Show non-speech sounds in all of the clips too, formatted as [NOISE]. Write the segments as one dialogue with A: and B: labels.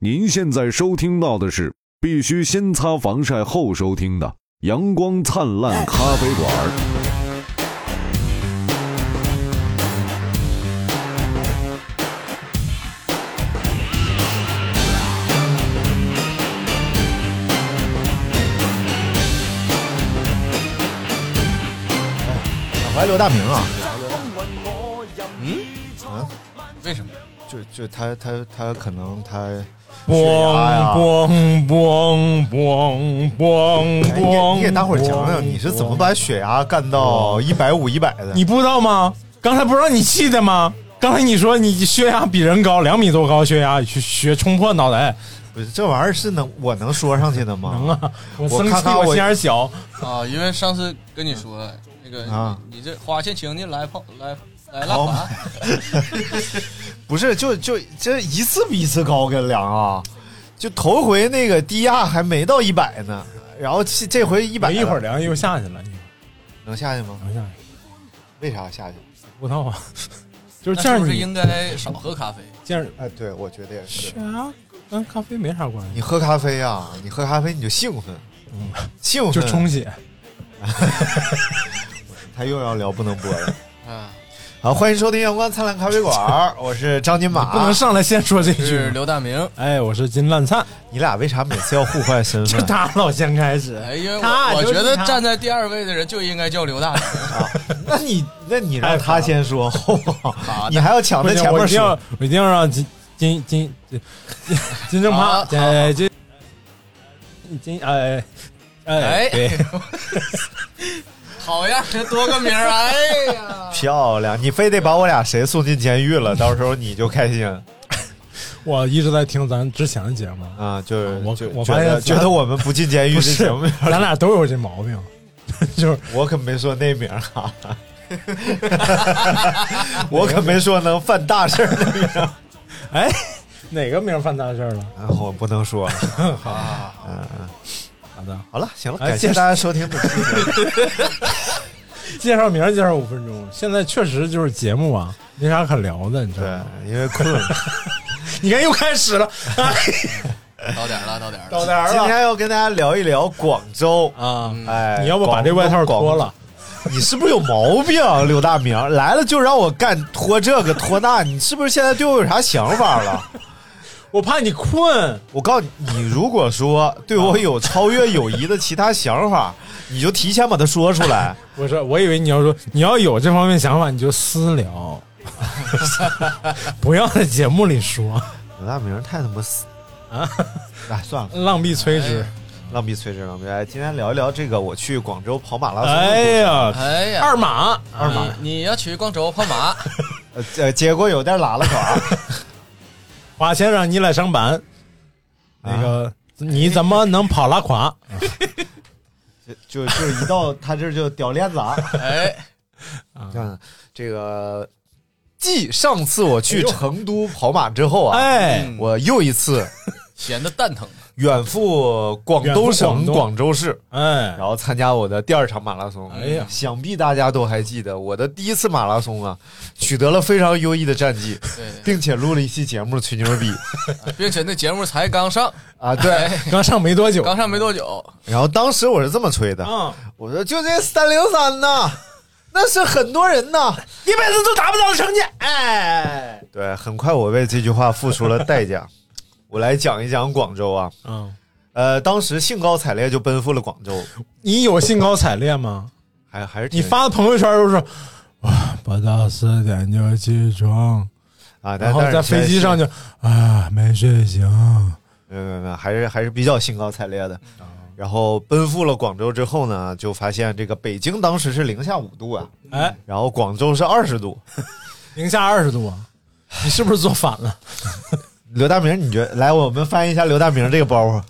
A: 您现在收听到的是必须先擦防晒后收听的《阳光灿烂咖啡馆》。
B: 想怀刘大明啊，嗯
C: 为什么？
B: 就就他他他可能他
D: 嘣
B: 压哎
D: 嗯
B: 呀
D: 嘣嘣嘣嘣
B: 哎你给你给大伙儿讲
D: 嘣
B: 讲你是怎么把血压干到一百五一百的？
D: 哦你不知道吗？刚才不让你气的吗？刚才你说你血压比人高，两米多高，血压血血冲破脑袋， [LAUGHS]
B: 不是这玩意儿是能我能说上去的吗？
D: 能啊！我
B: 我
D: 生气
B: 看，看我
D: 心眼儿小，
C: 啊，因为上次跟你说
D: 嗯
C: 了，那个
B: 啊
C: 你你这花钱请你来泡来来辣盘，
B: 不是，就就这一次比一次高，跟梁啊，就头回那个低压还没到一百呢，然后这这回一百
D: 我一会儿凉又下去了，
B: 能下去吗？
D: 能下去？
B: 为啥下去？
D: 不知道啊， [LAUGHS] 就
C: 那
D: 是这
C: 是
D: 样
C: 不是
D: 你
C: 应该少喝咖啡？
D: 这样
B: 哎，对，我觉得也是
D: 血。压跟嗯咖啡没啥关系，
B: 你喝咖啡啊，你喝咖啡你就兴奋，嗯兴奋
D: 就充血。
B: 他又要聊不能播了。 [LAUGHS]
C: 啊，
B: 好，欢迎收听阳光灿烂咖啡馆，我是张金马。
D: 不能上来先说这
C: 是
D: 句。
C: 刘大明。
D: 哎，我是金烂灿，
B: 你俩为啥每次要互换身
D: [LAUGHS] 就
B: 份？
D: 他老先开始。
C: 哎，因为
D: 他啊
C: 我我觉
D: 就是
C: 得
D: 他
C: 站在第二位的人就应该叫刘大明。
B: 那你那你让他先说好不好？你还要抢
D: 不
B: 啊在前
D: 行我
B: 面
D: 一定
B: 说
D: 要，我一定要让金金金金 [LAUGHS] 金正
C: 好
D: 趴，
C: 好
D: 哎金金哎哎
C: 哎
D: [LAUGHS] 对，
C: 好呀，这多个名儿，
D: [LAUGHS]
C: 哎呀，
B: 漂亮。你非得把我俩谁送进监狱
D: [LAUGHS]
B: 了，到时候你就开心
D: 我一直在听咱之前的节目，
B: 啊！就是
D: 我
B: 就
D: 我
B: 觉
D: 发现
B: 得
D: 咱
B: 觉得我们不进监狱
D: 不
B: 这
D: 是
B: 节目，
D: [LAUGHS] 咱俩都有这毛病，就是
B: 我可没说那名儿
D: [LAUGHS]
B: 啊，我可没说能犯大事儿的
D: [LAUGHS]
B: 名儿。
D: 哎哪个名儿犯大事儿了？
B: 啊我不能说。
D: 好的，
B: 好了，行了，
D: 哎
B: 感谢
D: 介
B: 大家收听本期节目。
D: 介绍名儿介绍五分钟，现在确实就是节目啊，没啥可聊的，你知道
B: 对
D: 吗？，
B: 因为困了。
D: [LAUGHS] 你看又开始了，哎
C: 到点儿了，到点儿
D: 到
C: 了。
D: 哪儿
B: 今
D: 了
B: 天要跟大家聊一聊广州。
D: 啊？
C: 嗯
B: 哎，
D: 你要不把这外套脱了？
B: 广？你是不是有毛病、啊刘大明来了就让我干脱这个脱那，你是不是现在对我有啥想法
D: [LAUGHS]
B: 了？
D: 我怕你困，
B: 我告诉你，你如果说对我有超越友谊的其他想
D: [LAUGHS]
B: 法，你就提前把它说出来。
D: 我说，我以为你要说 [LAUGHS] 你要有这方面想法，你就私聊， [LAUGHS] 不要在节目里说，
B: 刘大明太他妈死
D: 啊！
B: [LAUGHS] 哎，算了，
D: 浪必摧之。
B: 浪必摧之浪必哎，今天聊一聊这个我去广州跑马拉松的故事。
D: 哎呀，
C: 哎呀，
D: 二马，
C: 二马，你要去广州跑马，
B: 呃，这结果有点拉了呱。
D: 花先生，你来上班，那个你怎么能跑拉垮？
B: 就就一到他这儿就掉链子啊！
C: 哎，
B: 嗯，这个继上次我去成都跑马之后啊，
D: 哎，
C: 嗯
B: 我又一次
C: 闲得蛋疼。
B: 远赴广东省
D: 远赴
B: 广州市，
D: 哎
B: 然，后参加我的第二场马拉松。
D: 哎呀
B: 想必大家都还记得我的第一次马拉松啊，取得了非常优异的战绩，
C: 对，
B: 并且录了一期节目吹牛逼
C: 并且那节目才刚上，
B: 啊，对。
C: 哎
D: 刚上没多久，
C: 刚上没多久，
B: 然后当时我是这么吹的，
D: 嗯，
B: 我说就这三零三呐， [LAUGHS] 那是很多人呐，
D: [LAUGHS] 一辈子都达不到的成绩。哎，
B: 对，很快我为这句话付出了代价。 [LAUGHS] 我来讲一讲广州啊，
D: 嗯，
B: 呃，当时兴高采烈就奔赴了广州，
D: 你有兴高采烈吗？
B: 还还是挺
D: 你发的朋友圈都是，哇，不到四点就起床，
B: 啊，但
D: 然后
B: 但是
D: 在飞机上就啊没睡醒，
B: 没有没有没有，还是还是比较兴高采烈的。
D: 哦
B: 然后奔赴了广州之后呢，就发现这个北京当时是零下五度啊，
D: 哎，
B: 然后广州是二十度。
D: 零下二十度啊，你是不是做反了？
B: 刘大明，你觉得来我们翻译一下刘大明这个包袱，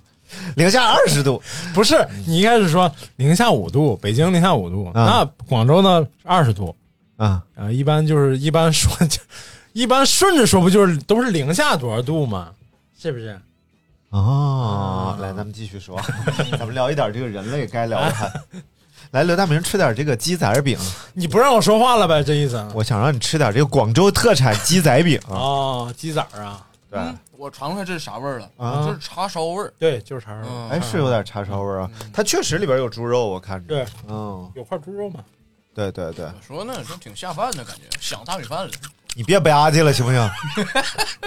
B: 零下二十度，
D: [LAUGHS] 不是，你一开始说零下五度，北京零下五度，那广州呢二十度
B: 啊，
D: 啊、一般就是一般说就， [LAUGHS] 一般顺着说不就是都是零下多少度吗？是不是？
B: 哦，来，咱们继续说， [LAUGHS] 咱们聊一点这个人类该聊
D: [LAUGHS]
B: 的。来，刘大明吃点这个鸡仔饼，
D: 你不让我说话了呗？这意思啊？ [LAUGHS]
B: 我想让你吃点这个广州特产鸡仔饼啊。
D: 哦，鸡仔儿啊，
B: 对
C: 嗯，我尝出来这是啥味儿了，
B: 啊
C: 就是叉烧味儿。
D: 对，就是肠儿，
C: 嗯，
B: 哎，是有点叉烧味儿啊。它确实里边有猪肉，我看着。
D: 嗯对，
B: 嗯，
D: 有块猪肉嘛。
B: 对对对，
C: 我说呢，这挺下饭的感觉，想大米饭了。
B: 你别吧唧了，行不行？
D: [LAUGHS]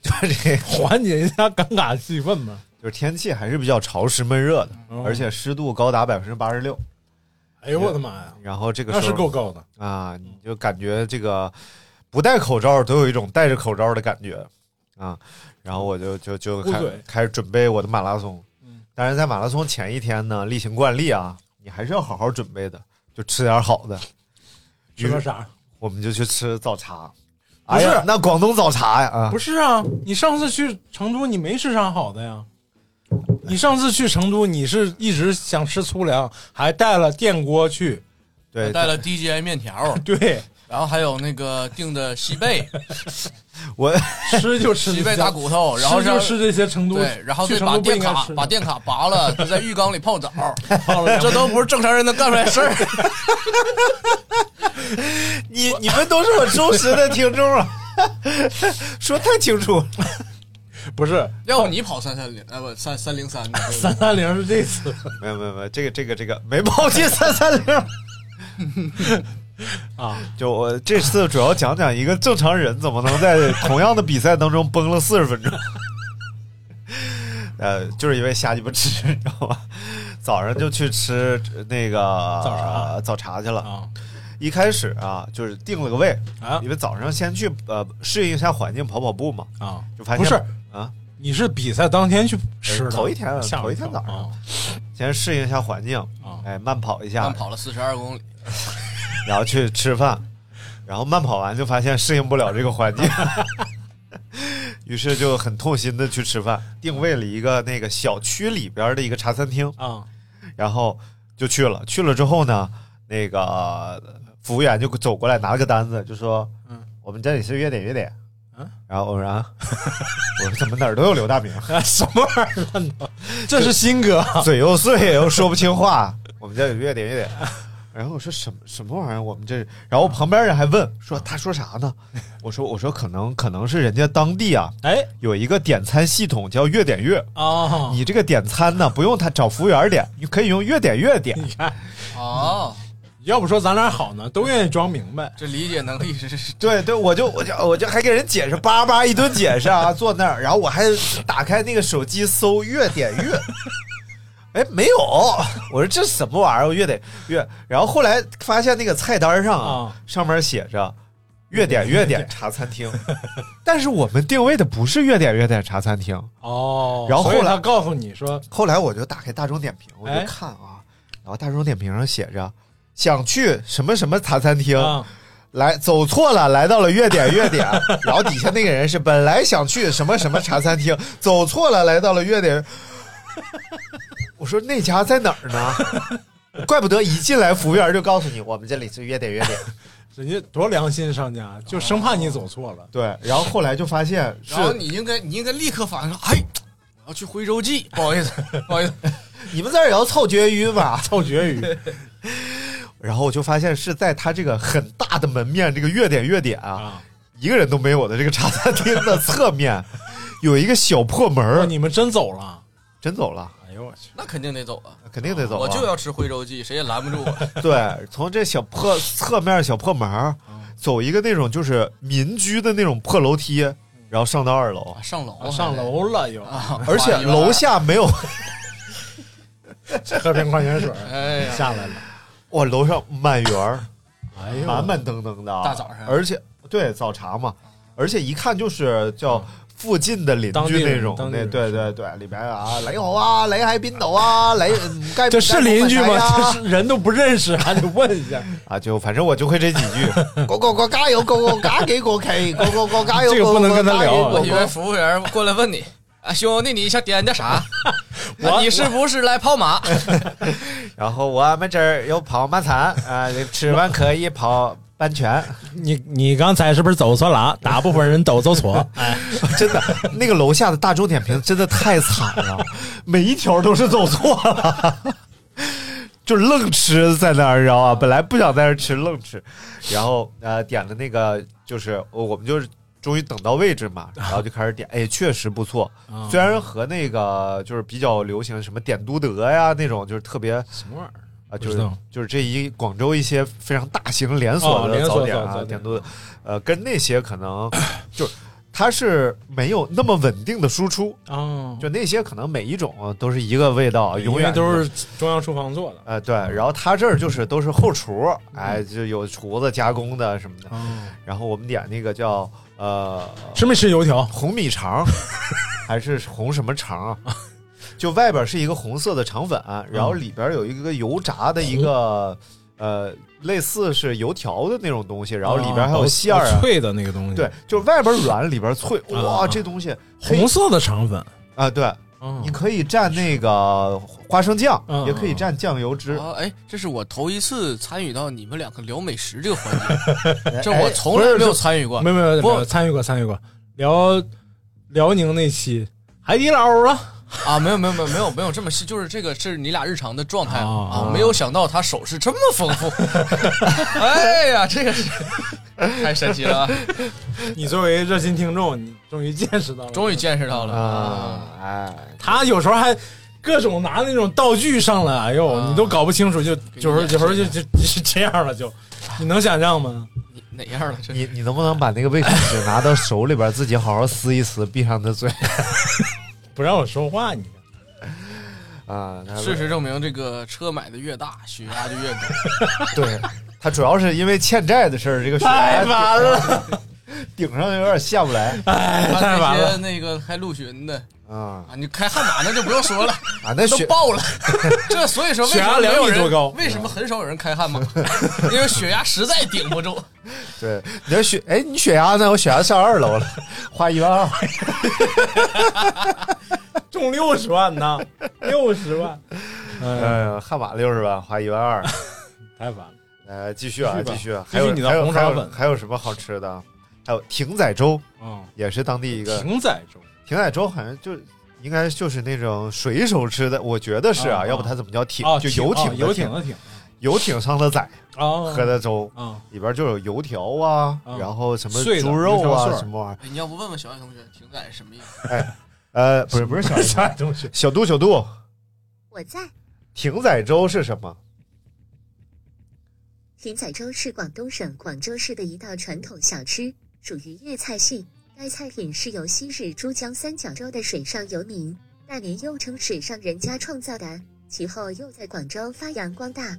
B: 就是这个，
D: [LAUGHS] 缓解一下尴尬气氛嘛。
B: 就是天气还是比较潮湿闷热的，
D: 嗯
B: 而且湿度高达百分之八十六。
D: 哎呦我的妈呀，
B: 然后这个
D: 那
B: 时
D: 是
B: 候
D: 够高的。
B: 啊，你就感觉这个不戴口罩都有一种戴着口罩的感觉啊。然后我就就就
D: 捂
B: 开
D: 嘴
B: 开始准备我的马拉松
D: 嗯。
B: 但是在马拉松前一天呢，例行惯例啊，你还是要好好准备的，就吃点好的。
D: 吃个啥？
B: 我们就去吃早茶。
D: 不是
B: 哎呀那广东早茶呀啊！
D: 不是啊，你上次去成都，你没吃啥好的呀？你上次去成都，你是一直想吃粗粮，还带了电锅去。
B: 对，
C: 带了 DJI 面条，
D: 对，
C: 然后还有那个订的西贝，
B: 我
D: 吃
C: [LAUGHS]
D: 就吃
C: 西
D: 这
C: 贝
D: 些
C: 大骨头，然后
D: 吃就吃这些成都。
C: 对，然后
D: 去
C: 再
D: 成
C: 把
D: 都不
C: 电
D: 应该
C: 卡
D: 吃的。
C: 把电卡拔了，就在浴缸里泡澡，这都不是正常人能干出来的事儿。
B: 你你们都是我 [LAUGHS] 忠实的听众啊，说太清楚了。
D: 不是
C: 要不你跑三三零，哎不三三零三的，
D: [LAUGHS] 三三零是这次
B: 没有没有没有，这个这个这个没 [LAUGHS] 抛弃三三零。
D: 啊，
B: 就我这次主要讲讲一个正常人怎么能在同样的比赛当中崩了四十分钟。呃，就是因为瞎鸡巴吃，你知道吧？早上就去吃呃那个
D: 早茶
B: 早茶去了。
D: 啊
B: 一开始啊，就是定了个位，
D: 啊
B: 因为早上先去呃适应一下环境，跑跑步嘛，
D: 啊！
B: 就发现
D: 不是，
B: 啊，
D: 你是比赛当天去吃的，
B: 呃头一天
D: 吓我
B: 头一
D: 跳
B: 天早上
D: 啊
B: 先适应一下环境，
D: 啊
B: 哎，慢跑一下
C: 但，跑了四十二公里，
B: 然后去吃饭，然后慢跑完就发现适应不了这个环境， [LAUGHS] 于是就很痛心的去吃饭，定位了一个那个小区里边的一个茶餐厅，
D: 啊！
B: 然后就去了。去了之后呢，那个呃服务员就走过来拿了个单子，就说：“
D: 嗯
B: 我们这里是约点约点。”
D: 嗯
B: 然后我说啊， [LAUGHS] 我说怎么哪儿都有刘大明，
D: 啊， [LAUGHS] 什么玩意儿乱闹？这是新歌，
B: [LAUGHS] 嘴又碎又说不清话，我们这有约点约点。 [LAUGHS] 然后我说什么什么玩意儿？我们这，然后旁边人还问说
D: 嗯
B: 他说啥呢？我说我说可能可能是人家当地啊
D: 哎
B: 有一个点餐系统叫月点月，
D: 啊， [LAUGHS]
B: 你这个点餐呢不用他找服务员点，你可以用月点月点。
D: 你看，
C: 哦，
D: 要不说咱俩好呢，都愿意装明白。
C: 这理解能力是是
B: 对对，我就我就我就还给人解释叭叭一顿解释啊，坐那儿，然后我还打开那个手机搜月点月，哎，没有，我说这什么玩意儿？月点月，然后后来发现那个菜单上啊，
D: 啊
B: 上面写着月点月点茶餐厅， [LAUGHS] 但是我们定位的不是月点月点茶餐厅。
D: 哦，
B: 然后后来
D: 所以他告诉你说，
B: 后来我就打开大众点评，我
D: 哎
B: 就看啊，然后大众点评上写着想去什么什么茶餐厅。
D: 啊，
B: 来走错了，来到了月点月点， [LAUGHS] 然后底下那个人是本来想去什么什么茶餐厅，走错了，来到了月点。我说那家在哪儿呢？怪不得一进来服务员就告诉你，我们这里是月点月点。
D: 人家多良心商家，就生怕你走错了。
B: 对，然后后来就发现是
C: 然后你应该你应该立刻反应说，哎，我要去徽州记，不好意思，不好意思，
B: 你们这儿也要操绝鱼吧？
D: 臭绝鱼，
B: [LAUGHS] 然后我就发现是在他这个很大的门面，这个月点月点啊，
D: 啊！
B: 一个人都没有的这个茶餐厅的侧面，有一个小破门
D: 哦
B: 儿，
D: 你们真走了？
B: 真走了，
D: 哎呦我去！
C: 那肯定得走啊，
B: 肯定得走啊。
C: 我就要吃徽州记，谁也拦不住我。
B: 对，从这小破侧面小破门儿走一个那种就是民居的那种破楼梯，然后上到二楼
C: 啊，上楼
D: 我上
C: 还得
D: 楼了又，
C: 啊，
B: 而且
C: 花园
B: 楼下没有，
D: [LAUGHS] 喝瓶矿泉水
C: 哎呀
D: 下来了。
B: 哇，楼上满园儿，
D: 哎呦，
B: 满满登登的啊，
C: 大早上
B: 而且对早茶嘛，而且一看就是叫。附近的邻
D: 嗯当地
B: 居
D: 人
B: 那种，
D: 当地
B: 那
D: 人
B: 对对对，里边啊，雷猴啊，雷海滨斗啊，雷，嗯
D: [LAUGHS]
B: 该
D: 这哎是邻居吗？
B: 该
D: [LAUGHS]
B: 不该
D: 这是人都不认识，还得问一下。
B: 啊，就反正我就会这几句，狗狗狗加油，狗狗嘎给狗 K，狗狗狗加油，
D: [LAUGHS] 这个不能跟他聊啊
B: 狗狗
C: 我
B: 嘎给
C: 以
B: 狗狗
C: 为服务员过来问你，啊，兄弟，你想点的啥？啊你是不是来跑马？
B: 然后我们这儿有跑马场啊，吃完可以跑半圈。
D: [LAUGHS] 你你刚才是不是走错了？大部分人都走 [LAUGHS] 错。哎，
B: [LAUGHS] 真的，那个楼下的大众点评真的太惨了，每一条都是走错了， [LAUGHS] 就愣吃在那儿，然后啊，本来不想在那儿吃，愣吃，然后呃点的那个就是我们就是终于等到位置嘛，然后就开始点，哎，确实不错。
D: 啊
B: 虽然和那个就是比较流行什么点都德呀那种，就是特别
C: 什么玩意儿？
B: 啊，
D: 知
B: 就是
D: 道
B: 就是这一广州一些非常大型连锁
D: 哦
B: 的
D: 连锁
B: 早点
D: 早
B: 啊，
D: 早
B: 点
D: 点
B: 都，呃，跟那些可能就是它是没有那么稳定的输出，
D: 啊，
B: 就那些可能每一种都是一个味道，
D: 因
B: 永
D: 为
B: 远
D: 都
B: 是
D: 是中央厨房做的。
B: 呃对，然后它这儿就是都是后厨，哎，就有厨子加工的什么的。
D: 啊，
B: 然后我们点那个叫呃
D: 吃没吃油条？
B: 红米肠，还是红什么肠啊？就外边是一个红色的肠粉，然
D: 嗯
B: 后里边有一个油炸的一个、呃，类似是油条的那种东西，然后里边还有馅儿、
D: 薄
B: 啊。
D: 哦脆的那个东西。
B: 对，，就是外边软，里边脆，哇，
D: 啊
B: 这东西可以
D: 红色的肠粉。
B: 啊，对，
D: 啊
B: 你可以蘸那个花生酱，
D: 嗯
B: 也可以蘸酱油汁，
C: 啊，哎，这是我头一次参与到你们两个聊美食这个环节，
B: 哎
C: 这我从来没有参与过。
D: 没有没有没
C: 不
D: 有参与过参与过辽辽宁那期海底捞啊，
C: 啊，没有没有没有没有没有这么细，就是这个是你俩日常的状态
D: 啊
C: 啊
D: 啊，
C: 没有想到他手势这么丰富，哎呀，这个是太神奇了，啊
D: 你作为热心听众，你终于见识到了，
C: 终于见识到了
D: 嗯
C: 啊！
B: 啊，哎，
D: 他有时候还。各种拿那种道具上来，哎呦，
C: 啊
D: 你都搞不清楚，就
C: 你
D: 有时候
C: 演
D: 有时候就
C: 示
D: 就就是这样了，就你能想象吗？
C: 你哪样了？
D: 嗯
C: 这
B: 你你能不能把那个卫生纸拿到手里边，自己好好撕一撕，闭上你的嘴
D: 不让我说话，你 [LAUGHS]
B: 啊？那
C: 事实证明，这个车买的越大，血压就越低。
B: [LAUGHS] 对他主要是因为欠债的事儿，这个血压
D: 烦了，
B: 顶上 [LAUGHS] 有点下不来
D: 哎，太
C: 看
D: 烦
C: 那
D: 了
C: 些。那个开陆巡的
B: 啊
C: 啊，你开悍马那就不用说
D: [LAUGHS]
C: 了，
B: 啊！那
C: 都
B: 血
C: 爆了。这所以说为
D: 血
C: 什
D: 压
C: 么没
D: 两
C: 有
D: 米多
C: 人
D: 高
C: 为什么很少有人开悍
D: [LAUGHS]
C: 马？因为血压实在顶不住。
B: 对，你的血哎，你血压呢？我血压上二楼了，花一万二。
D: [LAUGHS] 中六十万呢，六十万，哎，
B: 嗯，悍马六十万，花一万二。
D: 太烦了。
B: 呃，继续啊，
D: 继
B: 继
D: 续
B: 续。还有
D: 继续你的
B: 还有
D: 红
B: 还
D: 烧
B: 有
D: 粉
B: 还有什么好吃的？啊还有艇仔粥，
D: 嗯，
B: 也是当地一个
D: 艇仔粥
B: 艇仔粥，好像就应该就是那种水手吃的，我觉得是啊，
D: 啊
B: 要不它怎么叫艇？
D: 啊，
B: 就游
D: 艇
B: 艇
D: 啊
B: 的
D: 游
B: 艇
D: 的艇
B: 游艇上的仔
D: 啊，
B: 喝的粥，
D: 啊，
B: 里边就有油条啊，
D: 嗯
B: 然后什么
D: 碎的
B: 猪肉
D: 油条碎
B: 啊，
D: 儿
B: 什么玩意儿。
C: 哎你要不问问小爱同学，停在什么意思？
B: 呃，不是不是小
D: [LAUGHS] [LAUGHS] 啥东西？
B: 小度小度，
E: 我在
B: 艇仔粥是什么？
E: 艇仔粥是广东省广州市的一道传统小吃，属于粤菜系。该菜品是由昔日珠江三角洲的水上游民，那年又称水上人家创造的，其后又在广州发扬光大。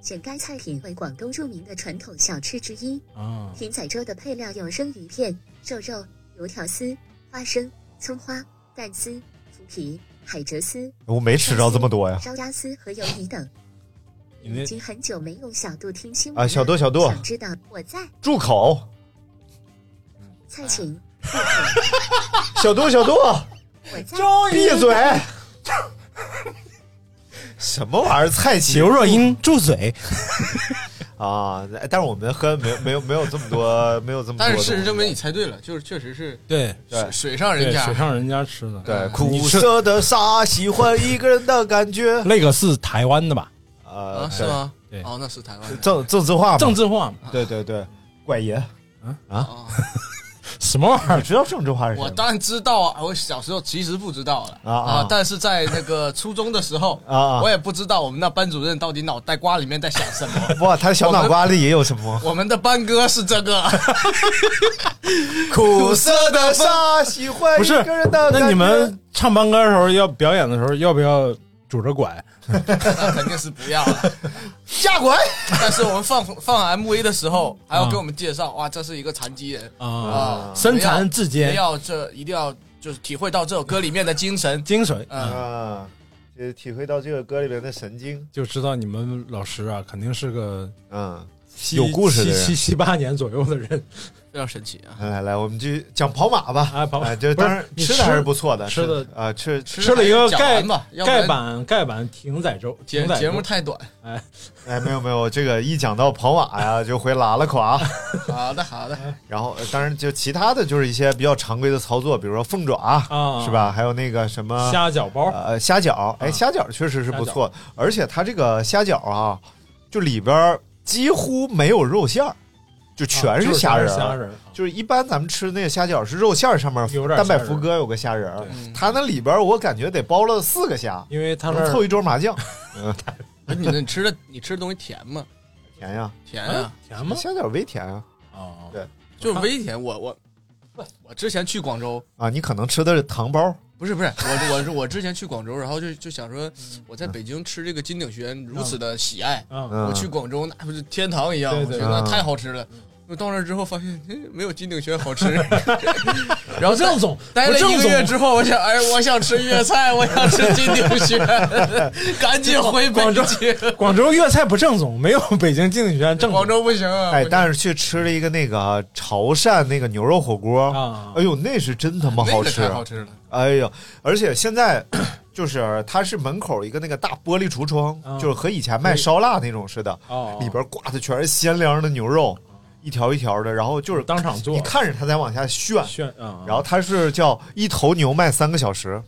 E: 现该菜品为广东著名的传统小吃之一。
D: 啊，
E: 艇仔粥的配料有生鱼片、瘦肉、油条丝、花生、葱花、蛋丝、腐皮、海蜇丝、
B: 我没吃着这么多呀。
E: 烧鸭丝和鱿鱼等。
D: 你那
E: 已经很久没用小度听新闻
B: 啊，
E: 了
B: 小度小度，
E: 想知道我在
B: 住口！
E: 蔡琴，
B: 小度小度，
E: 我在
D: 终
B: 闭嘴！什么玩意儿？蔡奇
D: 刘若英住嘴！
B: 啊！但是我们喝没有没有没有这么多，没有这么多
C: 但
B: 东
C: 是
B: 西。
C: 事实证明你猜对了，就是确实是
D: 对
B: 对
C: 水水上
D: 对
C: 人，家
D: 水上人家吃的，
B: 对
D: 你
B: 苦
D: 吃
B: 涩的沙，喜欢一个人的感觉。
D: 那个是台湾的吧？
B: 呃
C: 啊，，是吗？
D: 对
C: 哦，那是台湾
B: 对？
C: 的
B: 政政治化嘛？
D: 郑智化嘛
B: 对对对，怪爷，
C: 啊。
D: 什么玩
B: [LAUGHS] 你
D: 意
B: 知道郑智化是谁
C: 我
B: 吗？
C: 当然知道啊，我小时候其实不知道了
B: 啊啊
C: 啊，但是在那个初中的时候
B: 啊啊
C: 我也不知道我们那班主任到底脑袋瓜里面在想什么。
B: 哇，他小脑瓜里也有什么？
C: 我们的班歌是这个，
B: 苦涩的沙，喜欢
D: 不
B: 一
D: 是
B: 个人的
D: 儿？
B: 感觉。
D: 那你们唱班歌的时候，要表演的时候，要不要拄着拐？
C: 那肯定是不要了。
B: 下滚！
C: 但是我们放放 MV 的时候，还要给我们介
D: 嗯
C: 绍，哇，这是一个残疾人啊，
D: 身残志
C: 一定
D: 坚，
C: 要这一定要就是体会到这首歌里面的精神。
D: 精髓
C: 嗯，
B: 啊，就体会到这个歌里边的神经，
D: 就知道你们老师啊，肯定是个
B: 嗯，
D: 七
B: 有故事的
D: 七
B: 人
D: 七七八年左右的人。
C: 非常神奇啊！
B: 嗯来来来，我们继续讲跑马吧。
D: 哎跑马
B: 哎就是
D: 不是
B: 当然
D: 你
B: 吃的还是
D: 吃
B: 不错的，
D: 吃的
B: 啊，吃吃，
D: 吃了一个
C: 讲
D: 盖
C: 完吧，要不
D: 盖
C: 然
D: 板盖板艇仔粥，
C: 节
D: 艇仔
C: 节
D: 粥
C: 目太短。
B: 哎，没有没有，这个一讲到跑马呀，就回拉了垮。
C: 好的，好的。
B: 然后，呃当然就其他的就是一些比较常规的操作，比如说凤爪
D: 啊
B: 是吧？还有那个什么
D: 虾饺包
B: 呃虾饺，哎，虾饺确实是不错，而且它这个虾饺啊，就里边儿几乎没有肉馅儿，就全
D: 就是
B: 虾仁
D: 仁
B: 儿。啊
D: 虾仁儿，啊
B: 就是一般咱们吃那个虾饺是肉馅儿上面
D: 有点
B: 蛋白
D: 虾仁
B: 福哥有个虾仁儿
D: 对，
C: 嗯
B: 它那里边儿我感觉得包了四个虾，
D: 因为他那
B: 能
D: 儿
B: 凑一桌麻酱，
C: 不是嗯你那你吃的你吃的东西甜吗？
B: 甜呀，
C: 甜啊，
D: 甜吗？
B: 虾饺微甜啊。
D: 啊，
B: 对
C: 就是微甜。我我我之前去广州，
B: 啊，你可能吃的是糖包，
C: 不是不是，我我是我之前去广州，然后就就想说，我在北京吃这个金鼎学院如此的喜爱，
D: 嗯，
B: 嗯，
C: 我去广州那不是天堂一样，
D: 对
C: 我觉
D: 对
C: 得那
B: 嗯
C: 太好吃了。我到那儿之后发现，哎没有金鼎学院
B: [LAUGHS]
C: 好吃。然后
D: 不
C: 在
D: 正宗，
C: 待
D: 不
C: 了一
D: 正
C: 个月
D: 宗。
C: 之后，我想，哎，我想吃粤菜，我想吃金鼎学院，赶紧回北
D: 广州
C: 京。
D: 广州粤菜不正宗，没有北京京剧院正宗。
C: 广州不行啊！
B: 哎，
C: 不行
B: 但是去吃了一个那个潮汕那个牛肉火锅，
D: 啊
B: 哎，呦，那是真他妈
C: 那
B: 好
C: 个
B: 吃
C: 太
B: 啊
C: 好！吃了。
B: 哎呦，而且现在 [COUGHS] 就是它是门口一个那个大玻璃橱窗，
D: 嗯
B: 就是和以前卖烧腊那种似的，
D: 哦，
B: 里边挂的全是鲜凉的牛肉，一条一条的，然后就是
D: 当场做
B: 你看着它在往下炫，
D: 炫啊，
B: 然后它是叫一头牛卖三个小时，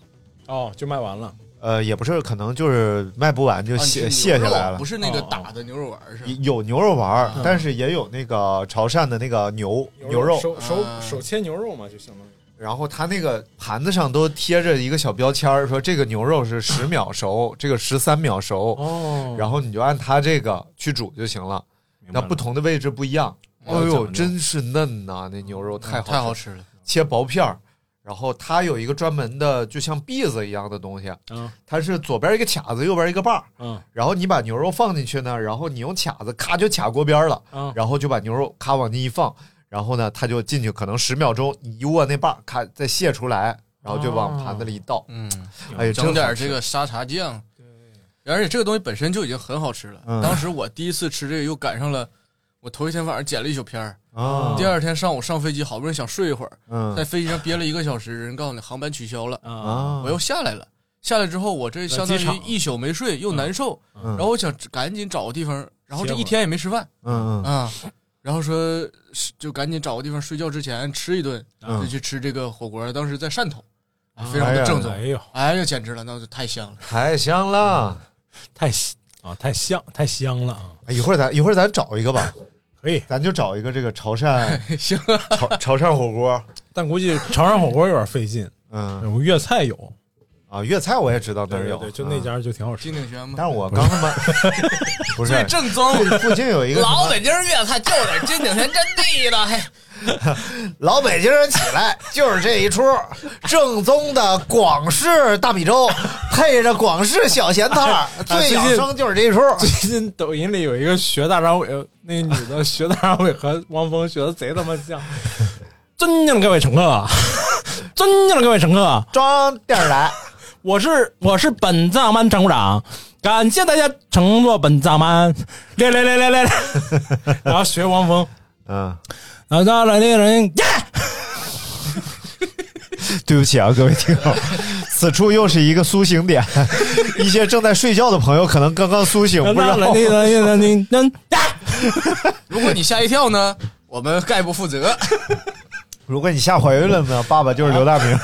D: 哦就卖完了，
B: 呃，也不是，可能就是卖不完就
C: 啊你是
B: 卸
C: 牛
B: 卸下来
C: 肉
B: 了
C: 不。是那个
D: 哦
C: 打的牛肉丸儿是吧？
B: 有牛肉丸儿
C: 嗯，
B: 但是也有那个潮汕的那个牛牛肉，
D: 手
C: 啊
D: 手手切牛肉嘛就行了。
B: 然后它那个盘子上都贴着一个小标签儿，说这个牛肉是十秒熟，这个十三秒熟，
C: 嗯
D: 哦
B: 然后你就按它这个去煮就行了。那不同的位置不一样。哎
D: 哦讲
B: 呦，
D: 究
B: 真是嫩呐、那牛肉太好
C: 嗯太好
B: 吃，
C: 吃了。
B: 切薄片儿。然后它有一个专门的，就像篦子一样的东西，
D: 嗯
B: 它是左边一个卡子，右边一个把儿。
D: 嗯
B: 然后你把牛肉放进去呢，然后你用卡子咔就卡锅边儿了，
D: 嗯，
B: 然后就把牛肉咔往进一放，然后呢，它就进去，可能十秒钟，你一握那把儿咔再卸出来，然后就往盘子里一倒。
C: 嗯，
B: 哎呀，
C: 整点
B: 真好
C: 儿
B: 吃
C: 这个沙茶酱。而且这个东西本身就已经很好吃了。
B: 嗯
C: 当时我第一次吃这个，又赶上了我头一天晚上剪了一宿片儿，
B: 啊，
C: 第二天上午上飞机，好不容易想睡一会儿，在
B: 嗯
C: 飞机上憋了一个小时，人告诉你航班取消了，
D: 啊
B: 啊，
C: 我又下来了。下来之后，我这相当
D: 机
C: 于
D: 场
C: 一宿没睡，又难受，
B: 然
C: 然后我想赶紧找个地方，然后这
D: 歇会
C: 一
D: 儿
C: 天也没吃饭
B: 嗯嗯
C: 啊，然后说是就赶紧找个地方睡觉之前吃一顿，
B: 嗯
C: 就去吃这个火锅。当时在汕头，
D: 啊
C: 非常的正宗，
D: 哎呦
C: 哎呀，简直了，那就太香了。
B: 太香了！
D: 太香啊太香太香了啊，
B: 哎一会儿咱一会儿咱找一个吧，
D: 可以，
B: 咱就找一个这个潮
D: [LAUGHS]
B: 汕
C: [LAUGHS] 行，
B: 潮潮汕火锅。
D: 但估计潮汕火锅有点费劲，
B: 嗯
D: 有粤菜有，
B: 啊，粤菜我也知道哪儿有，
D: 对，就那
B: 嗯。
D: 家就挺好吃
C: 金。鼎轩吗？
B: 但是我刚他 [LAUGHS] 妈不是
C: 最正宗，
B: 附近有一个
C: 老北京粤菜就得金鼎轩真地道。嘿，
B: 老北京人起来就是这一出，正宗的广式大米粥配着广式小咸菜儿，
D: 啊
B: 最养生就是这一出。
D: [LAUGHS] 最近抖音里有一个学大张伟，那个女的学大张伟和汪峰学的贼他妈像。尊敬的各位乘客，尊敬的各位乘客，
B: 装电视台，
D: 我是我是本藏班常务长，感谢大家乘坐本藏班，来来来来来来，然后学汪峰，
B: 嗯，
D: 然后到了那个人，呀
B: 对不起啊，各位听友，此处又是一个苏醒点，一些正在睡觉的朋友可能刚刚苏醒，
D: 然后
B: 不知
D: 到
B: 道
D: 了那个那个那个，呀，
C: 如果你吓一跳呢，我们概不负责；
B: 如果你吓怀孕了呢，爸爸就是刘大明。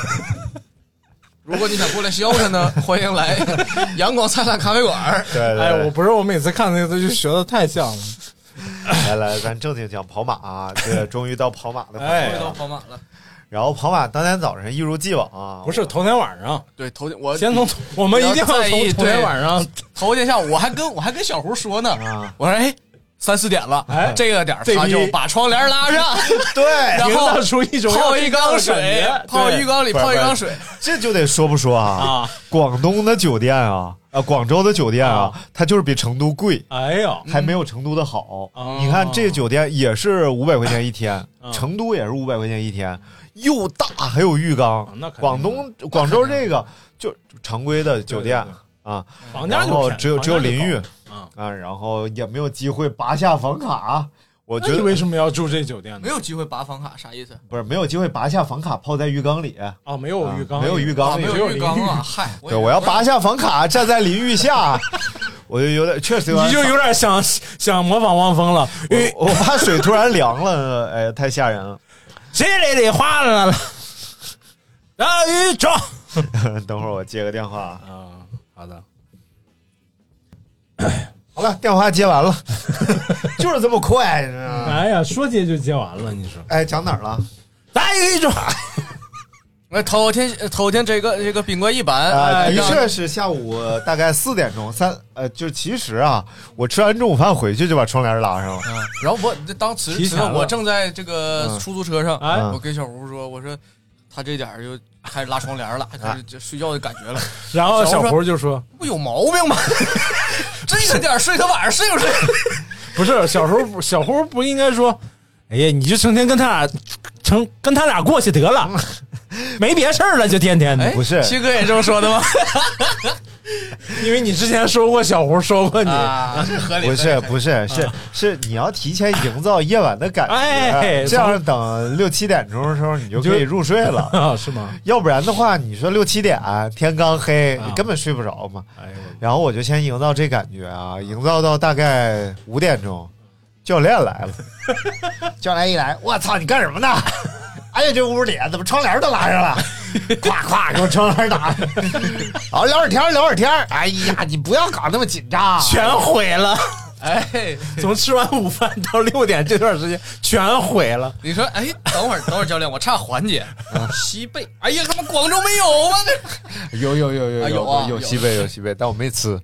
C: 如果你想过来消它呢，欢迎来阳光灿烂咖啡馆。
B: 对对对
D: 哎，我不是我每次看那个就学的太像了，
B: 来来，咱正经讲跑马啊，这终于到跑马的环节
D: 哎
C: 都
B: 了。
C: 跑马了，
B: [LAUGHS] 然后跑马当天早上一如既往啊，
D: 不是头天晚上，
C: 对头天我
D: 先从我们一定要
C: 不要在意
D: 从头天晚上
C: 头天下午我还跟我还跟小胡说呢，
B: 啊，
C: 我说哎。三四点了，
D: 哎
C: 这个点儿
D: 这
C: 他
D: 逼
C: 就把窗帘拉
D: [LAUGHS]
C: 上，
B: 对，
C: 然
D: 营
C: 后
D: 造出一种
C: 泡一缸
D: 要睡
C: 水
D: 觉的感，觉
C: 泡
D: 对
C: 浴缸里
B: 不是
C: 泡一
B: 不是
C: 缸水，
B: 这就得说不说啊？
D: 啊，
B: 广东的酒店啊，啊，广州的酒店啊，它就是比成都贵，
D: 哎呦，
C: 嗯
B: 还没有成都的好。
D: 哦
B: 你看这酒店也是五百块钱一天，
D: 嗯
B: 成都也是五百块钱一天，又大还有浴缸。
D: 啊那肯定
B: 广东广州这个就常规的酒店
D: 对对
B: 啊，
D: 房价
B: 然
D: 就
B: 后
D: 便宜
B: 只有只有淋浴，
D: 啊，
B: 啊，然后也没有机会拔下房卡。啊我
D: 那
B: 觉
D: 你为
B: 得
D: 什么要住这酒店呢
C: 没？有机会拔房卡，啥意思？
B: 不是没有机会拔下房卡泡在浴缸里，
D: 啊，没有浴缸，
B: 没有浴缸
C: 啊，没
B: 里。
D: 只
C: 有
D: 有
C: 浴缸
D: 淋浴
C: 啊！嗨，
B: 对，我要拔下房卡，站在淋浴
D: [LAUGHS]
B: 下，我就有点确实有点
D: 你就有点想想模仿汪峰了。因为
B: 我我怕水突然凉了，哎，太吓人了。 [LAUGHS]
D: 水里的花了，大雨中
B: 等会儿我接个电话啊。
D: 啊，好的。
B: 了，电话接完了， [LAUGHS] 就是这么快，你知道吗？
D: 哎呀，说接就接完了，你说
B: 哎，讲哪儿了？
D: 来一种，
B: 哎
C: 那头天呃头天这个这个宾馆一般，
B: 啊，
C: 哎
B: 的
C: 让
B: 确是下午大概四点钟，三呃，就是其实啊，我吃完中午饭回去就把窗帘拉上了。
C: 嗯，然后我这当时
D: 提前
C: 此刻
D: 了
C: 我正在这个
B: 嗯
C: 出租车上，
D: 哎
C: 我跟小胡说，我说他这点儿就开始拉窗帘了，
B: 啊
C: 开始就睡觉的感觉了，
D: 然后
C: 小
D: 小
C: 胡说
D: 胡就说
C: 不有毛病吗？ [LAUGHS] 这一点儿睡，他晚上睡不睡？
D: 不是小胡不，小胡不应该说，哎呀，你就成天跟他俩成跟他俩过去得
B: [LAUGHS]
D: 了，没别事儿了，就天天的
C: 哎，，
B: 嗯不是
C: 七哥也这么说的吗？
D: 因为你之前说过小胡说过你，
C: 啊，这合理，
B: 嗯不是
C: 合理
B: 不是是是，你要提前营造夜晚的感
D: 哎
B: 觉，这样等六七点钟的时候你就可以入睡了。 [LAUGHS]
D: 啊是吗？
B: 要不然的话，你说六七点天刚黑，
D: 啊
B: 你根本睡不着嘛。
D: 哎
B: 然后我就先营造这感觉啊，营造到大概五点钟，教练来了。 [LAUGHS] 教练一来，我操，你干什么呢？ [LAUGHS] 哎呀，这屋里怎么窗帘都拉上了？ [LAUGHS] 咵咵，给我窗帘打上。 [LAUGHS] 好，聊会儿天儿，聊会儿天儿。哎呀，你不要搞那么紧张。
D: 全毁了，
C: 哎，
D: 从吃完午饭到六点这段时间全毁了。
C: 你说，哎，等会儿等会儿，教练，我差环节，
B: 嗯
C: 西贝，哎呀，他妈广州没有吗？
B: 有有有有
C: 啊有啊
B: 有
C: 有
B: 西贝有西贝，但我没吃，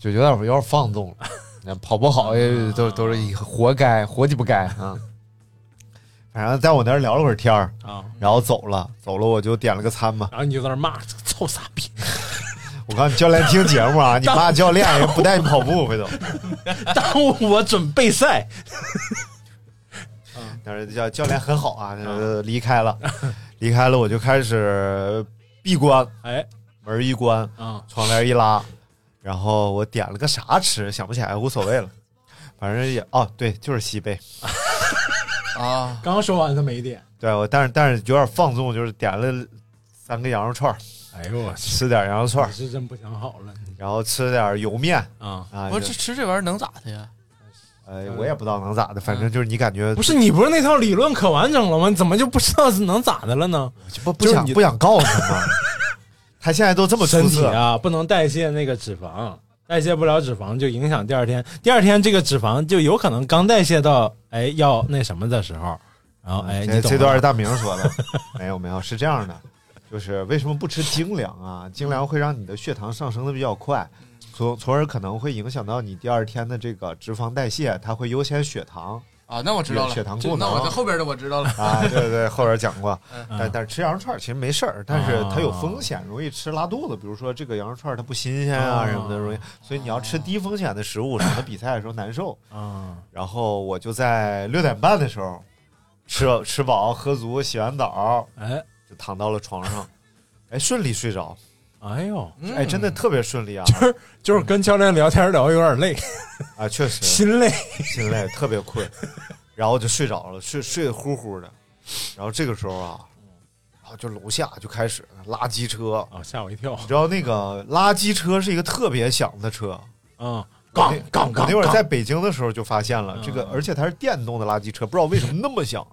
B: 就有点有点放纵了。那跑不好也都都是一活该，活鸡不该啊！反正在我那儿聊了会儿天儿，
D: 啊，
B: 然后走了，走了我就点了个餐嘛。
D: 然后你就在那骂这个臭傻逼，
B: 我告诉你，教练听节目啊，你骂教练人不带你跑步回头。
D: 耽误我准备赛。
B: 但是教教练很好啊，呃离开了，离开了我就开始闭关，
D: 哎
B: 门一关，
D: 啊，
B: 窗帘一拉，然后我点了个啥吃，想不起来，无所谓了，反正也哦，对，就是西贝，
C: 啊，
D: 刚说完他没点，
B: 对我，但是但是有点放纵，就是点了三个羊肉串儿，
D: 哎呦我去，
B: 吃点羊肉串
D: 你
B: 儿，
D: 是真不想好了你
B: 然后吃点油面
D: 啊！
B: 啊，
C: 我
B: 就
C: 这吃这玩意儿能咋的呀？
B: 呃，我也不知道能咋的，反正就是你感觉
D: 嗯不是你不是那套理论可完整了吗？你怎么就不知道是能咋的了呢？
B: 不不
D: 就是
B: 想
D: 你
B: 不想告诉他
D: [LAUGHS]
B: 吗？他现在都这么
D: 身
B: 出
D: 体
B: 色，
D: 啊，不能代谢那个脂肪，代谢不了脂肪就影响第二天，第二天这个脂肪就有可能刚代谢到哎要那什么的时候，然后哎
B: 这
D: 你懂
B: 这段
D: 吗
B: 是大明说的，没有没有，是这样的，就是为什么不吃精粮啊？精粮会让你的血糖上升的比较快，从从而可能会影响到你第二天的这个脂肪代谢，它会优先血糖
C: 啊，那我知道了，
B: 血糖
C: 这
B: 功
C: 那
B: 能
C: 我在后边的我知道了，
B: 啊。对对对，后边讲过，
D: 嗯
B: 但但是吃羊肉串儿其实没事儿，但是它有
D: 啊
B: 风险，容易吃拉肚子。比如说这个羊肉串儿它不新鲜啊
D: 啊
B: 什么的，容易，所以你要吃低风险的食物，省得比赛的时候难受。
D: 啊
B: 然后我就在六点半的时候吃吃饱喝足，洗完澡
D: 哎
B: 就躺到了床上， [LAUGHS] 哎，顺利睡着，
D: 哎呦，
C: 嗯
B: 哎，真的特别顺利啊
D: 就是就是跟教练聊天聊有点累，
B: 啊，确实
D: 心累，
B: 心累，特别困，然后就睡着了，睡睡得呼呼的。然后这个时候啊，然后就楼下就开始拉机车，
D: 啊吓我一跳
B: 你知道那个垃圾车是一个特别响的车，
D: 啊！
B: 杠杠杠！那嗯会儿在北京的时候就发现了这个，而且它是电动的垃圾车，不知道为什么那么响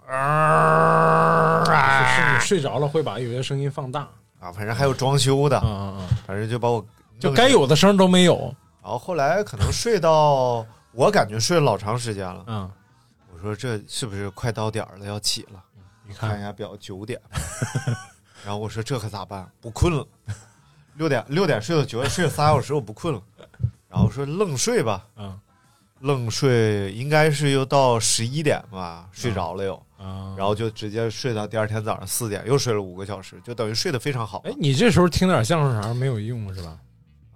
D: 是你睡着了会把有些声音放大，
B: 啊！反正还有装修的
D: 啊，啊啊！
B: 反嗯正就把我
D: 就该。有的声儿都没有，
B: 然后后来可能睡到，我感觉睡了老长时间了。
D: 嗯，
B: 我说这是不是快到点儿了，要起了？
D: 你
B: 看一
D: 看
B: 下表，九点。 [LAUGHS] 然后我说这可咋办？不困了。六点六点睡到九点，睡了仨小时，我不困了。然后我说愣睡吧，
D: 嗯，
B: 愣睡应该是又到十一点吧，
D: 嗯
B: 睡着了又，
D: 啊，
B: 然后就直接睡到第二天早上四点，又睡了五个小时，就等于睡得非常好。
D: 哎，你这时候听点相声啥没有用是吧？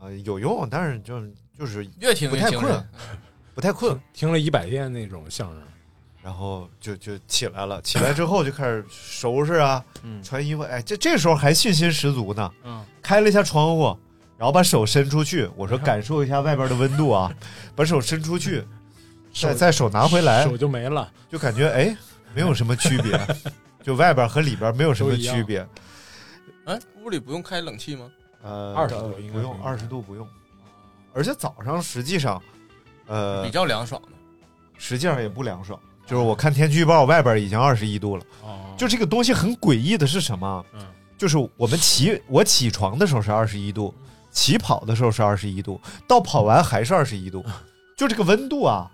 B: 啊、有用，但是就就是
C: 越听
B: 不
C: 越
B: 太
C: 精
B: 困
C: 神。
B: 不太困。
D: 听了一百遍那种相声，
B: 然后就就起来了，起来之后就开始收拾啊，
D: 嗯
B: 穿衣服。哎，这这时候还信心十足呢，
D: 嗯，
B: 开了一下窗户，然后把手伸出
D: 哎
B: 去，我说感受一下外边的温度啊，
D: [LAUGHS]
B: 把手伸出去，再再手拿回来，
D: 手就没了，
B: 就感觉哎没有什么区
D: [LAUGHS]
B: 别，就外边和里边没有什么区别。
C: 哎，屋里不用开冷气吗？
B: 呃，
D: 20度应该
B: 不用，
D: 不用
B: 二十度不用。而且早上实际上，呃
C: 比，
D: 嗯
C: 较凉爽的。
B: 实际上也不凉爽。就是我看天气预报，外边已经二十一度了。
D: 哦，
B: 就这个东西很诡异的是什么？
D: 嗯
B: 就是我们起我起床的时候是二十一度，起跑的时候是二十一度，到跑完还是二十一度，就这个温度啊，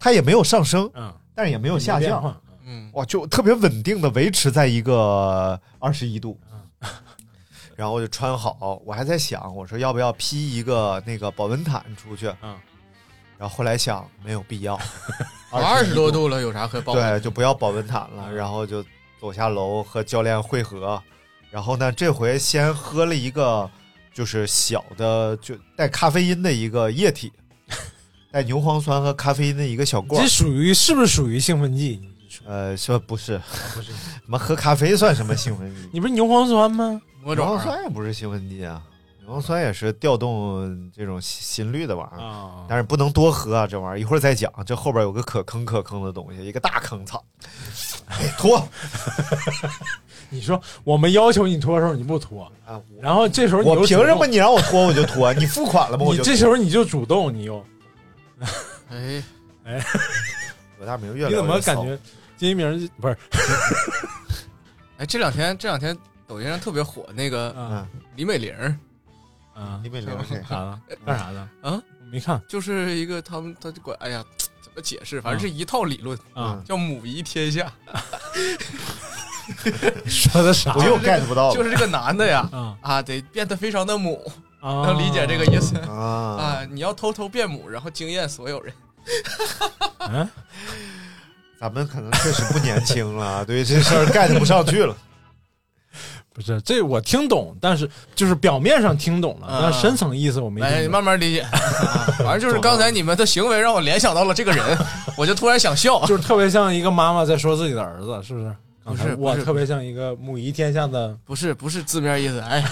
B: 它也没有上升，
D: 嗯，
B: 但是也没有下
D: 变
B: 降，
D: 化，
C: 嗯，
B: 哇，就特别稳定的维持在一个二十一度。
D: 嗯
B: [LAUGHS] 然后我就穿好，我还在想，我说要不要披一个那个保温毯出去？
D: 嗯，
B: 然后后来想没有必
D: [LAUGHS]
B: 要，
C: 二十
B: 21
C: 多度了，有啥可报？
B: 对，就不要保温毯了。然后就走下楼和教练会合，然后呢，这回先喝了一个就是小的就带咖啡因的一个液体，带牛磺酸和咖啡因的一个小
D: 你
B: 罐
D: 这
B: 儿。
D: 属于是不是属于兴奋剂？你说
B: 呃，说不是，
D: 不是？
B: 什么喝咖啡算什么兴奋
D: [LAUGHS]
B: 剂？
D: 你不是牛磺酸吗？
C: 魔
B: 牛
C: 爪
B: 磺
C: 啊，
B: 酸也不是兴奋剂啊，牛磺酸也是调动这种心率的玩意儿。
D: 啊，
B: 但是不能多喝啊，这玩意儿一会儿再讲。这后边有个可坑可坑的东西，一个大坑，
D: [LAUGHS]
B: 操！哎脱
D: 你说我们要求你脱的时候你不脱，
B: 啊！我
D: 然后这时候你又
B: 我凭什么
D: 主
B: 你让我脱我就脱？你付款了吗？
D: 动
B: 我
D: [LAUGHS] 你
B: 就
D: 这时候你就主动，你又
C: 哎，
B: 刘大明越
D: 你
B: 聊
D: 怎么
B: 越
D: 感
B: 骚
D: 觉金一鸣不是？
C: 哎，这两天这两天抖音上特别火那个
B: 嗯
D: 啊
C: 李美玲儿，
D: 啊
B: 你，没嗯聊
D: [LAUGHS]
B: 这
D: 干啥呢？干啥呢？
C: 啊，
D: 没看
C: 就是一个他们他就管，哎呀，怎么解释？反
B: 嗯
C: 正是一套理论，
D: 啊，
C: 叫母仪天下，
D: 说的啥
B: 我又 get 不到了，
C: 就是这个男的呀，
D: 啊
C: 啊，得变得非常的母，
D: 啊？
B: 哦
C: 能理解这个意思
B: 啊
C: 啊？你要偷偷变母，然后惊艳所有人。
D: 嗯，
B: 咱们可能确实不年轻了，啊对于这事儿 get 不上去了。
D: 不是这我听懂，但是就是表面上听懂了，
B: 嗯
C: 啊
D: 但深层意思我没
C: 哎，
D: 听懂。
C: 慢慢
B: [LAUGHS]
C: 理解。啊反正就是刚才你们的行为让我联想到了这
B: [LAUGHS]
C: 个人，我就突然想笑。
D: 就是特别像一个妈妈在说自己的儿子，是不是？
C: 不是
D: 刚才
C: 不
D: 我
C: 是
D: 特别像一个母仪天
C: [LAUGHS]
D: 下的，
C: 不是不是字面意思，哎，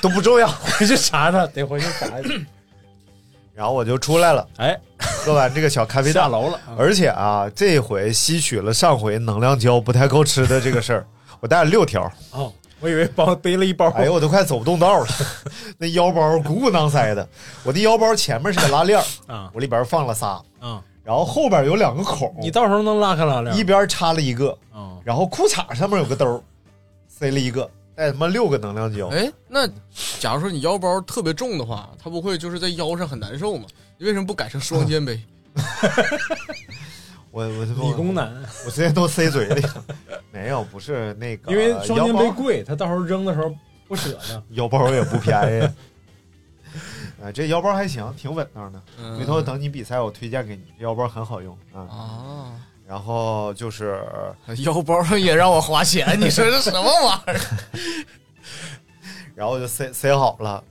B: 都不重要。
D: 回去查查，得回去查
B: [LAUGHS]
D: 一查。
B: 然后我就出来了，
D: 哎，
B: 喝完这个小咖啡
D: 下
B: 蛋，
D: 楼了，
B: 而且啊，这回吸取了上回能量胶不太够吃的这个事儿，我带了六条，
D: 哦，我以为包背了一包，
B: 哎呦，我都快走不动道了，那腰包鼓鼓囊塞的，我的腰包前面是个拉链儿，
D: 啊
B: 我里边放了仨，
D: 啊！
B: 然后后边有两个孔，
D: 你到时候能拉开拉链
B: 一边插了一个，
D: 啊？
B: 然后裤衩上面有个兜儿，塞了一个，带他妈六个能量胶，
C: 哎，那假如说你腰包特别重的话，它不会就是在腰上很难受吗？你为什么不改成双肩背？
B: 我我
D: 理工，男，
B: 我之前都塞嘴里了， [LAUGHS] 没有，不是那个，
D: 因为双
B: 腰
D: 肩背
B: 包
D: 贵，他到时候扔的时候不舍得。
B: 腰包也不便宜。 [LAUGHS] 哎，这腰包还行，挺稳当的。
C: 嗯
B: 回头等你比赛，我推荐给你，这腰包很好用啊、
D: 嗯
C: 啊，
B: 然后就是
C: 腰包也让我花钱，你说这什么玩意
B: [LAUGHS]
C: 儿？
B: 然后就塞塞好了，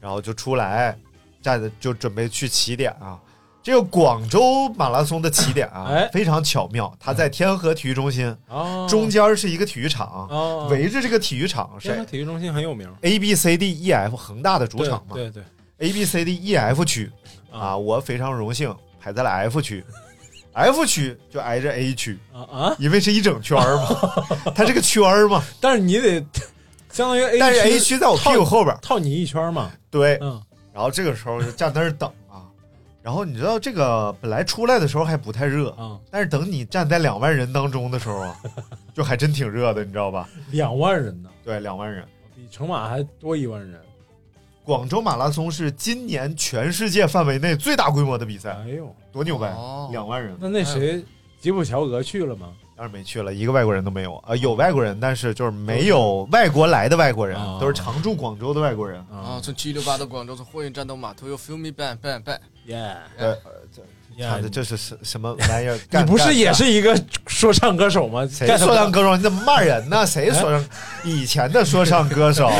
B: 然后就出来，站着就准备去起点啊。这个广州马拉松的起点啊，
D: 哎
B: 非常巧妙，它在天河体育中心，
D: 哦
B: 中间是一个体育场，
D: 哦，
B: 围着这个体育场
D: 天河
B: 是
D: 体育中心很有名，
B: A B C D E F 恒大的主
D: 对
B: 场嘛
D: 对对，
B: ，A B C D E F 区啊，我非常荣幸排在了 F 区。F 区就挨着 A 区，
D: 啊啊！
B: 因为是一整圈儿
D: [LAUGHS]
B: 嘛，它这个圈儿嘛。
D: 但是你得相当于 A，
B: 但是 A 区在我屁股后边儿，
D: 套你一圈嘛，
B: 对，
D: 嗯
B: 然后这个时候就站在那儿等啊。然后你知道这个本来出来的时候还不太热，
D: 啊，
B: 但是等你站在两万人当中的时候啊，就还真挺热的，你知道吧？ [LAUGHS]
D: 两万人呢，
B: 对，两万人。
D: 比城马还多一万人。
B: 广州马拉松是今年全世界范围内最大规模的比赛，
D: 哎呦，
B: 多牛掰！
C: 哦
B: 两万人，
D: 那那谁吉普乔格去了吗？
B: 当然没去了，一个外国人都没有啊、有外国人，但是就是没有外国来的外国人，
D: 哦
B: 都是常驻广州的外国人。
C: 啊，从七六八到广州，从货运站到码头，又 feel me bang bang bang。
D: 耶
B: 呃，看的这是什什么玩意儿？
D: 哎你
B: 干
D: 不是
B: 干
D: 也是一个说唱歌手吗？
B: 谁
D: get 不
B: 说
D: 到
B: 唱歌手？你怎么骂
D: [LAUGHS]
B: 人
D: 哎
B: 呢？谁说唱？以前的说唱歌手，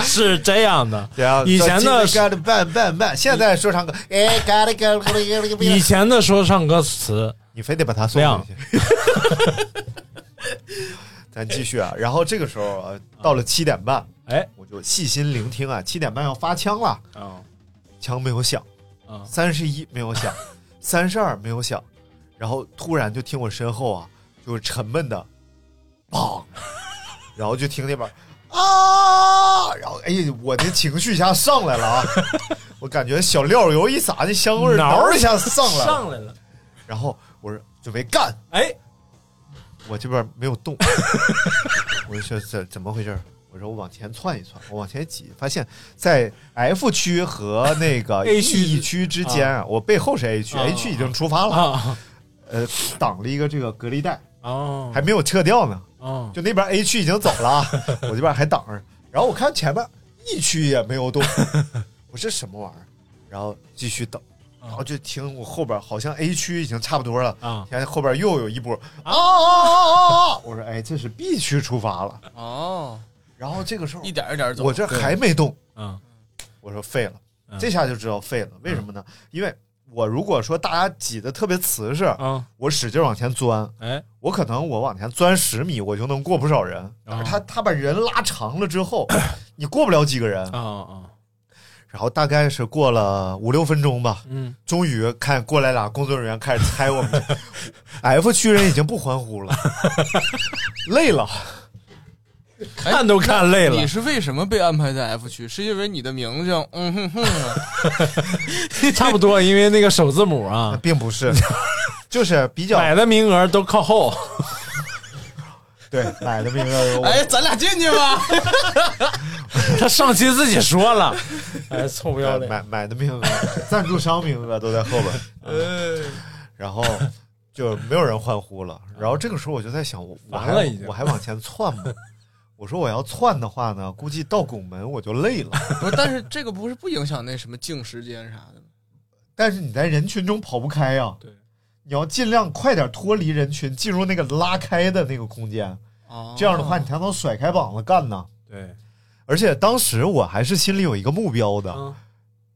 D: 是这样的，
B: 对啊
D: 以前的
B: 说 gotta 办办办，现在说唱歌，哎，gotta gotta gotta gotta
D: 以
B: gotta，
D: 前的说唱歌词
B: 你非得把它送回去。 [LAUGHS] 咱继续啊，然后这个时候呃到了七点半，
D: 哎，
B: 我就细心聆听啊，七点半要发枪了，
D: 啊
B: 枪没有响，
D: 啊
B: 三十一没有 [LAUGHS] 响，三十二没有响，然后突然就听我身后啊，就是沉闷的， [LAUGHS] 砰，然后就听那边啊，然后哎呀，我的情绪一下上来 [LAUGHS] 了啊，我感觉小料油一撒，那香味儿
D: 挠
B: 挠一下上来了，
D: 上来了，
B: 然后我说准备干，
D: 哎
B: 我这边没有动，我就说怎怎么回事儿？我我说我往前窜一窜，我往前挤，发现在 F 区和那个
D: A 区
B: E 区之间，我背后是 A 区、
D: 啊
B: a 区已经出
C: 哦
B: 发了，
D: 啊
B: 呃，挡了一个这个隔离带，
D: 哦，
B: 还没有撤掉呢，
D: 哦，
B: 就那边 A 区已经走了啊，我这边还挡着。然后我看前面 E 区也没有动，我这什么玩意儿？然后继续等，然后就听我后边好像 A 区已经差不多了，
D: 啊
B: 现在后边又有一波
C: 哦
B: 啊啊啊啊啊！我说哎，这是 B 区出发了。
C: 哦，
B: 然后这个时候
C: 一点一点走。
B: 我这还没动，
D: 嗯
B: 我说废了，
D: 嗯
B: 这下就知道废了。为什么呢？因为我如果说大家挤得特别瓷实，
C: 嗯
D: 啊，
B: 我使劲往前钻，
D: 哎，
B: 我可能我往前钻十米，我就能过不少
C: 哦
B: 人。但是他他把人拉长了之
C: [COUGHS]
B: 后，你过不了几个人。
C: 嗯
D: 啊啊，
B: 然后大概是过了五六分钟吧，
D: 嗯，
B: 终于看过来俩工作人员开始猜我们这。F [LAUGHS] 区人已经不欢呼了， [LAUGHS] 累了。
D: 看都看累了
C: 哎你，是为什么被安排在 F 区？是因为你的名字叫嗯哼哼啊？
D: 差不多，因为那个首字母 [LAUGHS] 啊，
B: 并不是，就是比较
D: 买的名额都靠后， [LAUGHS]
B: 对买的名额。我
C: 哎，咱俩进去吧。
B: [LAUGHS]
D: 他上期自己说 [LAUGHS] 了，哎，臭不要
B: 买
D: 脸，
B: 买买的名额、赞助商名额都在后
D: [LAUGHS]
B: 边，
D: 哎
B: 啊
C: 呃，
B: 然后就没有人欢呼了。然后这个时候我就在想，我我
D: 啊烦
B: 还
D: 了已经
B: 我还往前窜
D: [LAUGHS]
B: 吗？我说我要窜的话呢，估计到拱门我就累
D: [LAUGHS]
B: 了。
C: 不是，但是这个不是不影响那什么静时间啥的吗？
B: 但是你在人群中跑不开呀、
D: 对，
B: 你要尽量快点脱离人群，进入那个拉开的那个空间，
C: 哦，
B: 这样的话你才能甩开膀子干呢。
D: 对，
B: 而且当时我还是心里有一个目标的，
D: 嗯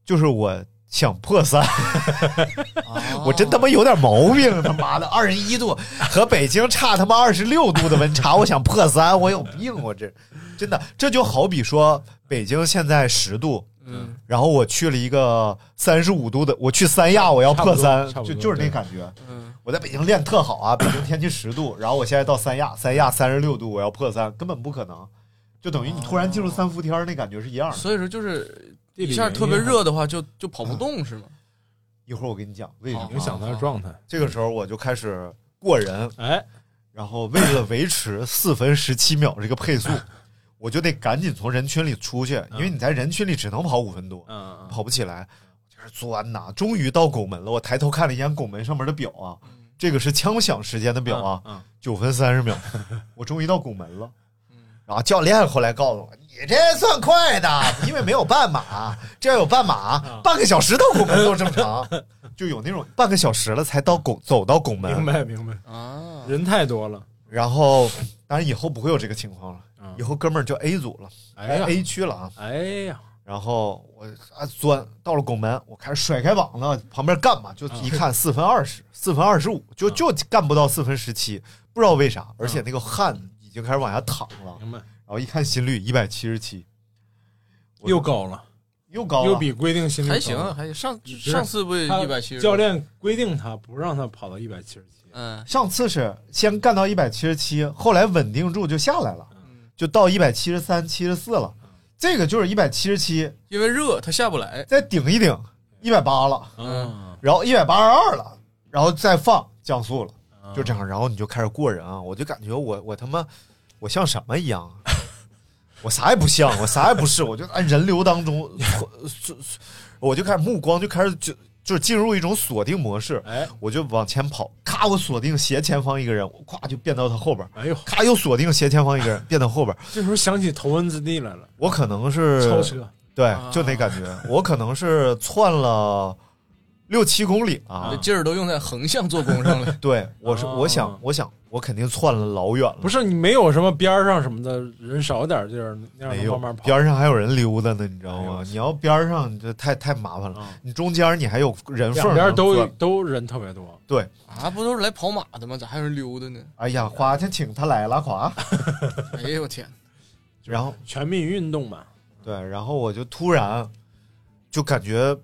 B: 就是我想破三。
C: 哦
B: 我真他妈有点毛病，他妈的， [LAUGHS] 二十一度和北京差他妈二十六度的温
D: [LAUGHS]
B: 差，我想破三，我有病，我这真的，这就好比说北京现在十度，
C: 嗯，
B: 然后我去了一个三十五度的，我去三亚，我要破三，
D: 差不
B: 就
D: 多
B: 就是那感觉。
C: 嗯
B: 我在北京练特好
D: [LAUGHS]
B: 啊，北京天气十度，然后我现在到三亚，三亚三十六度，我要破三，根本不可能，就等于你突然进入三伏天儿那感觉是一样的。
C: 所以说就是
D: 地理
C: 一下特别热的话，就就跑不动是吗？
B: 一会儿我跟你讲为什么
C: 好
D: 原因啊，影响他的状态，
B: 这个时候我就开始过人，
D: 哎，
B: 然后为了维持四分十七秒这个配速，我就得赶紧从人群里出去，因为
C: 嗯
B: 你在人群里只能跑五分多，
D: 嗯，
B: 跑不起来，就是钻呐。终于到拱门了，我抬头看了一眼拱门上面的表啊，
C: 嗯
B: 这个是枪响时间的表啊，
D: 嗯，
B: 九分三十秒，我终于到拱门了。然后教练后来告诉我，你这算快的，因为没有半马，这要有半马，
D: 啊
B: 半个小时到拱门都正常，就有那种半个小时了才到拱走到拱门，
D: 明白嗯明白，
C: 啊，
D: 人太多了，
B: 然后，当然以后不会有这个情况了。
D: 嗯
B: 以后哥们儿就 A 组了，
D: 哎呀
B: A 区了啊。
D: 哎呀，
B: 然后我啊钻到了拱门，我开始甩开膀子，旁边干嘛？就
D: 啊
B: 一看四分二十，四分二十五，就就干不到四分十七，不知道为啥。而且
D: 啊
B: 那个汗已经开始往下淌了。
D: 明白，
B: 然后一看心率一百七十七，我
D: 又高了，
B: 又高啊
D: 又
B: 了，
D: 比规定心率高
C: 还行啊，还行。上
D: 一直
C: 上次不也
D: 他
C: 一百七十？
D: 教，练规定他不让他跑到一百七十七，
C: 嗯，
B: 上次是先干到一百七十七，后来稳定住就下来了，
D: 嗯
B: 就到一百七十三、七十四了。这个就是一百七十七，
C: 因为热他下不来。
B: 再顶一顶，一百八了，
C: 啊
D: 嗯，
B: 然后一百八十二了，然后再放降速了，就这样，然后你就开始过人啊！我就感觉我我他妈我像什么一样啊， [LAUGHS] 我啥也不像，我啥也不是，我就按人流当中， [LAUGHS] 就我就开始目光就开始就就进入一种锁定模式，
D: 哎，
B: 我就往前跑，咔，我锁定斜前方一个人，我咵就变到他后边，
D: 哎呦，
B: 咔又锁定斜前方一个人，变到后边，
D: 这时候想起头文字 D 来了，
B: 我可能是
D: 超车，
B: 对，就那感觉。我可能是窜了六七公里啊，
C: 那。劲儿都用在横向做工上了
B: 对，我是
D: 哦
B: 我想，我想，我肯定窜了老远了。
D: 不是你没有什么边儿上什么的，人少点儿地儿，那样
B: 没
D: 能
B: 有
D: 慢慢跑。
B: 边上还有人溜达呢，你知道
D: 哎呦
B: 吗
D: 我？
B: 你要边上，你这太太麻烦了
D: 嗯。
B: 你中间你还有人缝
D: 两
B: 儿能钻，
D: 边都都人特别多，
B: 对。
C: [LAUGHS] 啊，不都是来跑马的吗？咋还有人溜达呢？
B: 哎呀，花钱请他来拉
D: [LAUGHS]
B: 垮。
C: 哎呦我天！
B: 然后
D: 全民运动嘛，
B: 对，然后我就突然就感觉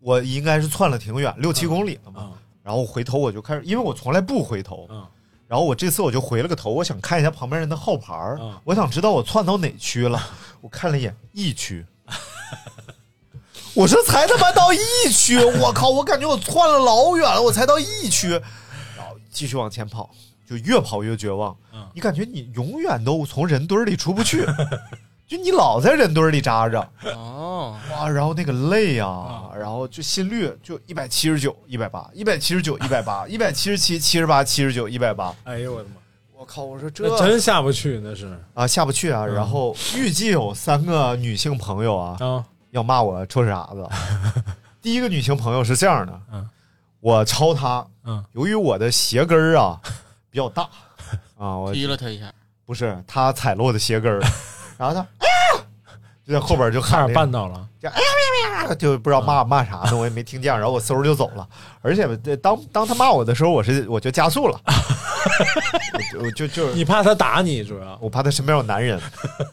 B: 我应该是窜了挺远，六七公里了嘛。
D: 啊，
B: 然后我回头我就开始，因为我从来不回头，
D: 嗯
B: 然后我这次我就回了个头，我想看一下旁边人的号牌儿，
D: 嗯
B: 我想知道我窜到哪区了。我看了一眼 E 区，我说才他妈到 E 区，我靠！我感觉我窜了老远了，我才到 E 区，然后继续往前跑，就越跑越绝望。
D: 嗯
B: 你感觉你永远都从人堆儿里出不去， [LAUGHS] 就你老在人堆儿里扎着，
C: [LAUGHS] 哦，
B: 哇，然后那个累呀、
D: 嗯
B: 然后就心率就一百七十九、一百八、一百七十九、一百八、一百七十七、七十八、七十九、一百八。
D: 哎呦我的妈，
B: 我靠！我说
D: 那
B: 这
D: 真下不去，那是
B: 啊下不去啊。
D: 嗯
B: 然后预计有三个女性朋友啊
D: 啊
B: 要骂我臭傻
D: [LAUGHS]
B: 子。第一个女性朋友是这样的，
D: 嗯
B: 我超她，
D: 嗯
B: 由于我的鞋跟儿
D: [LAUGHS]
B: 啊比较大啊，我
C: 踢了他一下，
B: 不是她踩了我的鞋跟
D: [LAUGHS]
B: 儿，然后她哎呀就在后边就
D: 差
B: 喊
D: 点
B: 那个
D: 绊倒了。
B: 啊就不知道骂
D: 嗯
B: 骂啥呢，我也没听见，然后我嗖就走了。而且呃当当他骂我的时候，我是我就加速
D: [LAUGHS]
B: 了，我就我就就是
D: 你怕他打你，主要
B: 我怕他身边有男
D: [LAUGHS]
B: 人，然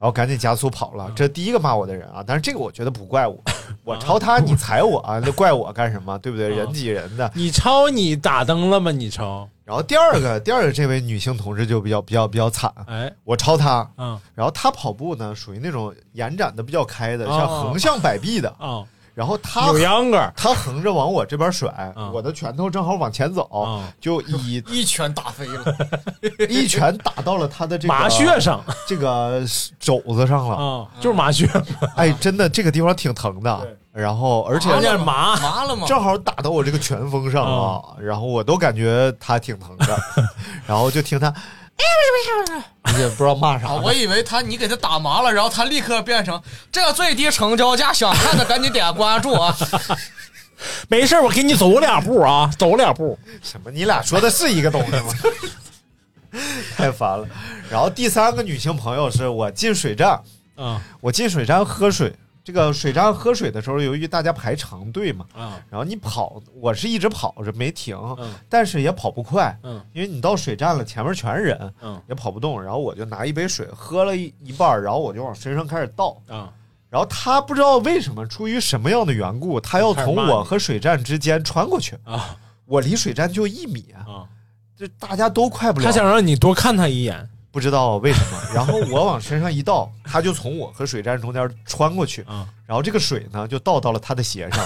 B: 后赶紧加速跑
D: 嗯
B: 了。这第一个骂我的人啊，但是这个我觉得不怪我，我超
D: [LAUGHS]
B: 他你踩我啊，那怪我干什么？对不对？
D: 啊
B: 人挤人的。
D: 你超你打灯了吗？你超，
B: 然后第二个第二个这位女性同志就比较比较比较惨，
D: 哎，
B: 我超她，
D: 嗯
B: 然后她跑步呢属于那种延展的比较开的，
D: 哦
B: 像横向摆臂的，
D: 哦，
B: 然后她
D: 有秧歌儿
B: 他横着往我这边甩，
D: 嗯
B: 我的拳头正好往前走，
D: 啊，
B: 就以 [LAUGHS]
C: 一拳打飞了， [LAUGHS]
B: 一拳打到了他的这个啊
D: 麻穴上
B: 这个肘子上了。
D: 啊，就是麻穴，
B: [LAUGHS] 哎，真的这个地方挺疼的
D: 对。
B: 然后，而且
D: 有点麻，
C: 麻了吗？
B: 正好打到我这个拳锋上啊，然后我都感觉他挺疼
D: [LAUGHS]
B: 的，然后就听他，哎，也不知道骂啥
C: [LAUGHS] 啊，。我以为他你给他打麻了，然后他立刻变成这最低成交价，想看的赶紧点关注 [LAUGHS] 啊！
D: 没事儿，我给你走两步啊，走两步。
B: 什么？你俩说的是一个东西吗？ [LAUGHS] 太烦了。然后第三个女性朋友是我进水站，
D: 啊
B: 我进水站喝水，这个水站喝水的时候，由于大家排长队嘛，
D: 啊
B: 然后你跑，我是一直跑着没停，
D: 嗯
B: 但是也跑不快，
D: 嗯
B: 因为你到水站了，前面全是人，
D: 嗯
B: 也跑不动。然后我就拿一杯水喝了一一半儿，然后我就往身上开始倒。
D: 啊
B: 然后他不知道为什么，出于什么样的缘故，他要从
D: 开始骂
B: 我
D: 你
B: 和水站之间穿过去。
D: 啊
B: 我离水站就一米，
D: 啊！
B: 就大家都快不了。
D: 他想让你多看他一眼
B: 不知道为什
D: [LAUGHS]
B: 么，然后我往身上一倒，他就从我和水站中间穿过去。
D: 啊
B: 然后这个水呢就倒到了他的鞋
D: [LAUGHS]
B: 上，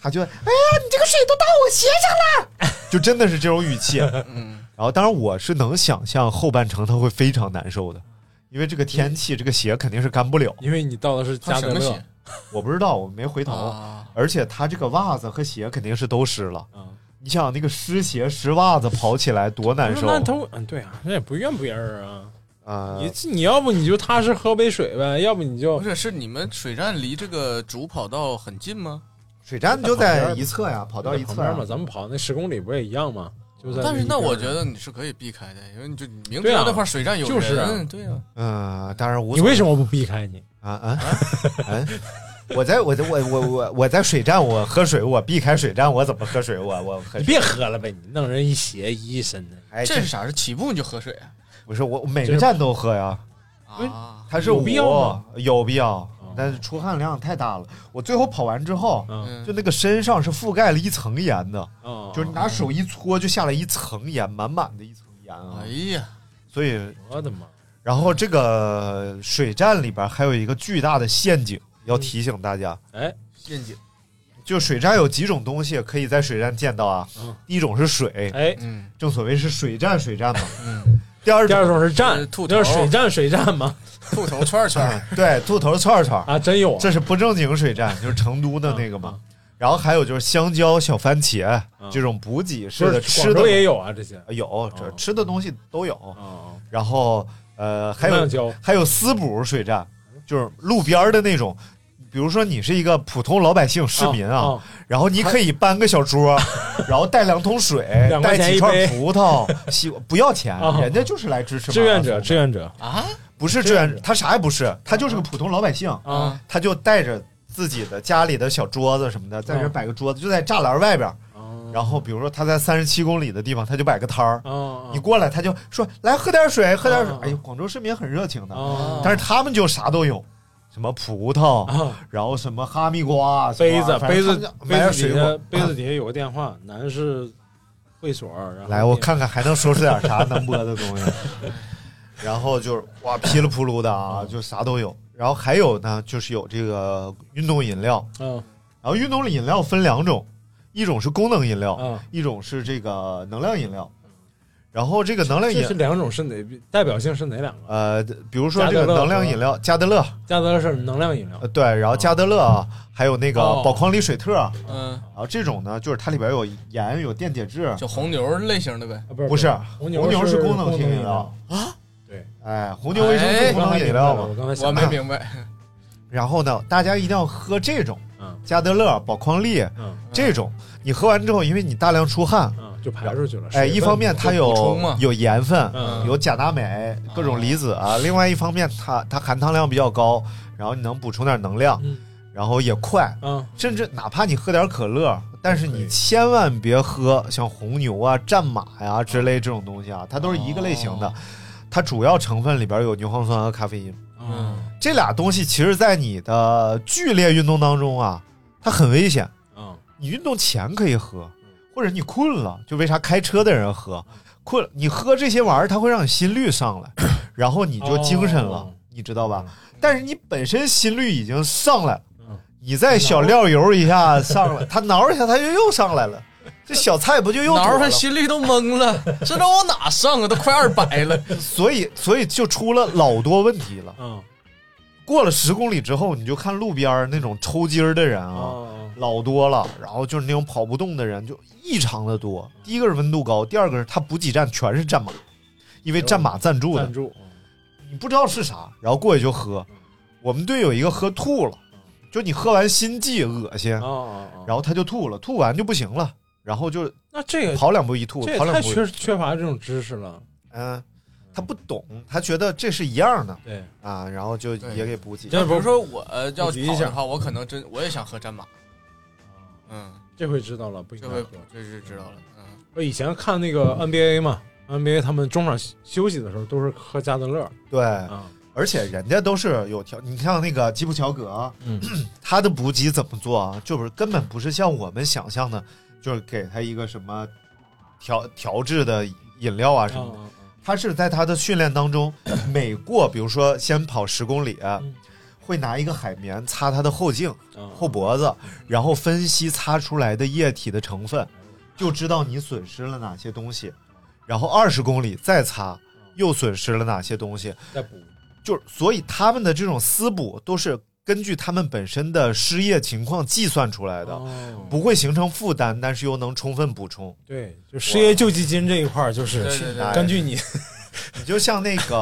B: 他就哎呀，你这个水都到我鞋上
D: [LAUGHS]
B: 了，就真的是这种语气。
C: 嗯，
B: 然后当然我是能想象后半程他会非常难受的，因为这个天气
D: 嗯
B: 这个鞋肯定是干不了。
D: 因为你到的是加
C: 他
D: 德
C: 什么
D: 乐
C: 鞋
B: 我不知道，我没回头，
C: 啊？
B: 而且他这个袜子和鞋肯定是都湿了。
D: 啊，
B: 你想那个湿鞋湿袜子跑起来多难受
D: 那他嗯对啊，那也不怨别人啊。
B: 啊！
D: 你你要不你就踏实喝杯水呗，要不你就
C: 不是，是你们水站离这个主跑道很近吗？
B: 水站就在一侧呀，跑到一
D: 旁
B: 侧啊
D: 边
B: 呀
D: 嘛，咱们跑那十公里不也一样吗？就在
C: 但是那
D: 一边
C: 我觉得你是可以避开的，因为你就你明知
D: 对啊
C: 道那块水站有
D: 就是啊
C: 人，对呀，
B: 嗯，当然无
D: 你
B: 所谓
D: 为什么不避开你？
B: 啊啊啊！ [LAUGHS] 我在我在我我我我在水站，我喝水，我避开水站，我怎么喝水？我我喝水。
D: 你别喝了呗，你弄人一鞋一身的。
B: 哎，
C: 这是啥？是起步你就喝水啊
B: 不是我我每个站都喝呀？
D: 哎
C: 啊？
B: 它是
D: 有必要哦
B: 我
D: 吗
B: 有必要，但是出汗量太大了。我最后跑完之后，
D: 嗯
C: 嗯
B: 就那个身上是覆盖了一层盐的，
D: 啊，
B: 哦就是你拿手一搓，就下来一层盐，满满的一层盐啊
C: 哎。呀，
B: 所以，
D: 我的妈！
B: 然后这个水站里边还有一个巨大的陷阱，要提醒大家，
D: 哎，
C: 陷阱，
B: 就水站有几种东西可以在水站见到啊
D: 嗯？
B: 第一种是水，
D: 哎，
C: 嗯
B: 正所谓是水站水站嘛。
C: 嗯，
B: 第二
D: 第
B: 种
D: 二种是站
C: 是，兔头
D: 就是水站水站嘛。
C: 兔头串儿
B: [LAUGHS]
C: 串儿，
B: 对兔头串串，
D: 啊，真有啊
B: 这是不正经水站，就是成都的那个嘛。然后还有就是香蕉、小番茄
D: 嗯
B: 这种补给式
D: 不
B: 的
D: 是广
B: 吃
D: 州
B: 的，
D: 也有啊这些。
B: 有这
D: 嗯
B: 吃的东西都有。
D: 啊，
B: 然后呃，还
D: 辣
B: 有
D: 椒
B: 还有私补水站，就是路边儿的那种。比如说你是一个普通老百姓市民啊，
D: 啊
B: 然后你可以搬个小桌，
D: [LAUGHS]
B: 然后带两桶水，
D: 两
B: 带
D: 块钱
B: 几
D: 一
B: 串
D: 杯
B: 葡萄，西不要钱
D: 啊，
B: 人家就是来支持
D: 志愿者，
B: 马拉松的
D: 志愿者
C: 啊
B: 不是志愿者，他啥也不是，他就是个普通老百姓，
D: 啊，
B: 他就带着自己的家里的小桌子什么的，在
D: 啊
B: 这儿摆个桌子，就在栅栏外边儿。
D: 哦嗯
B: 然后比如说他在三十七公里的地方，他就摆个摊儿，
D: 啊，
B: 你过来他就说来喝点水，喝点水
D: 啊。
B: 哎呦，广州市民很热情的，
D: 啊，
B: 但是他们就啥都有，什么葡萄，
D: 啊，
B: 然后什么哈密瓜，什
D: 杯
B: 么
D: 子
B: 反正
D: 杯
B: 他
D: 子
B: 们就买
D: 杯
B: 点
D: 子
B: 水
D: 底下
B: 果。啊
D: 杯子底下有个电话，男士会所，然后
B: 来，我看看还能说出点啥能播的东西。 [LAUGHS] 然后就是哇，噼里扑噜的啊，
D: 嗯
B: 就啥都有。然后还有呢，就是有这个运动饮料。
D: 嗯
B: 然后运动饮哦料分两种，一种是功能饮料，
D: 嗯
B: 一种是这个能量饮料。然后这个能量
D: 这
B: 饮
D: 是两种是哪代表性是哪两个？
B: 呃，比如说这个
D: 加德乐
B: 能量饮料加德乐，
D: 加德乐是能量饮料
B: 呃，对，然后加德乐啊，还有那个
D: 哦
B: 宝矿力水特，啊然
C: 嗯，
B: 后这种呢，就是它里边有盐、有电解质，
C: 就红牛类型的呗。
D: 啊不是
B: 不是
D: 红
B: 红牛
D: 是
B: 功
D: 能
B: 性饮
D: 饮
B: 料，
D: 对，
B: 哎，红牛维生素
C: 哎
B: 功
D: 我
B: 能
D: 刚才
B: 饮
D: 明白了
B: 料嘛
D: 我。刚才
C: 我
D: 想
C: 没明白，
B: 然后呢，大家一定要喝这种
D: 嗯
B: 加德乐、宝矿力
D: 嗯
B: 这种，你喝完之后，因为你大量出汗，
D: 嗯，就排出去了。
B: 哎，
D: 水
B: 一
D: 分
B: 方面它
C: 就补
B: 有
C: 充嘛
B: 有盐分，
D: 嗯
B: 有钾钠镁各种离子啊，另外一方面它它含糖量比较高，然后你能补充点能量，
D: 嗯
B: 然后也快，
D: 嗯
B: 甚至哪怕你喝点可乐，但是
D: 可
B: 你
D: 以
B: 千万别喝像红牛啊、战马呀、之类这种东西啊，它都是一个类型的
C: 哦，
B: 它主要成分里边有牛磺酸和咖啡因，
D: 嗯
B: 这俩东西其实在你的剧烈运动当中啊，它很危险。
D: 嗯
B: 你运动前可以喝，或者你困了，就为啥开车的人喝？困了，你喝这些玩意儿，它会让你心率上来，然后你就精神了，
D: 哦
B: 你知道吧
D: 嗯？
B: 但是你本身心率已经上来了，
D: 嗯
B: 你再小料油一下上
C: [LAUGHS]
B: 来，它挠一下，它就又上来了。这小菜不就又
C: 挠
B: 躲
C: 他
B: 了？
C: 心率都懵了，这让往哪上啊？都快二百
D: [LAUGHS]
C: 了，
B: 所以，所以就出了老多问题了。
D: 嗯
B: 过了十公里之后，你就看路边儿那种抽筋儿的人啊，
C: 嗯
D: 哦
B: 老多了，然后就是那种跑不动的人就异常的多。第一个是温度高，第二个是他补给站全是战马，因为战马赞助的
C: 嗯
D: 赞，助嗯
B: 你不知道是啥，然后过去就喝。我们队有一个喝吐了，就你喝完心悸恶心，
D: 哦哦哦，
B: 然后他就吐了，吐完就不行了，然后就
D: 那这个
B: 跑两步一吐，
D: 这也
B: 跑两
D: 太
B: 步一吐
D: 缺缺乏这种知识了。
B: 嗯。他不懂，他觉得这是一样的
D: 对，
B: 啊，然后就
C: 对
B: 也给补给。
D: 这
C: 比如
D: 不
C: 说我呃要
D: 普及一
C: 跑
D: 下
C: 的话，我可能真我也想喝战马，嗯，
D: 这回知道了，不应
C: 这
D: 该
C: 回
D: 喝。
C: 这是知道了，嗯，
D: 我以前看那个 NBA 嘛，NBA 他们中场休息的时候都是喝加德乐
B: 对，
D: 啊，
B: 而且人家都是有条，你看那个吉普乔格，
D: 嗯
B: [CLEARS THROAT] 他的补给怎么做啊？就是根本不是像我们想象的，就是给他一个什么调调制的饮料啊什么的。
D: 啊
B: 他是在他的训练当
D: [CLEARS THROAT]
B: 中，每过比如说先跑十公里，
D: 嗯
B: 会拿一个海绵擦他的后颈、
D: 啊
B: 后脖子，然后分析擦出来的液体的成分，就知道你损失了哪些东西。然后二十公里再擦，又损失了哪些东西。
D: 再补
B: 就是所以他们的这种私补都是根据他们本身的失业情况计算出来的，
D: 哦，
B: 不会形成负担，但是又能充分补充。
D: 对，就失业救济金这一块儿，就是
C: 对对对
D: 根据你
B: 你就像那个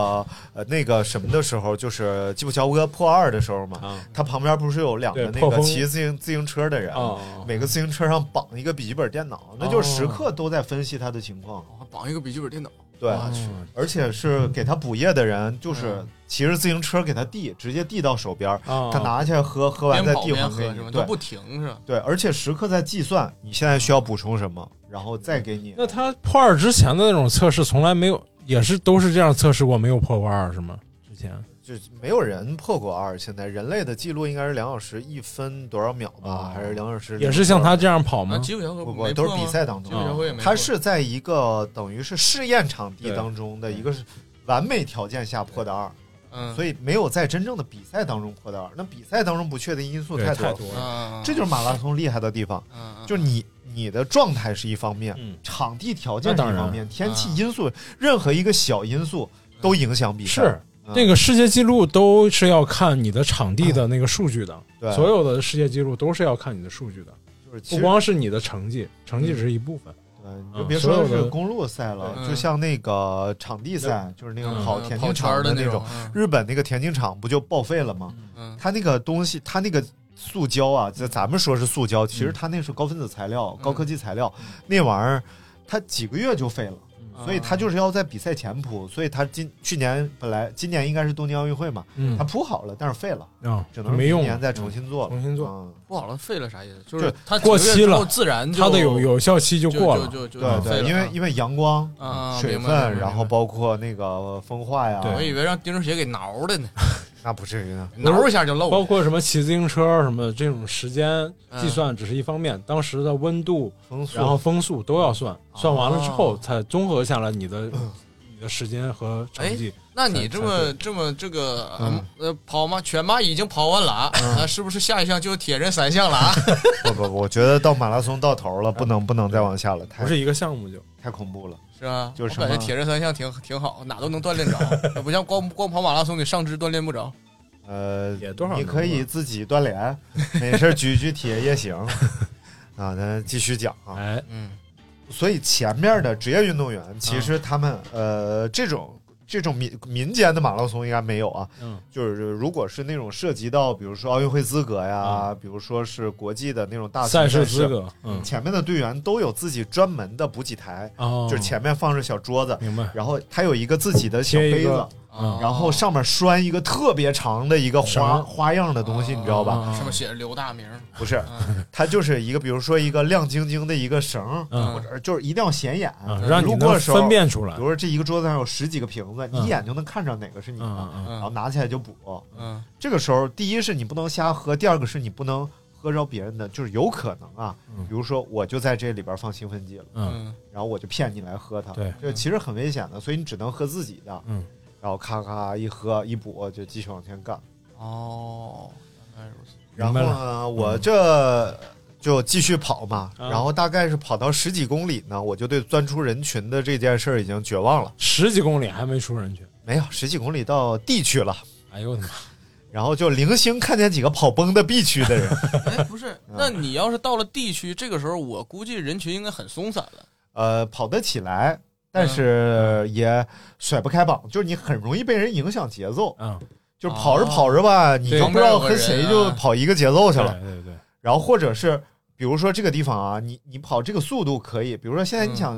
B: 呃那个什么的时候，就是基普乔格破二的时候嘛，
D: 啊
B: 他旁边不是有两个
D: 对
B: 那
D: 破
B: 个
D: 风
B: 骑自行自行车的人，
C: 哦
D: 啊
B: 每个自行车上绑一个笔记本电脑，那就是时刻都在分析他的情况。
C: 我还绑一个笔记本电脑，
B: 对，
C: 我去
D: 哦
B: 而且是给他补液的人，就是
C: 嗯
B: 骑着自行车给他递，直接递到手边儿，
D: 啊，
B: 他拿去喝，喝完
C: 边
B: 再
C: 跑
B: 递
C: 哦边
B: 还给
C: 喝
B: 你
C: 是吧？。
B: 对
C: 它，不停是吧？
B: 对，而且时刻在计算你现在需要补充什么，然后再给你。
D: 那他破二之前的那种测试从来没有，也是都是这样测试过，没有破过二是吗？之前
B: 就是没有人破过二，现在人类的记录应该是两小时一分多少秒吧，
D: 哦
B: 还是两小时？
D: 也是像他这样跑
C: 啊，
D: 吗？
C: 基普乔格
B: 嗯不不
C: 没
B: 都是
C: 破吗
B: 比赛当中
C: 基普乔格也没破。
B: 他是在一个等于是试验场地
D: 对
B: 当中的一个是完美条件下破的二，
C: 嗯，
B: 所
C: 以
B: 以没有在真正的比赛当中破的二。那比赛当中不确定因素
D: 对
B: 太多
D: 太
B: 了，
D: 多了，
C: 嗯，
B: 这就是马拉松厉害的地方，
C: 嗯嗯
B: 就是你你的状态是一方面，
D: 嗯，
B: 场地条件是
D: 那当
B: 一
D: 然嗯
B: 方面，天气因素，任何一个小因素都影响比赛。
D: 是。
B: 嗯
D: 那个世界纪录都是要看你的场地的那个数据的，
B: 对
D: 所有的世界纪录都是要看你的数据的，
B: 就是其
D: 不
B: 实嗯
D: 光嗯是你的成绩，成绩只是一部分。
B: 对，你就别说是公路赛了，
C: 嗯
B: 就像那个场地赛，就是那种
D: 嗯
B: 跑
C: 嗯
B: 田
C: 跑
B: 径
C: 圈
B: 场
C: 儿的
B: 那种
C: 种，，嗯
B: 日本那个田径场不就报废了吗？
C: 嗯，
B: 它那个东西，它那个塑胶啊，在咱们说是塑胶，其实它那是高分子材料、
C: 嗯
B: 高科技材料，那玩意儿它几个月就废了。
C: 嗯
B: 所以它就是要在比赛前铺，所以它今去年本来今年应该是东京奥运会嘛，
D: 嗯
B: 它铺好了，但是废了，
D: 啊，
B: 只能
D: 没用
B: 明年再
D: 嗯
B: 重新做了，
D: 重新做
B: 嗯
C: 不好了，废了啥意思？就
B: 就是
C: 它
D: 过
C: 几个
D: 期
C: 月之
D: 了
C: 后自然就
D: 它的有有效期就
C: 就
D: 过了，
C: 就就
B: 对
C: 就废
B: 对，
C: 了
B: 因为
C: 啊
B: 因为阳光、
C: 啊啊
B: 水
C: 明白明白
B: 分，
C: 明白
B: 然后包括那个风化呀，
D: 对
C: 我以为让钉鞋给挠
D: [LAUGHS]
C: 的呢，
B: 那不至于呢。
C: 挠一下就漏
D: 包
C: 了。
D: 括什么骑自行车什么这种时间
C: 嗯
D: 计算只是一方面，当时的温度，
B: 风速，
D: 然后风速都要算，算完了之后
C: 哦
D: 才综合下来你的
B: 嗯
D: 你的时间和
C: 哎
D: 成绩。
C: 那你这么这么这个嗯呃跑吗？全马已经跑完了啊，
B: 嗯
C: 那是不是下一项就是铁人
B: [LAUGHS]
C: 三项了啊？
B: 不不不，我觉得到马拉松到头了，不能不能再往下了，太
D: 不是一个项目就
B: 太恐怖了。
C: 是吧？
B: 就是什
C: 我
B: 么
C: 感觉铁人三项挺挺好，哪都能锻
B: [LAUGHS]
C: 炼着，也不像光光跑马拉松，你上肢锻炼不着。
B: 呃，
D: 也多少
B: 你
D: 能
B: 可以自己锻炼，没事儿举举铁也行。 [LAUGHS] 啊，咱继续讲啊。
D: 哎，
C: 嗯，
B: 所以前面的职业运动员，其实他们、呃这种这种民民间的马拉松应该没有啊，
D: 嗯，
B: 就是如果是那种涉及到比如说奥运会资格呀，比如说是国际的那种大型
D: 嗯赛
B: 赛
D: 事资，格，嗯，
B: 前面的队员都有自己专门的补给台，
D: 哦，
B: 嗯就是前面放着小桌子，
D: 明白，
B: 然后他有一个自己的小
D: 切一
B: 杯
D: 个
B: 子，
C: 啊
B: 然后上面拴一个特别长的一个花
D: 哦绳
B: 花样的东西，你知道吧？
D: 啊
C: 上面写着刘大明，
B: 不是，
C: 嗯
B: [LAUGHS] 它就是一个，比如说一个亮晶晶的一个绳儿，
D: 嗯
B: 或者就是一定要显眼
D: 啊，让你
B: 路过
D: 能
B: 的时候
D: 分。辨出来
B: 比，嗯如说这一个桌子上有十几个瓶子，你一眼就能看着哪个是你
D: 嗯
B: 的，
D: 嗯
B: 然后
C: 嗯
B: 拿起来就补。
C: 嗯
B: 这个时候，第一是你不能瞎喝，第二个是你不能喝着别人的，就是有可能啊。
D: 嗯
B: 比如说，我就在这里边放兴奋剂了，
D: 嗯
C: 嗯
B: 然后我就骗你来喝它，
D: 对
B: 这其实很危险的，所以你只能喝自己的。
D: 嗯，
B: 然后咔咔一喝一补，就继续往前干。
C: 哦，原来如此。
B: 然
D: 明
B: 后
D: 白了
B: 呢，我这就继续跑嘛，
D: 啊
B: 然后大概是跑到十几公里呢，我就对钻出人群的这件事儿已经绝望了。
D: 十几公里还没出人去，
B: 没有十几公里到 D 区了，
D: 哎呦我的妈！
B: 然后就零星看见几个跑崩的 B 区的人。 [LAUGHS]
C: 哎，不是，
B: 嗯
C: 那你要是到了地区，这个时候我估计人群应该很松散了。
B: 呃，跑得起来，
D: 嗯
B: 但是也甩不开膀，就是你很容易被人影响节奏。
D: 嗯，
B: 就是跑着跑着吧，你
D: 对啊
B: 就不知道和谁就跑一个节奏去
D: 对
B: 了。
D: 对对，
B: 然后或者是比如说这个地方啊，你你跑这个速度可以，比如说现在你
D: 嗯
B: 想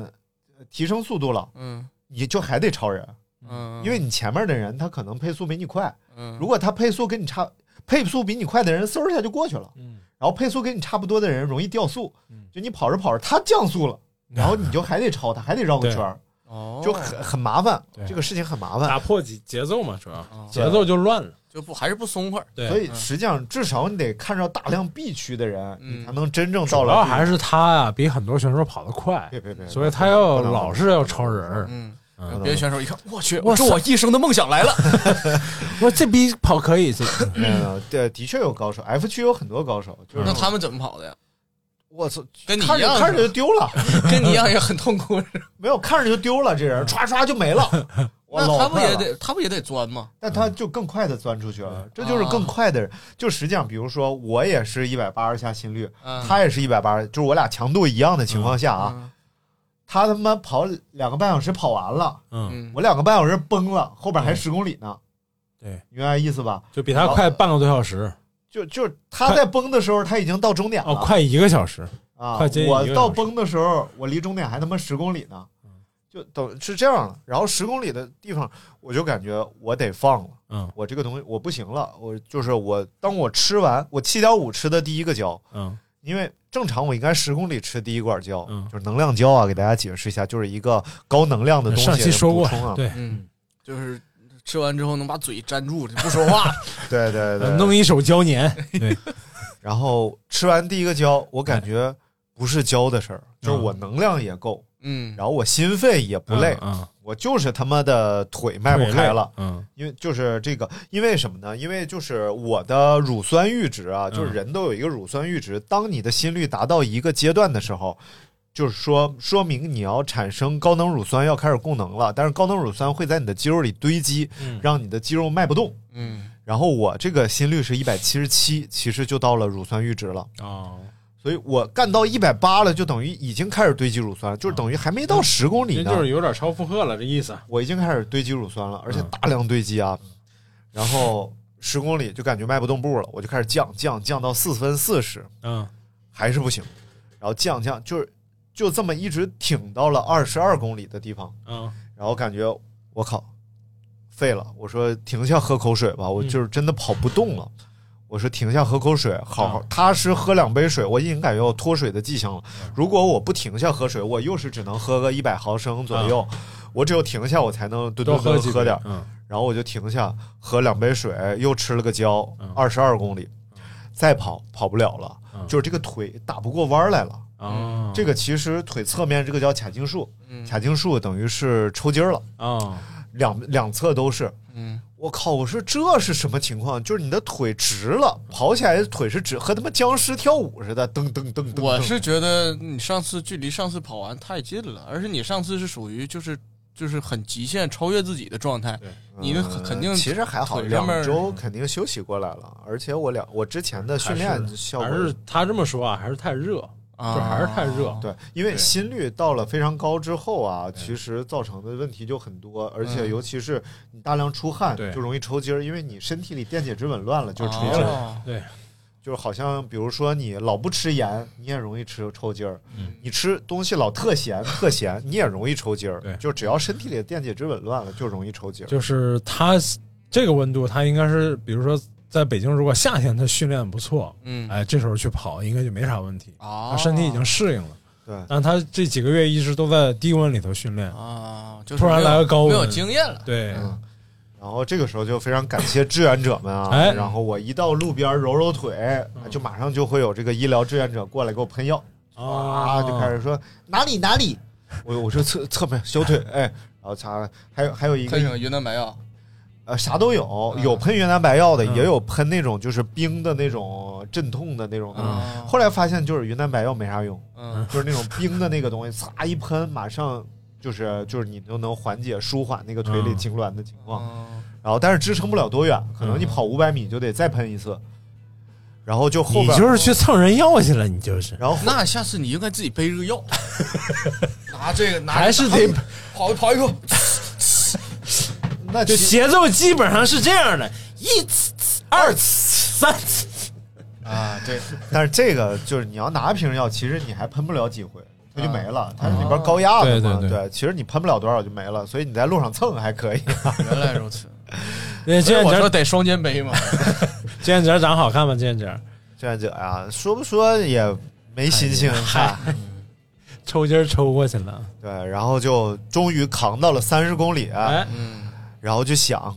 B: 呃提升速度了，
C: 嗯
B: 你就还得超人，
C: 嗯，
B: 因为你前面的人他可能配速没你快，
C: 嗯
B: 如果他配速跟你差。配速比你快的人，嗖一下就过去了。
D: 嗯，
B: 然后配速跟你差不多的人容易掉速
D: 嗯，
B: 就你跑着跑着他降速了，然后你就还得超他，还得绕个
D: 对
B: 圈儿，
C: 哦
B: 就很很麻烦
D: 对。
B: 这个事情很麻烦，
D: [LAUGHS] 打破节节奏嘛，主要
C: 哦
D: 节奏就乱了，
C: 就不还是不松快。
D: 对，
B: 所以实际上至少你得看着大量 B 区的人，
C: 嗯
B: 你才能真正
D: 主
B: 到了
D: 要
B: B 区。
D: 还是他呀，比很多选手跑得快，
B: 别别别，
D: 所以
B: 不
D: 他
B: 能
D: 要
B: 不能
D: 老是要超人儿。
C: 嗯，
D: 嗯
C: 别的选手一看，我去，
D: 哇
C: 我
D: 塞
C: 这我一生的梦想来了。
D: 我说这逼跑
B: [LAUGHS]
D: 可以，这
B: 嗯，对，的确有高手，F 区有很多高手，就是
C: 那他们怎么跑的呀？
B: 我操，
C: 跟嗯你
B: 嗯看
C: 一
B: 着
C: 样
B: 看着就丢了，
C: 跟你一样也很痛苦。
B: 没有看着就丢了，这人唰唰就没了。哇
C: 嗯 [LAUGHS] 那他
B: 老
C: 不
B: 快
C: 也
B: 了
C: 得，嗯他不也得钻吗？
B: 但他就更快的钻出去了，这就是
C: 啊
B: 更快的人。就实际上，比如说我也是一百八十下心率，
C: 嗯，
B: 他也是一百八十，就是我俩强度一样的情况下啊，
C: 啊，
B: 他他妈跑两个半小时跑完了，
D: 嗯，
C: 嗯，
B: 我两个半小时崩了，后边还十公里呢，
D: 对，
B: 明白意思吧？
D: 就比他快半个多小时，
B: 就就是他在崩的时候，他已经到终点了。
D: 哦，快一个小时，
B: 啊，
D: 快接一
B: 我
D: 个
B: 到
D: 小时
B: 崩的时候，我离终点还他妈十公里呢，就等是这样了。然后十公里的地方，我就感觉我得放了，
D: 嗯
B: 我这个东西我不行了，我就是我，当我吃完我七点五吃的第一个胶，
D: 嗯
B: 因为正常我应该十公里吃第一管胶，
D: 嗯
B: 就是能量胶啊，给大家解释一下，就是一个高能量的东西，
D: 上期说过
B: 补充啊，，
D: 对，
C: 嗯，就是吃完之后能把嘴粘住，就不说话。
B: 对对对，
D: [LAUGHS] 弄一手胶粘，对，
B: 然后吃完第一个胶，我感觉不是胶的事儿，就是
D: 嗯
B: 我能量也够，
C: 嗯，
B: 然后我心肺也不累，
D: 嗯，
B: 我就是他妈的腿迈不开了，
D: 嗯
B: 因为就是这个，因为什么呢？因为就是我的乳酸阈值啊，就是人都有一个乳酸阈值，当你的心率达到一个阶段的时候。就是说，说明你要产生高能乳酸，要开始供能了。但是高能乳酸会在你的肌肉里堆积，
D: 嗯，
B: 让你的肌肉迈不动。
C: 嗯，
B: 然后我这个心率是一百七十七，其实就到了乳酸阈值了。
D: 哦，
B: 所以我干到一百八了，就等于已经开始堆积乳酸了，就是等于还没到十公里
D: 这
B: 呢。
D: 就是有点超负荷了，这意思，
B: 我已经开始堆积乳酸了，而且大量堆积啊，然后十公里就感觉迈不动步了，我就开始降降降到四分四十，
D: 嗯
B: 还是不行，然后降降就是就这么一直挺到了二十二公里的地方，
D: 嗯
B: 然后感觉我靠废了，我说停下喝口水吧，我
D: 嗯
B: 就是真的跑不动了。我说停下喝口水，好
D: 啊
B: 好踏实喝两杯水。我已经感觉我脱水的迹象了。如果我不停下喝水，我又是只能喝个一百毫升左右。我只有停下，我才能顿
D: 啊多
B: 顿
D: 喝
B: 顿
D: 几
B: 喝
D: 杯
B: 点儿。
D: 嗯
B: 然后我就停下喝两杯水，又吃了个胶
D: 嗯，
B: 二十二公里，
D: 啊
B: 再跑跑不了了，
D: 嗯
B: 就是这个腿打不过弯儿来了。
D: 哦，
B: 嗯这个其实腿侧面这个叫髂胫束，
C: 嗯
B: 髂胫束等于是抽筋儿了，
D: 啊，
B: 两两侧都是。
C: 嗯，
B: 我靠！我说这是什么情况？就是你的腿直了，跑起来的腿是直，和他妈僵尸跳舞似的，噔噔噔噔噔。
C: 我是觉得你上次距离上次跑完太近了，而且你上次是属于就是就是很极限超越自己的状态，你那肯
B: 嗯
C: 肯定
B: 其实还好，
C: 腿上
B: 两
C: 面
B: 周肯定休息过来了，而且我两我之前的训练效果
D: 还是他这么说啊，还是太热，
C: 啊
D: 就还是太热
B: 对，因为
D: 对
B: 心率到了非常高之后啊，其实造成的问题就很多，而且
C: 嗯
B: 尤其是你大量出汗，
D: 对
B: 就容易抽筋儿，因为你身体里电解质紊乱了，就是抽筋儿。
C: 啊
D: 对，
B: 就是好像比如说你老不吃盐，你也容易吃抽筋儿
D: 嗯；
B: 你吃东西老特
D: [LAUGHS]
B: 咸特咸，你也容易抽筋儿
D: 对。
B: 就只要身体里的电解质紊乱了，就容易抽筋儿。
D: 就是他这个温度，他应该是比如说在北京，如果夏天他训练得不错，
C: 嗯
D: 哎，这时候去跑应该就没啥问题，
C: 啊
D: 他身体已经适应了。
B: 哦对，哦
D: 但他这几个月一直都在低温里头训练，
C: 啊，就是
D: 突然
C: 没有
D: 来个高
C: 没有
D: 温
C: 经验了，
D: 对，
B: 嗯。然后这个时候就非常感谢志愿者们啊！
D: [LAUGHS] 哎嗯
B: 然后我一到路边揉揉腿，就马上就会有这个医疗志愿者过来给我喷药。
D: 哦
B: 啊，就开始说哪里哪里，我我说侧侧面小腿，哎，然后擦，还有还有一
C: 喷什
B: 个
C: 么云南白药
B: 呃啥都有，
C: 嗯
B: 有喷云南白药的，
D: 嗯
B: 也有喷那种就是冰的那种镇痛的那种的。
D: 嗯
C: 啊，
B: 后来发现就是云南白药没啥用，
C: 嗯
B: 就是那种冰的那个东西，擦一喷马上。就是就是你就能缓解舒缓那个腿里
D: 嗯
B: 痉挛的情况，
C: 嗯
B: 然后但是支撑不了多远，可能你
D: 嗯
B: 跑五百米就得再喷一次，然后就后
D: 你
B: 边
D: 就是去蹭人要去了，你就是
B: 然后后
C: 那下次你应该自己背这个 [LAUGHS] 药，拿这个拿
D: 还是得
C: 跑跑一步，
B: 那
D: 就
B: 其
D: 节奏基本上是这样的，一次、次二次、三次。
C: 啊，对，
B: 但是这个就是你要拿瓶药，其实你还喷不了几回，它就没了。它是里边
C: 啊
B: 高压的
D: 嗯对
B: 嘛，
D: 对对
B: 其实你喷不了多少就没了，所以你在路上蹭还可以。
C: 原来
D: [LAUGHS]
C: 如此。
D: 那
C: 所以
D: 这
C: 我
D: 样
C: 说
D: 子，
C: 得双肩
B: [LAUGHS]
C: 背嘛，
D: 这样子长好看吗？这样子
B: 志愿者呀，啊说不说也没心
D: 哎
B: 情看。
D: 抽筋儿抽过去了，
B: 对，然后就终于扛到了三十公里，啊
D: 哎，
C: 嗯，
B: 然后就想，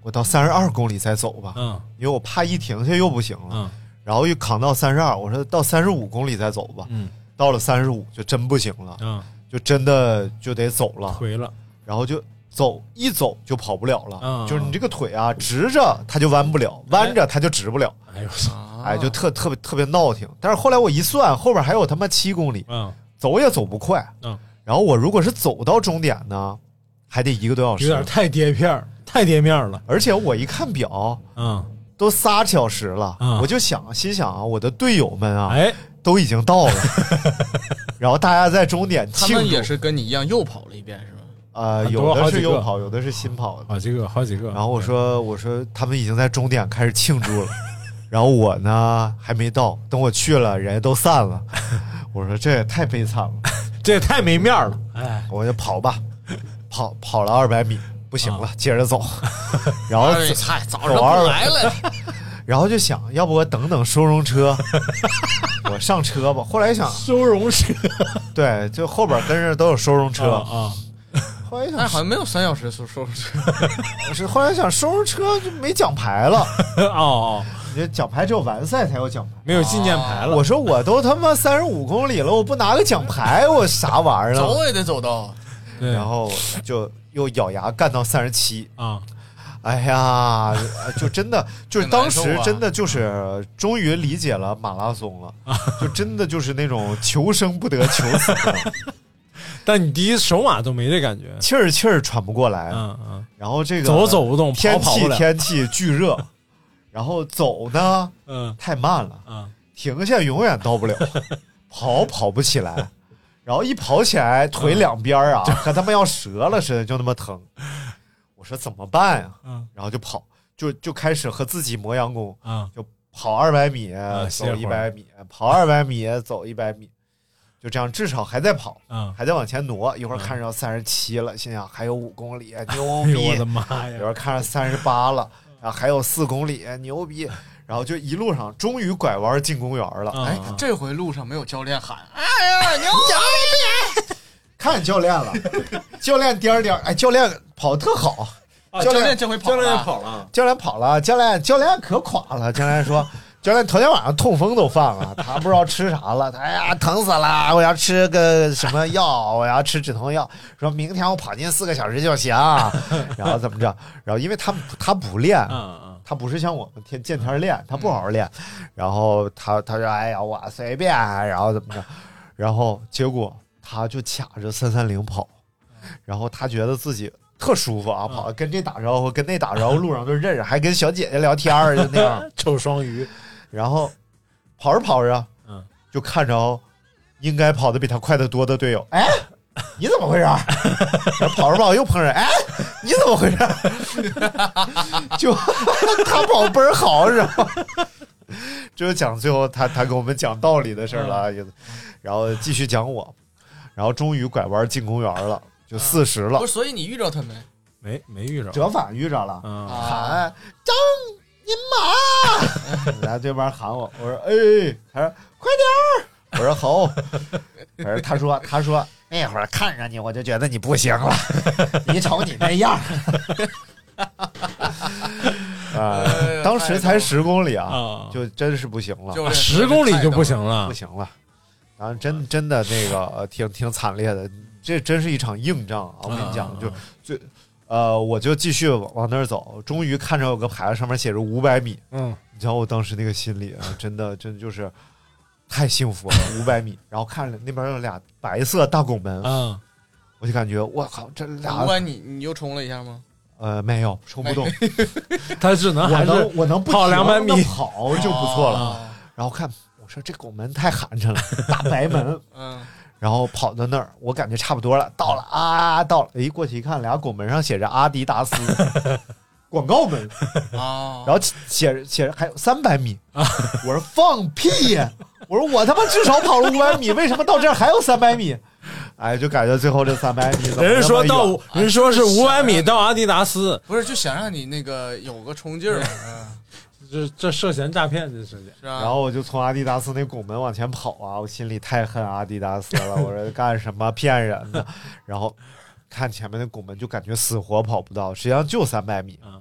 B: 我到三十二公里再走吧，
D: 嗯
B: 因为我怕一停下又不行了。
D: 嗯
B: 然后又扛到三十二，我说到三十五公里再走吧。
D: 嗯
B: 到了三十五就真不行了，
D: 嗯，
B: 就真的就得走了。
D: 回了，
B: 然后就走一走就跑不了了，
D: 嗯哎
B: 就是你这个腿啊，直着它就弯不了，弯着它就直不了，
D: 哎呦我操，
C: 啊
B: 哎，就特特别特别闹挺。但是后来我一算，后边还有他妈七公里，
D: 嗯，
B: 走也走不快，
D: 嗯，
B: 然后我如果是走到终点呢，还得一个多小
D: 有点
B: 时，
D: 太跌片儿，太跌面儿了，
B: 而且我一看表，
D: 嗯，
B: 都仨小时了，
D: 嗯
B: 我就想心想啊，我的队友们啊、
D: 哎，
B: 都已经
D: [LAUGHS]
B: 到了，然后大家在终点
C: 他
B: 庆
C: 们
B: 祝
C: 也，是跟你一样又跑了一遍是吧？
B: 呃，
D: 很多
B: 有的
D: 好几
B: 是右
D: 个嗯
B: 跑，有的是新跑的。
D: 好几个，好几个，
B: 然后我说：“我说他们已经在终点开始庆祝了， [LAUGHS] 然后我呢还没到，等我去了，人家都散了。 [LAUGHS] 我说这也太悲惨了，
D: 这也太没面儿了，哎，
B: 我就跑吧，跑跑了二百米，不行了，接着
C: [LAUGHS]
B: 走。然后
C: 啊哎，
B: 走
C: 菜早
B: 走
C: 上
B: 二
C: 不
B: 百
C: 来了，
B: 然后就想要不我等等收容
C: [LAUGHS]
B: 车，我上车吧。后来想，
D: 收容车
B: 对，就后边跟着都有收容车。
D: 啊， [LAUGHS]
B: 后来
C: 但
B: 想
C: 哎好像没有三小时收收拾。
B: 是，后来想收容车就没奖牌了，
D: 哦哦，
B: 你奖牌只有完赛才有奖牌。”
D: 没有纪念牌了，
B: 我说我都他妈三十五公里了，我不拿个奖牌，我啥玩意儿呢？
C: 走也得走到，
D: 对
B: 啊然后就又咬牙干到三十七，
D: 啊，
B: 哎呀，就真的就是当时真的就是终于理解了马拉松
D: [LAUGHS]
B: 了，就真的就是那种求生不得求
D: [LAUGHS]
B: 死的，
D: 但你第一首马都没这感觉，
B: 气儿气儿喘不过来。
D: 嗯嗯，
B: 然后这个
D: 走走不动，跑
B: 天
D: 跑不
B: 气
D: 了，
B: 天气巨热，然后走呢
D: 嗯
B: 太慢了。
D: 嗯，
B: 停下永远到不
D: [LAUGHS]
B: 了，跑跑不起来，然后一跑起来腿两边儿
D: 嗯
B: 啊，和他妈要折了似的，就那么疼。我说怎么办呀、
D: 嗯
B: 然后就跑，就就开始和自己磨洋工，
D: 啊，
B: 就跑二百米、
D: 歇
B: 走一
D: 会
B: 百
D: 儿
B: 米，跑二百米走一百米，就这样，至少还在跑，
D: 嗯，
B: 还在往前挪。一会儿
D: 嗯
B: 看着三十七了，心想还有五公里，牛
D: [LAUGHS] 哎呦
B: 逼
D: 我的！妈
B: 有
D: 呀，
B: 人看着三十八了，然后还有四公里，牛逼！然后就一路上终于拐弯进公园了。
D: 啊
C: 哎
D: 啊，
C: 这回路上没有教练喊，哎呀，牛逼！
B: 看教练了，教练颠儿颠儿，哎，教练跑得特好，
D: 啊
C: 教
B: 教练
C: 练这回跑了，
D: 跑了，
B: 教练跑了，教练教练可垮了。教练说：“ [LAUGHS] 教练头天晚上痛风都犯了， [LAUGHS] 他不知道吃啥了，他哎呀疼死了，我要吃个什么药，我要吃止痛药，说明天我跑进四个小时就行， [LAUGHS] 然后怎么着，然后因为他他不练，
D: 嗯嗯，
B: 他不是像我们天见天儿练，他不好好练，然后他他说哎呀我随便，然后怎么着，然后结果他就卡着三三零跑，然后他觉得自己特舒服啊，跑跟这打招呼，跟那打招呼，路上就认识，还跟小姐姐聊天儿就那样，
D: 臭双鱼，
B: 然后跑着跑着，
D: 嗯，
B: 就看着应该跑得比他快得多的队友， [LAUGHS] 哎。你怎么回事儿？然后跑着跑着又碰上，哎，你怎么回事儿？ [LAUGHS] 就他跑倍儿好，是吧？这就讲最后他他给我们讲道理的事儿了，也然后继续讲我，然后终于拐弯进公园了，就四十了
C: 不，是，所以你遇着他没？
D: 没没遇着，
B: 折返遇着了，
C: 啊，
D: 嗯，
B: 喊张您 [LAUGHS] 马，来对面喊我，我说哎，他说快点儿，我说好， [LAUGHS] 我说他说他说那会儿看上你我就觉得你不行 [LAUGHS] 了，你瞅你那样儿， [LAUGHS] 啊、
C: 哎呀
B: 当时才十公里啊，
D: 啊，
B: 就真是不行了，
C: 就
D: 十公里就不行，了
B: 不，行了，然后真真的那
D: [LAUGHS]
B: 个呃挺挺惨烈的，这真是一场硬仗啊！我跟你
D: 嗯
B: 讲，就最呃，我就继续往那儿走，终于看着有个牌子，上面写着五百米。
D: 嗯
B: 你知道我当时那个心里啊，真的真的就是太幸福了， [LAUGHS] 五百米。然后看着那边有俩白色大拱门，
D: 嗯，
B: 我就感觉我靠，这俩
C: 不管你你又冲了一下吗？
B: 呃没有冲不动，
D: 他只能
B: 我
D: [LAUGHS] 还是
B: 能我能不
D: 跑
B: 停地
D: 200米嗯
B: 跑就不错了。
C: 哦。
B: 然后看我说这拱门太寒碜了，大白门。
C: 嗯，
B: 然后跑到那儿，我感觉差不多了，到了啊，到了，诶，过去一看，俩拱门上写着阿迪达
D: [LAUGHS]
B: 斯广告门，
C: 啊，
B: 然后写着写着还有三百
D: [LAUGHS]
B: 米，我说放屁呀，我说我他妈至少跑了五百米，为什么到这儿还有三百米？哎，就感觉最后这三百米怎么那么远，
D: 人家说到人家说是五百米到阿迪达斯，
C: 不是就想让你那个有个冲劲儿嘛，嗯
D: 这这涉嫌诈骗，这是
C: 是吧？
B: 然后我就从阿迪达斯那拱门往前跑啊，我心里太恨阿迪达斯了，
D: [LAUGHS]
B: 我说干什么骗人呢？然后看前面的拱门就感觉死活跑不到，实际上就三百米
D: 嗯，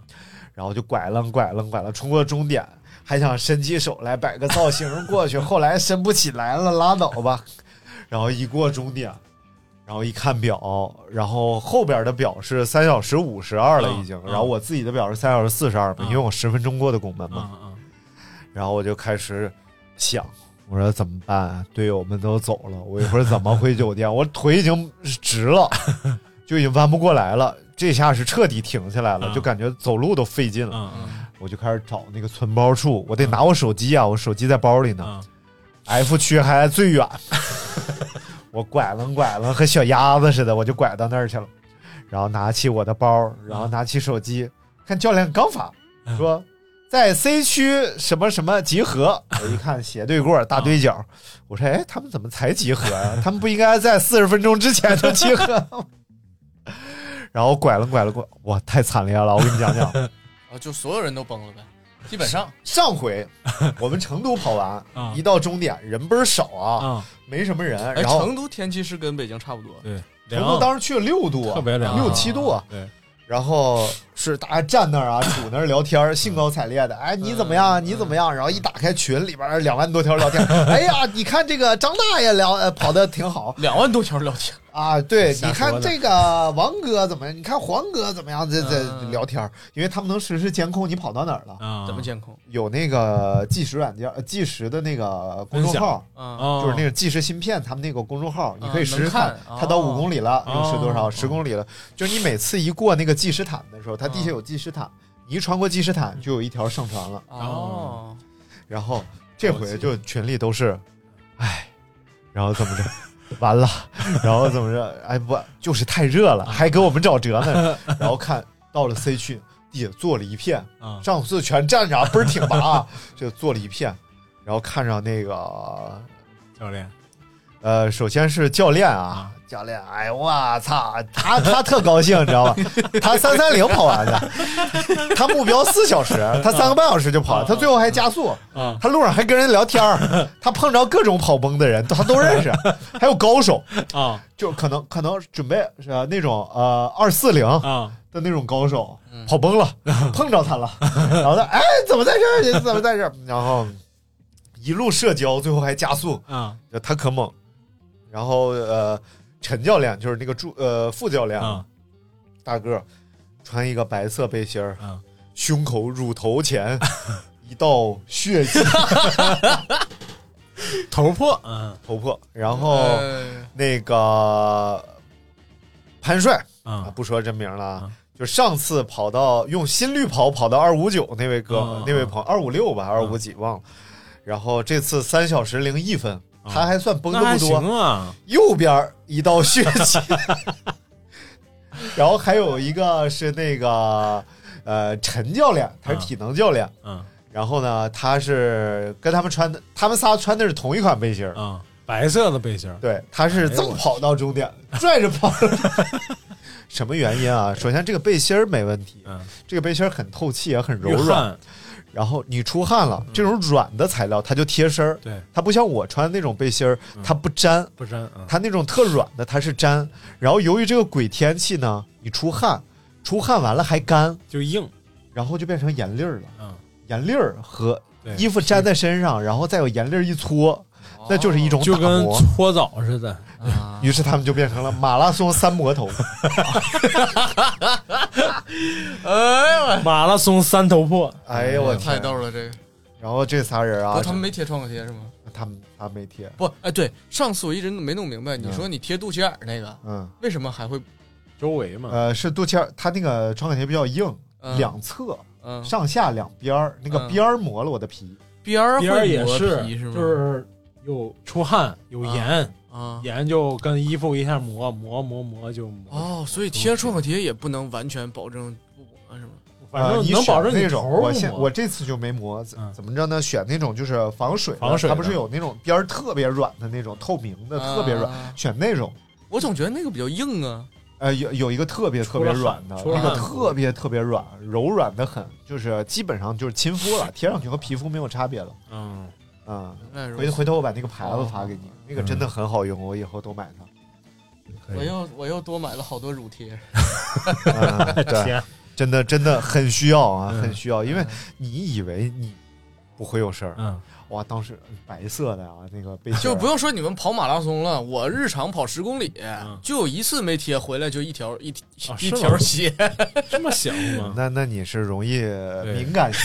B: 然后就拐楞拐楞拐楞冲过终点，还想伸起手来摆个造型过去，后来伸不起来了，拉倒吧。然后一过终点，然后一看表，然后后边的表是三小时五十二了已经，
D: 嗯嗯
B: 然后我自己的表是三小时四十二嘛，
D: 嗯
B: 因为我十分钟过的拱门嘛。
D: 嗯
B: 然后我就开始想，我说怎么办？队友们都走了，我一会儿怎么回酒店？我 [LAUGHS] 腿已经直了，就已经弯不过来了。这下是彻底停下来了，
D: 嗯
B: 就感觉走路都费劲
D: 嗯
B: 了。
D: 嗯
B: 我就开始找那个存包处，我得拿我手机啊，我手机在包里呢。
D: 嗯
B: F 区还最
D: [LAUGHS]
B: 远，我拐楞拐楞和小鸭子似的，我就拐到那儿去了。然后拿起我的包，然后拿起手机，看教练刚发
D: 嗯
B: 说在 C 区什么什么集
D: [LAUGHS]
B: 合。我一看斜对过大对角，
D: 嗯
B: 我说哎，他们怎么才集合呀、他们不应该在四十分钟之前就集合吗？ [LAUGHS] 然后拐了拐了拐，哇，太惨烈了！我跟你讲讲，
C: 啊，就所有人都崩了呗，基本上
B: 上
D: [LAUGHS]
B: 回我们成都跑完，
D: 嗯
B: 一到终点人倍儿少啊，
D: 嗯，
B: 没什么人。
C: 哎，
B: 然后
C: 成都天气是跟北京差不多，
D: 对，
B: 成都
D: 凉，
B: 当时去了六度啊，
D: 特别凉，
B: 六七度啊，
D: 对，
B: 然后是大家站那
D: [COUGHS]
B: 儿啊，杵那儿聊天
D: 嗯
B: 儿，兴高采烈的，哎，你怎么样啊？你怎么样？然后一打开群里边儿两万多条聊天，
D: [LAUGHS]
B: 哎呀，你看这个张大爷聊呃跑的挺好
C: 两万多条聊天，
B: 啊，对，
D: 瞎
B: 你
D: 说的
B: 看这个王哥怎么样？你看黄哥怎么样？这这
C: 嗯
B: 聊天儿，因为他们能实时监控你跑到哪儿了，
D: 啊，
C: 怎么监控？
B: 有那个计时软件儿、呃计时的那个公众
D: 分享
B: 号。
C: 啊，
D: 啊？
B: 就是那个计时芯片，他们那个公众号，你可以
C: 啊
B: 实时
C: 能
B: 看
C: 看，
B: 它到
C: 哦
B: 五公里了，那个是多少？
D: 哦
B: 十公里了，就是你每次一过那个计时毯的时候，它地下有计时毯，你一穿过计时毯就有一条上传了。
C: 哦，
B: 然后这回就群里都是，哎，然后怎么着？ [LAUGHS] 完了，然后怎么着？哎，不，就是太热
C: 嗯
B: 了，还给我们找辙呢。然后看到了 C 区，地下坐了一片，
D: 啊，
B: 上次全站着啊，倍儿挺拔啊，就坐了一片。然后看上那个
D: 教练，
B: 呃，首先是教练啊，教练，哎呦我操，他他特高兴，你知道 [LAUGHS] 吧？他三三零跑完的，他目标四小时，他三个半小时就跑了，他最后还加速，
D: 啊
B: 他路上还跟人聊天儿，他碰着各种跑崩的人，他都认识，还有高手，
D: 啊
B: 就可能可能准备是吧那种呃二四零
D: 啊，
B: 的那种高 [LAUGHS] 手，跑崩了，碰着他了，然后他哎怎么在这儿？你怎么在这儿？然后一路社交，最后还加速，
D: 啊
B: 就他可猛。然后呃，陈教练就是那个助呃副教练、
D: 啊
B: 大个儿，穿一个白色背心儿，
D: 啊！
B: 胸口乳头
D: [LAUGHS]
B: 前一道血迹
D: 头破，嗯
B: 头破，然后、
D: 呃
C: 哦，
B: 那个潘帅啊，
D: 嗯
B: 不说真名了啊
D: 嗯，
B: 就上次跑到用心率跑跑到二五九那位哥、
D: 嗯
B: 那位朋友二五六吧，二五几忘了。然后这次三小时零一分，
D: 嗯
B: 他还算崩的
D: 那还
B: 不
D: 行
B: 多，
D: 啊，
B: 右边一道血迹，然后还有一个是那个呃陈教练，
D: 啊
B: 他是体能教练。
D: 嗯
B: 然后呢，他是跟他们穿的，他们仨穿的是同一款背心儿。
D: 嗯，白色的背心儿，
B: 对，他是
D: 哎呦
B: 正
D: 我
B: 跑到终点，拽着跑了。
D: [LAUGHS]
B: 什么原因啊？首先这个背心儿没问题，
D: 嗯，
B: 这个背心儿很透气，也很柔
D: 御
B: 软。
D: 汉，
B: 然后你出汗了，
D: 嗯
B: 这种软的材料它就贴身儿，
D: 对，
B: 它不像我穿的那种背心儿，
D: 嗯
B: 它不粘，
D: 不粘，嗯
B: 它那种特软的它是粘。然后由于这个鬼天气呢，你出汗，出汗完了还干，
D: 就硬，
B: 然后就变成盐粒儿了。
D: 嗯，
B: 盐粒儿和
D: 对，
B: 衣服粘在身上，然后再有盐粒儿一搓，哦
C: 哦
B: 那就是一种
D: 就
B: 打
D: 跟
B: 磨。
D: 搓澡似的，
C: 啊
B: 于是他们就变成了马拉松三魔头。
C: 哎呦喂，
D: [LAUGHS] 马拉松三头破，
B: [LAUGHS] 哎呦我
C: 哦太
B: 天！
C: 逗了这个。
B: 哎然后这仨人
C: 不
B: 啊，
C: 过他们没贴创可贴是吗？
B: 他们他没贴，
C: 不，哎，对，上次我一直没弄明白，你说你贴肚脐眼儿那个，
B: 嗯
C: 为什么还会
D: 周围嘛，
B: 呃是肚脐眼，他那个创可贴比较硬，
C: 嗯
B: 两侧
C: 嗯
B: 上下两边儿，那个
C: 嗯
B: 边儿磨了我的皮。
C: 边儿
D: 边儿
C: 会
D: 也
C: 磨
D: 是
C: 皮，是吗？
D: 就是有出汗，有
C: 啊
D: 盐，
C: 啊。
D: 盐就跟衣服一下磨磨磨磨就磨，
C: 哦，所以贴创可贴也不能完全保证不磨是吗？
D: 反
B: 呃
D: 正
B: 你
D: 能
B: 选
D: 保证你
B: 那
D: 头
B: 种，
D: 儿
B: 我
D: 不
B: 现
D: 磨
B: 我这次就没磨，怎
D: 嗯
B: 怎么着呢？选那种就是防水的，
D: 防水
B: 它不
D: 的
B: 是有那种边儿特别软的那种透明的，特别软，
C: 啊
B: 选那种。
C: 我总觉得那个比较硬啊。
B: 呃，有有一个特别特
D: 出
B: 别
D: 了
B: 软的，
D: 汗出了
B: 那个
D: 汗
B: 特别特别软，柔软的很，就是基本上就是亲肤了，贴上去和皮肤没有差别了。
D: 嗯，
B: 嗯，
C: 那哎如
B: 回回头我把那个牌子发给你，那个真
D: 哦
B: 的很好用，我以后都买
D: [LAUGHS]
B: 它。
D: 可
C: 我
D: 以
C: 又我又多买了好多乳贴，
B: 嗯、对，
D: 天，
B: 真的真的很需要啊，
D: 嗯
B: 很需要，因为你以为你不会有事儿，
D: 嗯，
B: 哇，当时白色的啊，那个背心儿
C: [LAUGHS] 就
B: 啊
C: 不用说你们跑马拉松了，我日常跑十公里，就有一次没贴，回来就一条一
D: 嗯啊
C: 一
D: 是吗
C: 条
D: [LAUGHS]
C: 鞋。
D: 这么想
B: [LAUGHS]
D: 吗？
B: 那那你是容易敏感型，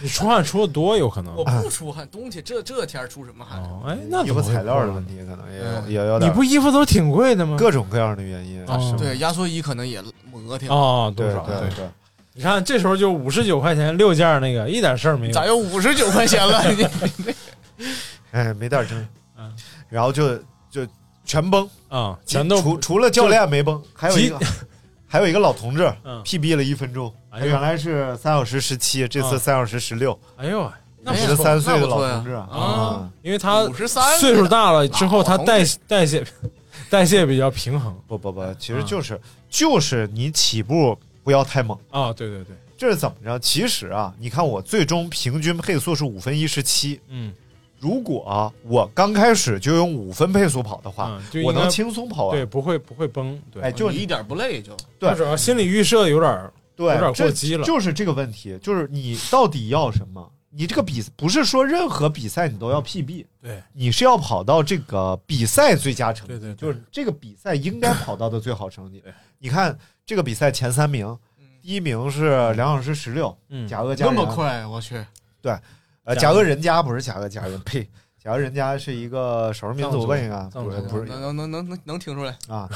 D: 你出汗出的多有可能
C: 我。不出汗，冬天这这天出什么汗？啊
D: 哦，哎，那
B: 衣
D: 怎
B: 服
D: 么会
B: 材料的
D: 呢
B: 问题可能也有
C: 嗯
B: 也有
D: 你
B: 点
D: 不衣服都挺贵的吗？
B: 各种各样的原因，
D: 哦
B: 是吗
C: 对，压缩衣可能也磨挺。
D: 哦，多
B: 对
D: 少？
B: 对对，
D: 你看这时候就五十九块钱六件儿那个一点事儿没有
C: 咋。又五十九块钱了？你
B: 哎，没点儿真
D: 嗯，
B: 然后就就全崩，
D: 啊，全都
B: 除除了教练没崩，还有一个还有一个老同志
D: 嗯，
B: PB 了一分钟，
D: 哎
B: 他
D: 呦
B: 原来是三小时十七，这次
D: 啊
B: 三小时十六，
D: 哎呦，
C: 那不
B: 十
C: 错
B: 三岁的
C: 那不错
B: 老
C: 呀
B: 同志嗯
C: 啊，
D: 因为他
C: 五十三
D: 岁数大了之后，
C: 老
D: 他
C: 同
D: 代代谢代谢比较平衡
B: 不不不，其实就是就是你起步不要太猛。
D: 啊。对对对，
B: 这是怎么着？其实啊，你看我最终平均配速是五分一十七。
D: 嗯，
B: 如果、啊、我刚开始就用五分配速跑的话，
D: 嗯就应该
B: 我能轻松跑
D: 对，
B: 完。
D: 不会不会崩。对，
B: 哎，就
C: 你一点不累就。
B: 对
D: 他主要心理预设有点儿
B: 对，
D: 有点
B: 这
D: 过激了
B: 就是这个问题，就是你到底要什么？你这个比不是说任何比赛你都要 PB，
D: 对
B: 你是要跑到这个比赛最佳成绩，
D: 对对对
B: 就是这个比赛应该跑到的最好成绩。你看这个比赛前三名，第一名是两小时十六，
D: 嗯
B: 贾厄加
C: 那
B: 人
C: 么，快，我去！
B: 呃，
D: 贾
B: 贾
D: 厄
B: 厄人家不是贾厄加人，呸，贾厄人家是一个少数民族吧？应该
D: 藏
B: 不
D: 族
B: 是啊不是
C: 能能能能能能听出来
B: 啊，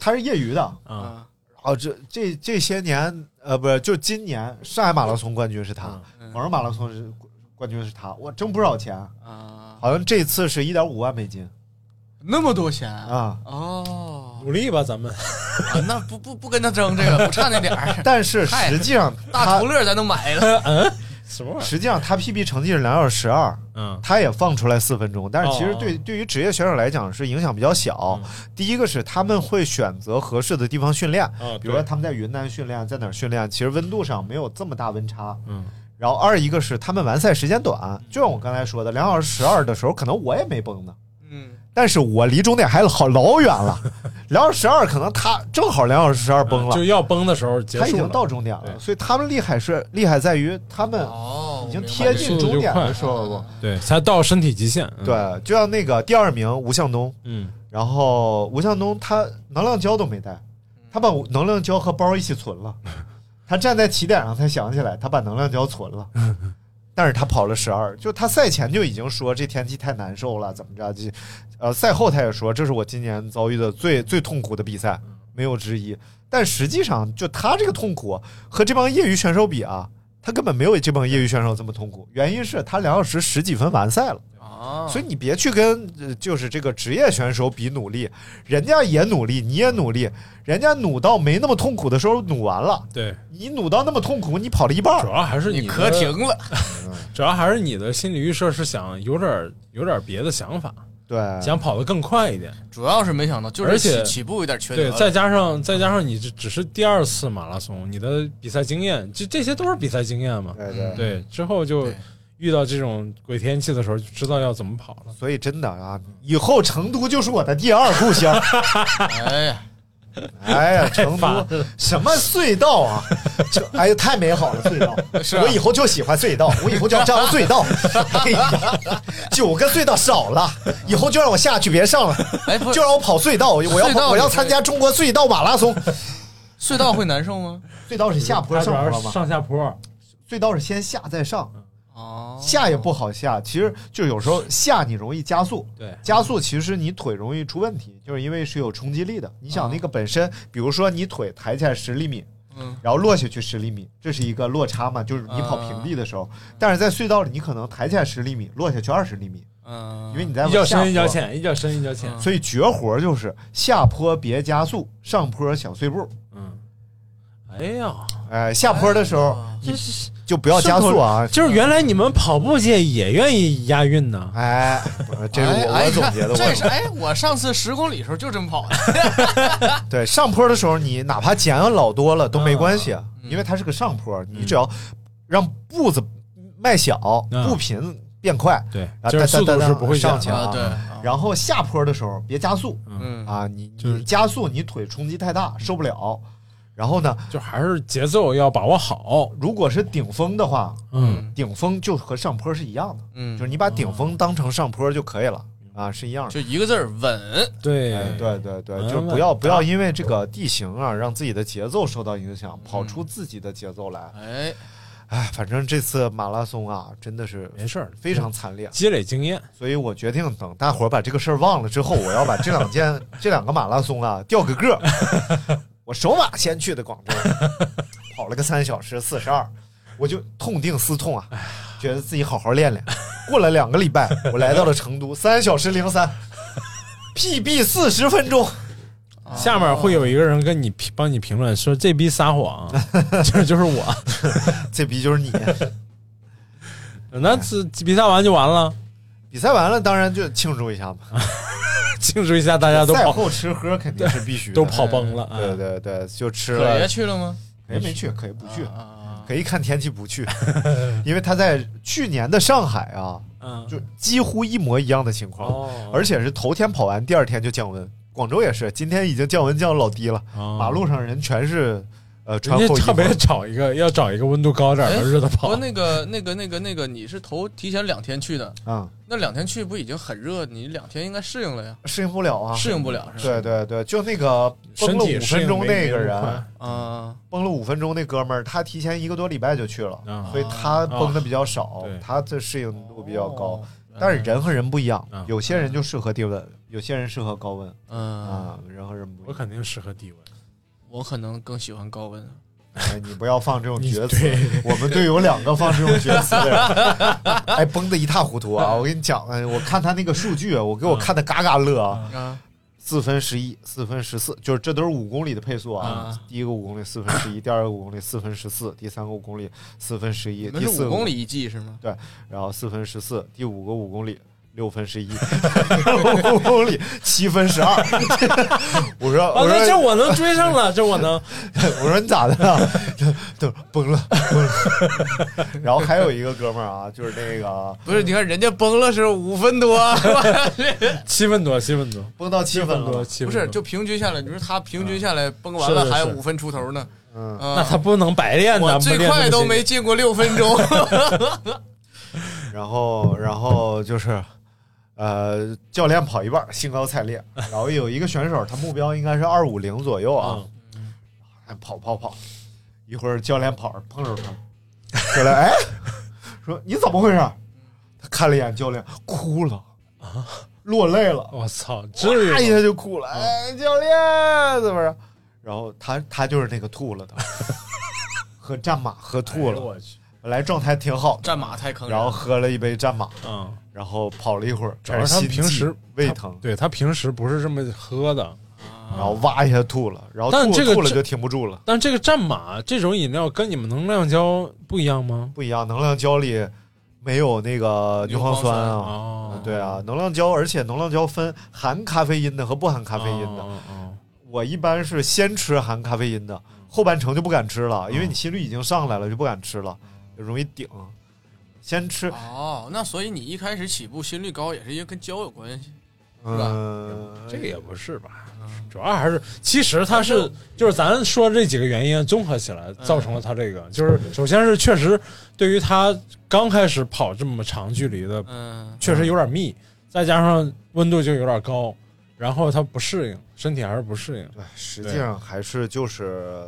B: 他是业余的，
D: 啊，
B: 哦，这这这些年，呃，不是，就今年上海马拉松冠军是他，
C: 嗯
B: 广州马拉松是冠军是他，我挣不少钱，
C: 啊！
B: 好像这次是一点五万美金
C: 那么多钱啊！
B: 啊。
C: 哦，
D: 努力吧，咱们
C: 啊那不不不跟他争这个，不差那点
D: [LAUGHS]
C: 儿。
B: 但是实际上
C: 大
B: 他
C: 图乐咱都买了，
D: 什么玩意儿？
B: 实际上他 PB 成绩是两小时十二，
D: 嗯，
B: 他也放出来四分钟，但是其实
D: 哦
B: 对对于职业选手来讲是影响比较小。第一个是他们会选择合适的地方训练，
D: 啊，
B: 比如说他们在云南训练，在哪儿训练，其实温度上没有这么大温差。
D: 嗯，
B: 然后二一个是他们完赛时间短，就像我刚才说的，两小时十二的时候，可能我也没崩呢，
C: 嗯，
B: 但是我离终点还好老远了， [LAUGHS] 两小时十二可能他正好两小时十二崩了
D: 啊就，要崩的时候结
B: 他已
D: 束
B: 经到
D: 了。
B: 终点了，
D: 对
B: 所以他们厉害是厉害在于他们
C: 哦，
B: 已经
C: 明白
B: 贴近
D: 速度
B: 终
D: 就
B: 点
D: 快
B: 的时候了。
D: 对，才到身体极限。嗯，
B: 对，就像那个第二名吴向东，
D: 嗯，
B: 然后吴向东他能量胶都没带，他把能量胶和包一起存了。他站在起点上才想起来，他把能量胶存了，但是他跑了十二，就他赛前就已经说这天气太难受了，怎么着？就呃，赛后他也说这是我今年遭遇的最最痛苦的比赛，没有之一。但实际上，就他这个痛苦和这帮业余选手比啊，他根本没有这帮业余选手这么痛苦。原因是他两小时十几分完赛了。
C: 啊，
B: 所以你别去跟呃就是这个职业选手比努力，人家也努力，你也努力，人家努到没那么痛苦的时候努完了，
D: 对，
B: 你努到那么痛苦，你跑了一半
D: 主
B: 儿，
D: 要还是
C: 你
D: 的
C: 可停了，
D: 主要还是你的心理预设是想有点儿有点儿别的想法，
B: 对，
D: 想跑得更快一点。
C: 主要是没想到，就是
D: 而且
C: 起起步有点缺
D: 对，
C: 德，
D: 再加上再加上你这只是第二次马拉松，你的比赛经验，这这些都是比赛经验嘛。
B: 对对
C: 嗯
D: 对，之后就
C: 对
D: 遇到这种鬼天气的时候，就知道要怎么跑了。
B: 所以真的啊，以后成都就是我的第二故乡。
C: 哎呀，
B: 哎呀，成
D: 烦
B: 都什么隧道啊？ [LAUGHS] 这哎呀，太美好了，隧道。
C: 是啊
B: 我以后就喜欢隧道，我以后就要张隧道。哎呀，九个隧道少了，以后就让我下去，别上了。
C: 哎，不
B: 就让我跑隧道，我要
C: 隧道
B: 我要参加中国隧道马拉松。
C: 隧道会难受吗？
B: 隧道是下坡
D: 它主
B: 上
D: 要
B: 坡
D: 是
B: 吗？
D: 上下坡，
B: 隧道是先下再上，
C: 哦，
B: 下也不好下。其实就有时候下你容易加速，
D: 对，
B: 加速其实你腿容易出问题，就是因为是有冲击力的。你想那个本身，比如说你腿抬起来十厘米，
C: 嗯，
B: 然后落下去十厘米，这是一个落差嘛，就是你跑平地的时
C: 嗯
B: 候。但是在隧道里，你可能抬起来十厘米，落下去二十厘米，
C: 嗯，
B: 因为你在
D: 一脚
B: 往下
D: 深一脚
B: 坡。
D: 浅，一脚深一脚浅。
B: 所以绝活就是下坡别加速，上坡小碎步。
D: 嗯，哎呀，
B: 哎，下坡的时候
C: 嗯哦
D: 这是
B: 就不要加速啊！
D: 就是原来你们跑步界也愿意押韵呢。
B: 哎，这是我
C: 哎
B: 我总结的，啊
C: 哎 [LAUGHS] 这是
B: 我
C: 哎，我上次十公里时候就这么跑的，
B: 对上坡的时候，你哪怕减老多了都没关系，啊
C: 嗯
B: 因为它是个上坡，你只要让步子迈小，
D: 嗯
B: 步频变快，
D: 对
B: 啊，
D: 就是速度是不会
B: 上
D: 降
B: 去
D: 的。
B: 啊
C: 啊，对，
B: 然后下坡的时候别加速
C: 嗯，
B: 啊，你
D: 就
B: 你
D: 是
B: 加速你腿冲击太大受不了，然后呢，
D: 就还是节奏要把握好。
B: 如果是顶峰的话，
D: 嗯，
B: 顶峰就和上坡是一样的，
C: 嗯，
B: 就是你把顶峰当成上坡就可以了啊，是一样的。
C: 就一个字儿稳，
D: 对
B: 哎，对对对，
D: 嗯
B: 就不要不要因为这个地形啊，让自己的节奏受到影响，跑
D: 嗯
B: 出自己的节奏来。
C: 哎，
B: 哎，反正这次马拉松啊，真的是
D: 没事儿
B: 非常惨烈，
D: 积累经验。
B: 所以我决定等大伙儿把这个事儿忘了之后，我要把这两
D: [LAUGHS]
B: 件这两个马拉松啊调个个儿。我首马先去的广州，跑了个三小时四十二，我就痛定思痛
D: 哎
B: 啊，觉得自己好好练练。过了两个礼拜，我来到了成都，三小时零三，PB 四十分钟。啊
D: 下面会有一个人跟你评帮你评论说这逼撒
B: [LAUGHS]
D: 谎，这就是我。
B: 这逼就是你。 [LAUGHS]
D: 那这比赛完就完了，
B: 比赛完了，当然就庆祝一下嘛。
D: 庆祝一下，大家都
B: 赛
D: 跑
B: 后吃喝肯定是必须的，
D: [LAUGHS] 都跑崩了。哎
B: 对对对，就吃
C: 可爷
B: 了。
C: 去了吗？
B: 可以没去，可以不去，
C: 啊，
B: 可以看天气不
D: [LAUGHS]
B: 去，因为他在去年的上海啊，
D: 嗯，
B: 就几乎一模一样的情况，
D: 哦
B: 而且是头天跑完，第二天就降温。广州也是，今天已经降温降老低了，
D: 哦
B: 马路上人全是呃穿
D: 人
B: 厚
D: 家
B: 衣
D: 特
B: 服
D: 别找一个要找一个温度高点儿
B: 哎
D: 的日子
C: 不过
D: 跑。
C: 那个那个那个那个，你是头提前两天去的，
B: 啊，
C: 那两天去不已经很热，你两天应该适应了呀，
B: 适应不了啊。
C: 适应不了是吧？
B: 对对对，就那个崩
D: 身
B: 了
D: 体
B: 五分钟那个人，
C: 啊，
B: 崩了五分钟那哥们儿，他提前一个多礼拜就去了，
D: 啊
B: 所以他崩的比较少，
D: 对嗯
B: 他这适应嗯度比较高。
C: 哦
B: 但是人和人不一样，
D: 啊
B: 有些人就适合低温，
D: 嗯
B: 有些人适合高温
C: 嗯，
B: 啊，人和人不一
D: 我
B: 样。
D: 肯定适合低温。
C: 我可能更喜欢高温。
B: 哎你不要放
D: [LAUGHS]
B: 这种
D: 你
B: 角色，
D: 对，
B: 我们队有两个放这种角色的人，
D: [LAUGHS]
B: 哎，崩的一塌糊涂啊！我跟你讲，哎，我看他那个数据，我给我看的嘎嘎乐啊，
D: 嗯
C: 啊，
B: 四分十一，四分十四，就是这都是五公里的配速啊
D: 嗯
C: 啊。
B: 第一个五公里四分十一，第二个五公里四分十四，第三个五公里四分十一，第
C: 你们是
B: 四
C: 五
B: 个
C: 公里一季是吗？
B: 然后四分十四，第五个五公里六分十一， [LAUGHS] 五公里七分十二。 [LAUGHS] 我说
D: 啊，
B: [LAUGHS] 我
D: 那这
B: 说
D: 我能追上了， [LAUGHS] 这
B: [LAUGHS]
D: 我能，
B: 我说你咋的 [LAUGHS] 了？都崩了 [LAUGHS] 崩了。然后还有一个哥们儿啊，就是那个
C: 不是，你看人家崩了是五
B: [LAUGHS]
C: 分多，
D: 七分多，七分多，
B: 崩到七分
D: 多，
B: 了，
D: 七
C: 不
D: 分
C: 是
D: 多
C: 就平均下来，你说他平
B: 啊
C: 均下来崩完了
D: 是是
C: 还有五分出头呢，
B: 嗯，
D: 那
C: 啊，
D: 他不能白练的，
C: 我
D: 不
C: 最
D: 练
C: 快
D: 那么
C: 都
D: 些
C: 没进过六分
B: [LAUGHS]
C: 钟，
B: 然后然后就是。呃，教练跑一半，兴高采烈。然后有一个选手，他目标应该是二五零左右啊，
D: 嗯
B: 还哎跑跑跑，一会儿教练跑着碰着
D: [LAUGHS]
B: 他，教练哎，说你怎么回事？他看了一眼教练，哭了啊，落泪了，
D: 我操，至于
B: 哇一
D: 吗啊
B: 下就哭了，哎，教练怎么着？然后他他就是那个吐
D: [LAUGHS]
B: 了的，喝战马喝吐
D: 哎呦
B: 了，
D: 我去，
B: 本来状态挺好的，
C: 战马太坑人
B: 然后
C: 了。
B: 喝了一杯战马，
D: 嗯，
B: 然后跑了一会儿，
D: 主要是
B: 开始
D: 他
B: 心悸
D: 平时
B: 胃
D: 他
B: 疼，
D: 对他平时不是这么喝的。
B: 然后哇一下吐了，然后
D: 但
B: 吐
D: 这个
B: 吐了
D: 这
B: 就停不住了，
D: 但这个战马这种饮料跟你们能量胶不一样吗？
B: 不一样，能量胶里没有那个
C: 牛
B: 牛磺
C: 磺酸
B: 啊。
D: 哦，
B: 对啊，能量胶，而且能量胶分含咖啡因的和不含咖
D: 咖
B: 啡因的。
D: 哦哦
B: 我一般是先吃含咖啡因的，后半程就不敢吃了，因为你心率已经上来了，就不敢吃了，容易顶。先吃，
C: 哦，那所以你一开始起步心率高也是因为跟胶有关系，是吧
B: 嗯，
D: [LAUGHS] 这个也不是吧，主要还是其实它是嗯就是嗯咱说这几个原因综合起来造成了他这个，就是首先是确实对于他刚开始跑这么长距离的，
C: 嗯，
D: 确实有点密，再加上温度就有点高，然后他不适应，身体还是不适应，
B: 对，实际上还是就是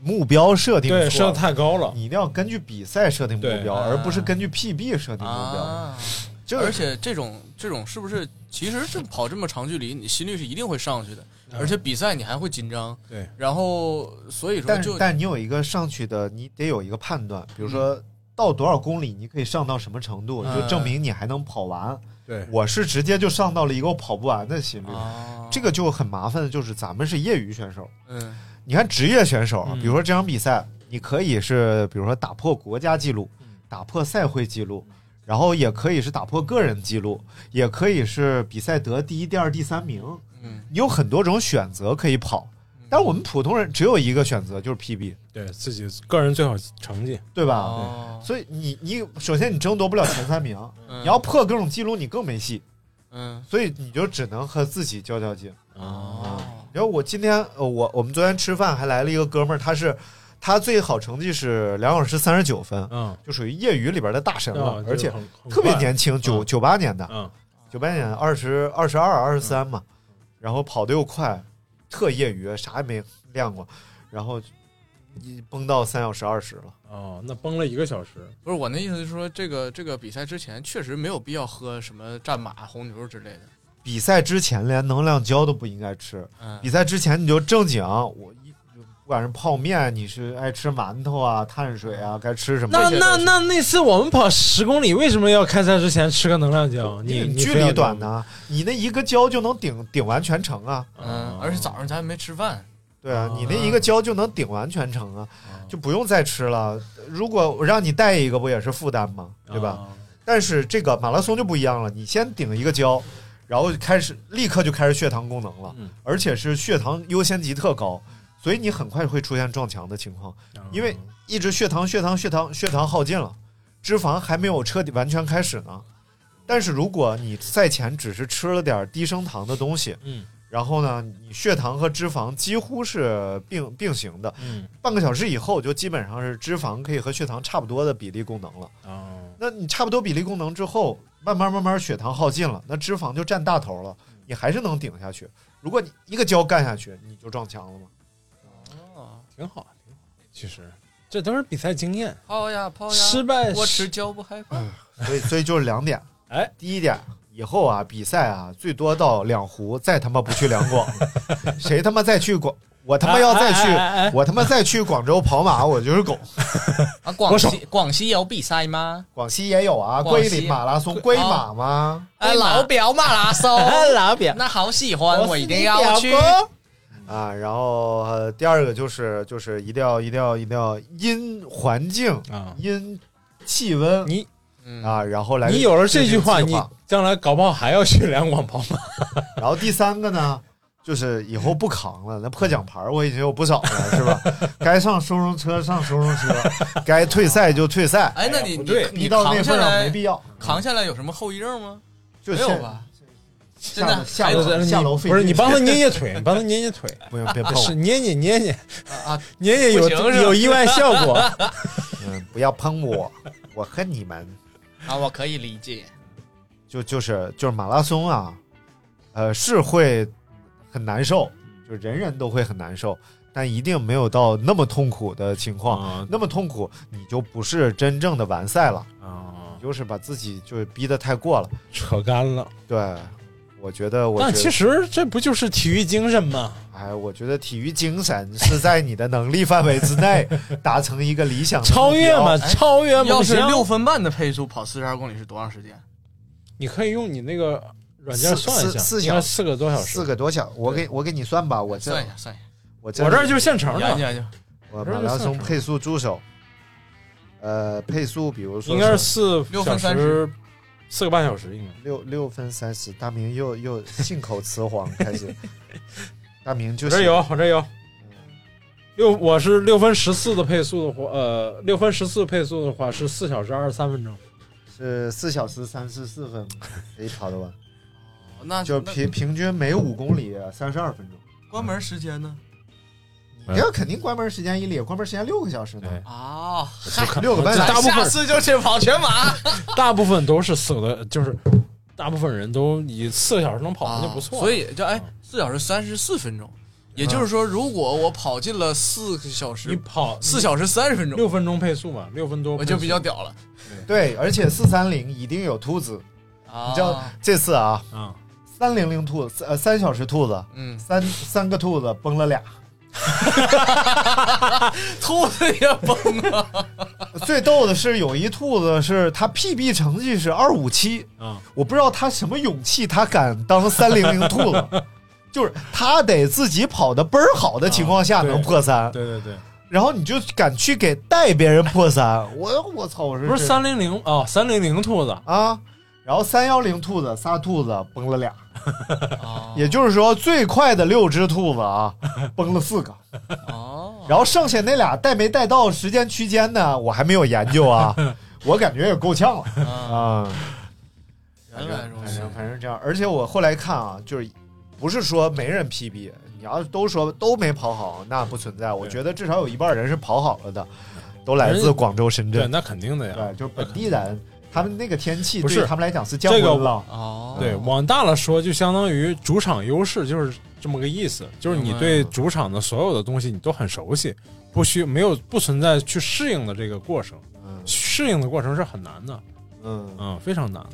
B: 目标设定
D: 对，
B: 错
D: 设
B: 了嗯
D: 的太高了，
B: 你一定要根据比赛设定目
D: 对
B: 标，
C: 啊
B: 而不是根据 PB 设定目标。
C: 啊，
B: 这个
C: 而且这种这种是不是其实这跑这么长距离，你心率是一定会上去的，
B: 嗯
C: 而且比赛你还会紧张，
D: 对，
C: 然后所以说
B: 但
C: 就
B: 但你有一个上去的，你得有一个判断，比如说到多少公里你可以上到什么程度，
C: 嗯
B: 就证明你还能跑完。
D: 对，
B: 我是直接就上到了一个我跑不完的心率，
C: 啊，
B: 这个就很麻烦的就是咱们是业余选手，
C: 嗯
B: 你看职业选手，啊
D: 嗯
B: 比如说这场比赛，你可以是比如说打破国家纪录，
C: 嗯
B: 打破赛会纪录。然后也可以是打破个人记录，也可以是比赛得第一、第二、第三名，
C: 嗯，
B: 你有很多种选择可以跑。但是我们普通人只有一个选择，就是 PB，
D: 对自己个人最好成绩，
B: 对吧？
C: 哦，
B: 所以你你首先你争夺不了前三名，
C: 嗯
B: 你要破各种记录你更没戏，
C: 嗯
B: 所以你就只能和自己较较劲。
C: 哦，
B: 然后我今天呃我我们昨天吃饭还来了一个哥们儿，他是他最好成绩是两小时三十九分，
D: 嗯，
B: 就属于业余里边的大神了
D: 啊，
B: 嗯而且
D: 就很很
B: 特别
D: 快
B: 年轻，九九八年的，
D: 嗯，
B: 九八年二十二十二二十三嘛，然后跑得又快，特业余，啥也没练过，然后一崩到三小时二十了。
D: 哦，那崩了一个小时，
C: 不是我那意思是说，这个这个比赛之前确实没有必要喝什么战马、红牛之类的，
B: 比赛之前连能量胶都不应该吃，
C: 嗯
B: 比赛之前你就正经，我一不管是泡面，你是爱吃馒头啊、碳水啊，该吃什么？
D: 那
B: 这些
D: 那
B: 都是
D: 那那次我们跑十公里，为什么要开赛之前吃个能量胶？
B: 因
D: 你
B: 为
D: 你
B: 你距
D: 非要
B: 离
D: 这样
B: 短呢，你那一个胶就能顶顶完全程啊，
C: 嗯，而且早上咱没吃饭，
B: 对啊
D: 啊，
B: 你那一个胶就能顶完全程啊，就不用再吃了。如果我让你带一个，不也是负担吗？对
D: 啊
B: 吧？？但是这个马拉松就不一样了，你先顶一个胶，然后开始立刻就开始血糖功能了，
D: 嗯
B: 而且是血糖优先级特高，所以你很快会出现撞墙的情况，
D: 啊
B: 因为一直血糖、血糖、血糖、血糖耗尽了，脂肪还没有彻底完全开始呢。但是如果你赛前只是吃了点低升糖的东西，
D: 嗯
B: 然后呢，你血糖和脂肪几乎是并并行的，
D: 嗯
B: 半个小时以后就基本上是脂肪可以和血糖差不多的比例功能了。
D: 哦
B: 那你差不多比例功能之后，慢慢慢慢血糖耗尽了，那脂肪就占大头了，你还是能顶下去。如果你一个胶干下去，你就撞墙了嘛。
C: 哦，
D: 挺好挺好，其实这都是比赛经验，
C: 泡哦呀
B: 哦
C: 泡呀，
D: 失败
C: 我吃胶不害怕，
B: 所以，所以就是两点。
D: 哎，
B: 第一点，以后啊，比赛啊，最多到两湖，再他妈不去两广，
D: [LAUGHS]
B: 谁他妈再去广，我他妈要再去，
D: 哎哎哎哎
B: 我他妈再去广州跑马，我就是狗。
C: 啊，广西广西有比赛吗？
B: 广西也有啊，
C: 广
B: 桂
C: 西
B: 林马拉松，龟
D: 哦
B: 马吗？
C: 哎，老表马拉松，
D: 哎
B: 哎
D: 老表，
C: 那好喜欢，我一定要
D: 表
C: 去。
D: 哥
B: 啊，然后、呃、第二个就是就是一定要一定要一定要因环境
D: 啊，
B: 因气温
D: 嗯你
C: 嗯
B: 啊，然后来
D: 你有了这句话，
B: 制定
D: 你
B: 计划
D: 将来搞不好还要去两广跑马。
B: 然后第三个呢，就是以后不扛了，那破奖牌我已经有不少了，是吧？ [LAUGHS] 该上收容车上收容车， [LAUGHS] 该退赛就退赛，
C: 哎，那你
D: 不
C: 你
D: 对
B: 逼
C: 你
B: 到那
C: 扛下
B: 份上
C: 来
B: 没必要，
C: 扛下来有什么后遗症吗？
B: 就
C: 没有
B: 现
C: 吧？现在
B: 下下
C: 还有
B: 楼哎下楼费
D: 不是你帮他
B: [LAUGHS]
D: 捏捏腿，你帮他捏捏腿，
B: 不用别碰
D: 是
B: 我，
D: 捏捏捏捏
C: 啊，
D: 捏捏有
C: 不行是吧
D: 有意外效
B: [LAUGHS]
D: 果。
B: 嗯，不要喷我，我和你们
F: 啊，我可以理解。
B: 就就是就是马拉松啊，呃，是会很难受，就人人都会很难受，但一定没有到那么痛苦的情况。
D: 啊
B: 那么痛苦，你就不是真正的完赛了，
D: 啊，
B: 就是把自己就是逼得太过了。
D: 扯干了。
B: 对，我觉得，我
D: 但
B: 觉
D: 其
B: 得，
D: 实这不就是体育精神吗？
B: 哎，我觉得体育精神是在你的能力范围之内
D: [LAUGHS]
B: 达成一个理想的目标
D: 超越嘛，
C: 哎
D: 超越
C: 要
D: 梦
C: 是
D: 想。
C: 六分半的配速跑四十二公里是多长时间？
D: 你可以用你那个软件
B: 四
D: 算一下，
B: 四四
D: 应该
B: 小时
D: 四个多小时。
B: 四个多小，我给我给你算吧，我这
C: 算一下，算一下，
B: 我这
D: 我这儿就是现成
C: 研究
D: 的，
C: 研究。
B: 我马拉松配速助手，呃，配速比如说
D: 应该是四
C: 六
D: 小
C: 分三
D: 时
C: 十，
D: 四个半小时应该。
B: 六六分三十，大明又又信口雌黄开
D: [LAUGHS]
B: 始，大明就
D: 我这
B: 是
D: 有，我这有。六，我是六分十四的配速的话，呃，六分十四配速的话是四小时二十三分钟。
B: 是四小时三十四分，谁跑的完？
C: 哦那
B: 就
C: 那
B: 平平均每五公里三十二分钟。
C: 关门时间呢？
D: 嗯
B: 你这肯定关门时间一里，关门时间六个小时呢
D: 哎，
C: 啊，
B: 六个半小
D: [LAUGHS] 大
B: 时
D: 部。
C: 下
D: 分
C: 次就去跑全马。
D: 大部分都是四个多，就是大部分人都以四个小时能 [LAUGHS] 跑完就不错了。
C: 所以就哎，四小时三十四分钟，也就是说，如果我跑进了四个小
D: 你
C: 时，
D: 跑
C: 四小时三十分钟，
D: 六分钟配速嘛，六分多
C: 我就比较
D: 屌
C: 屌了。
B: 对，而且四三零一定有兔子。
C: 啊
B: 你知
D: 哦
B: 道这次啊，
D: 啊。
B: 三零零兔子，呃，三小时兔子，
C: 嗯，
B: 三三个兔子崩了俩，
C: 兔子也崩了。
B: 最逗的是，有一兔子是它 PB 成绩是二五七，
D: 啊，
B: 我不知道它什么勇气，它敢当三零零兔
D: [LAUGHS]
B: 子，就是它得自己跑的倍儿好的情况下
D: 啊对
B: 能破三，
D: [LAUGHS] 对对对，
B: 然后你就敢去给带别人破三，我我操，我是
D: 不是三零零啊，三零零兔子
B: 啊，然后三幺零兔子仨兔子崩了俩，
C: 啊
B: [LAUGHS] 也就是说最快的六只兔子啊崩了四个，
C: 哦，
B: 然后剩下那俩带没带到时间区间呢，我还没有研究啊，我感觉也够呛了
C: 啊
B: 啊。
C: [LAUGHS] 原来如
B: 反
C: 此
B: 正。反正这样，而且我后来看啊，就是不是说没人 PB，你要是都说都没跑好，那不存在。我觉得至少有一半人是跑好了的，都来自广州、深
D: 对，
B: 圳，
D: 那肯定的呀。
B: 对，就是本地人，他们那个天气
D: 不是
B: 对他们来讲是降
D: 这
B: 温
D: 个
B: 了。
C: 哦，
D: 对，嗯往大了说，就相当于主场优势，就是这么个意思，就是你对主场的所有的东西你都很熟悉，不需没有不存在去适应的这个过程，
B: 嗯
D: 适应的过程是很难的，
B: 嗯，
D: 嗯，非常难的。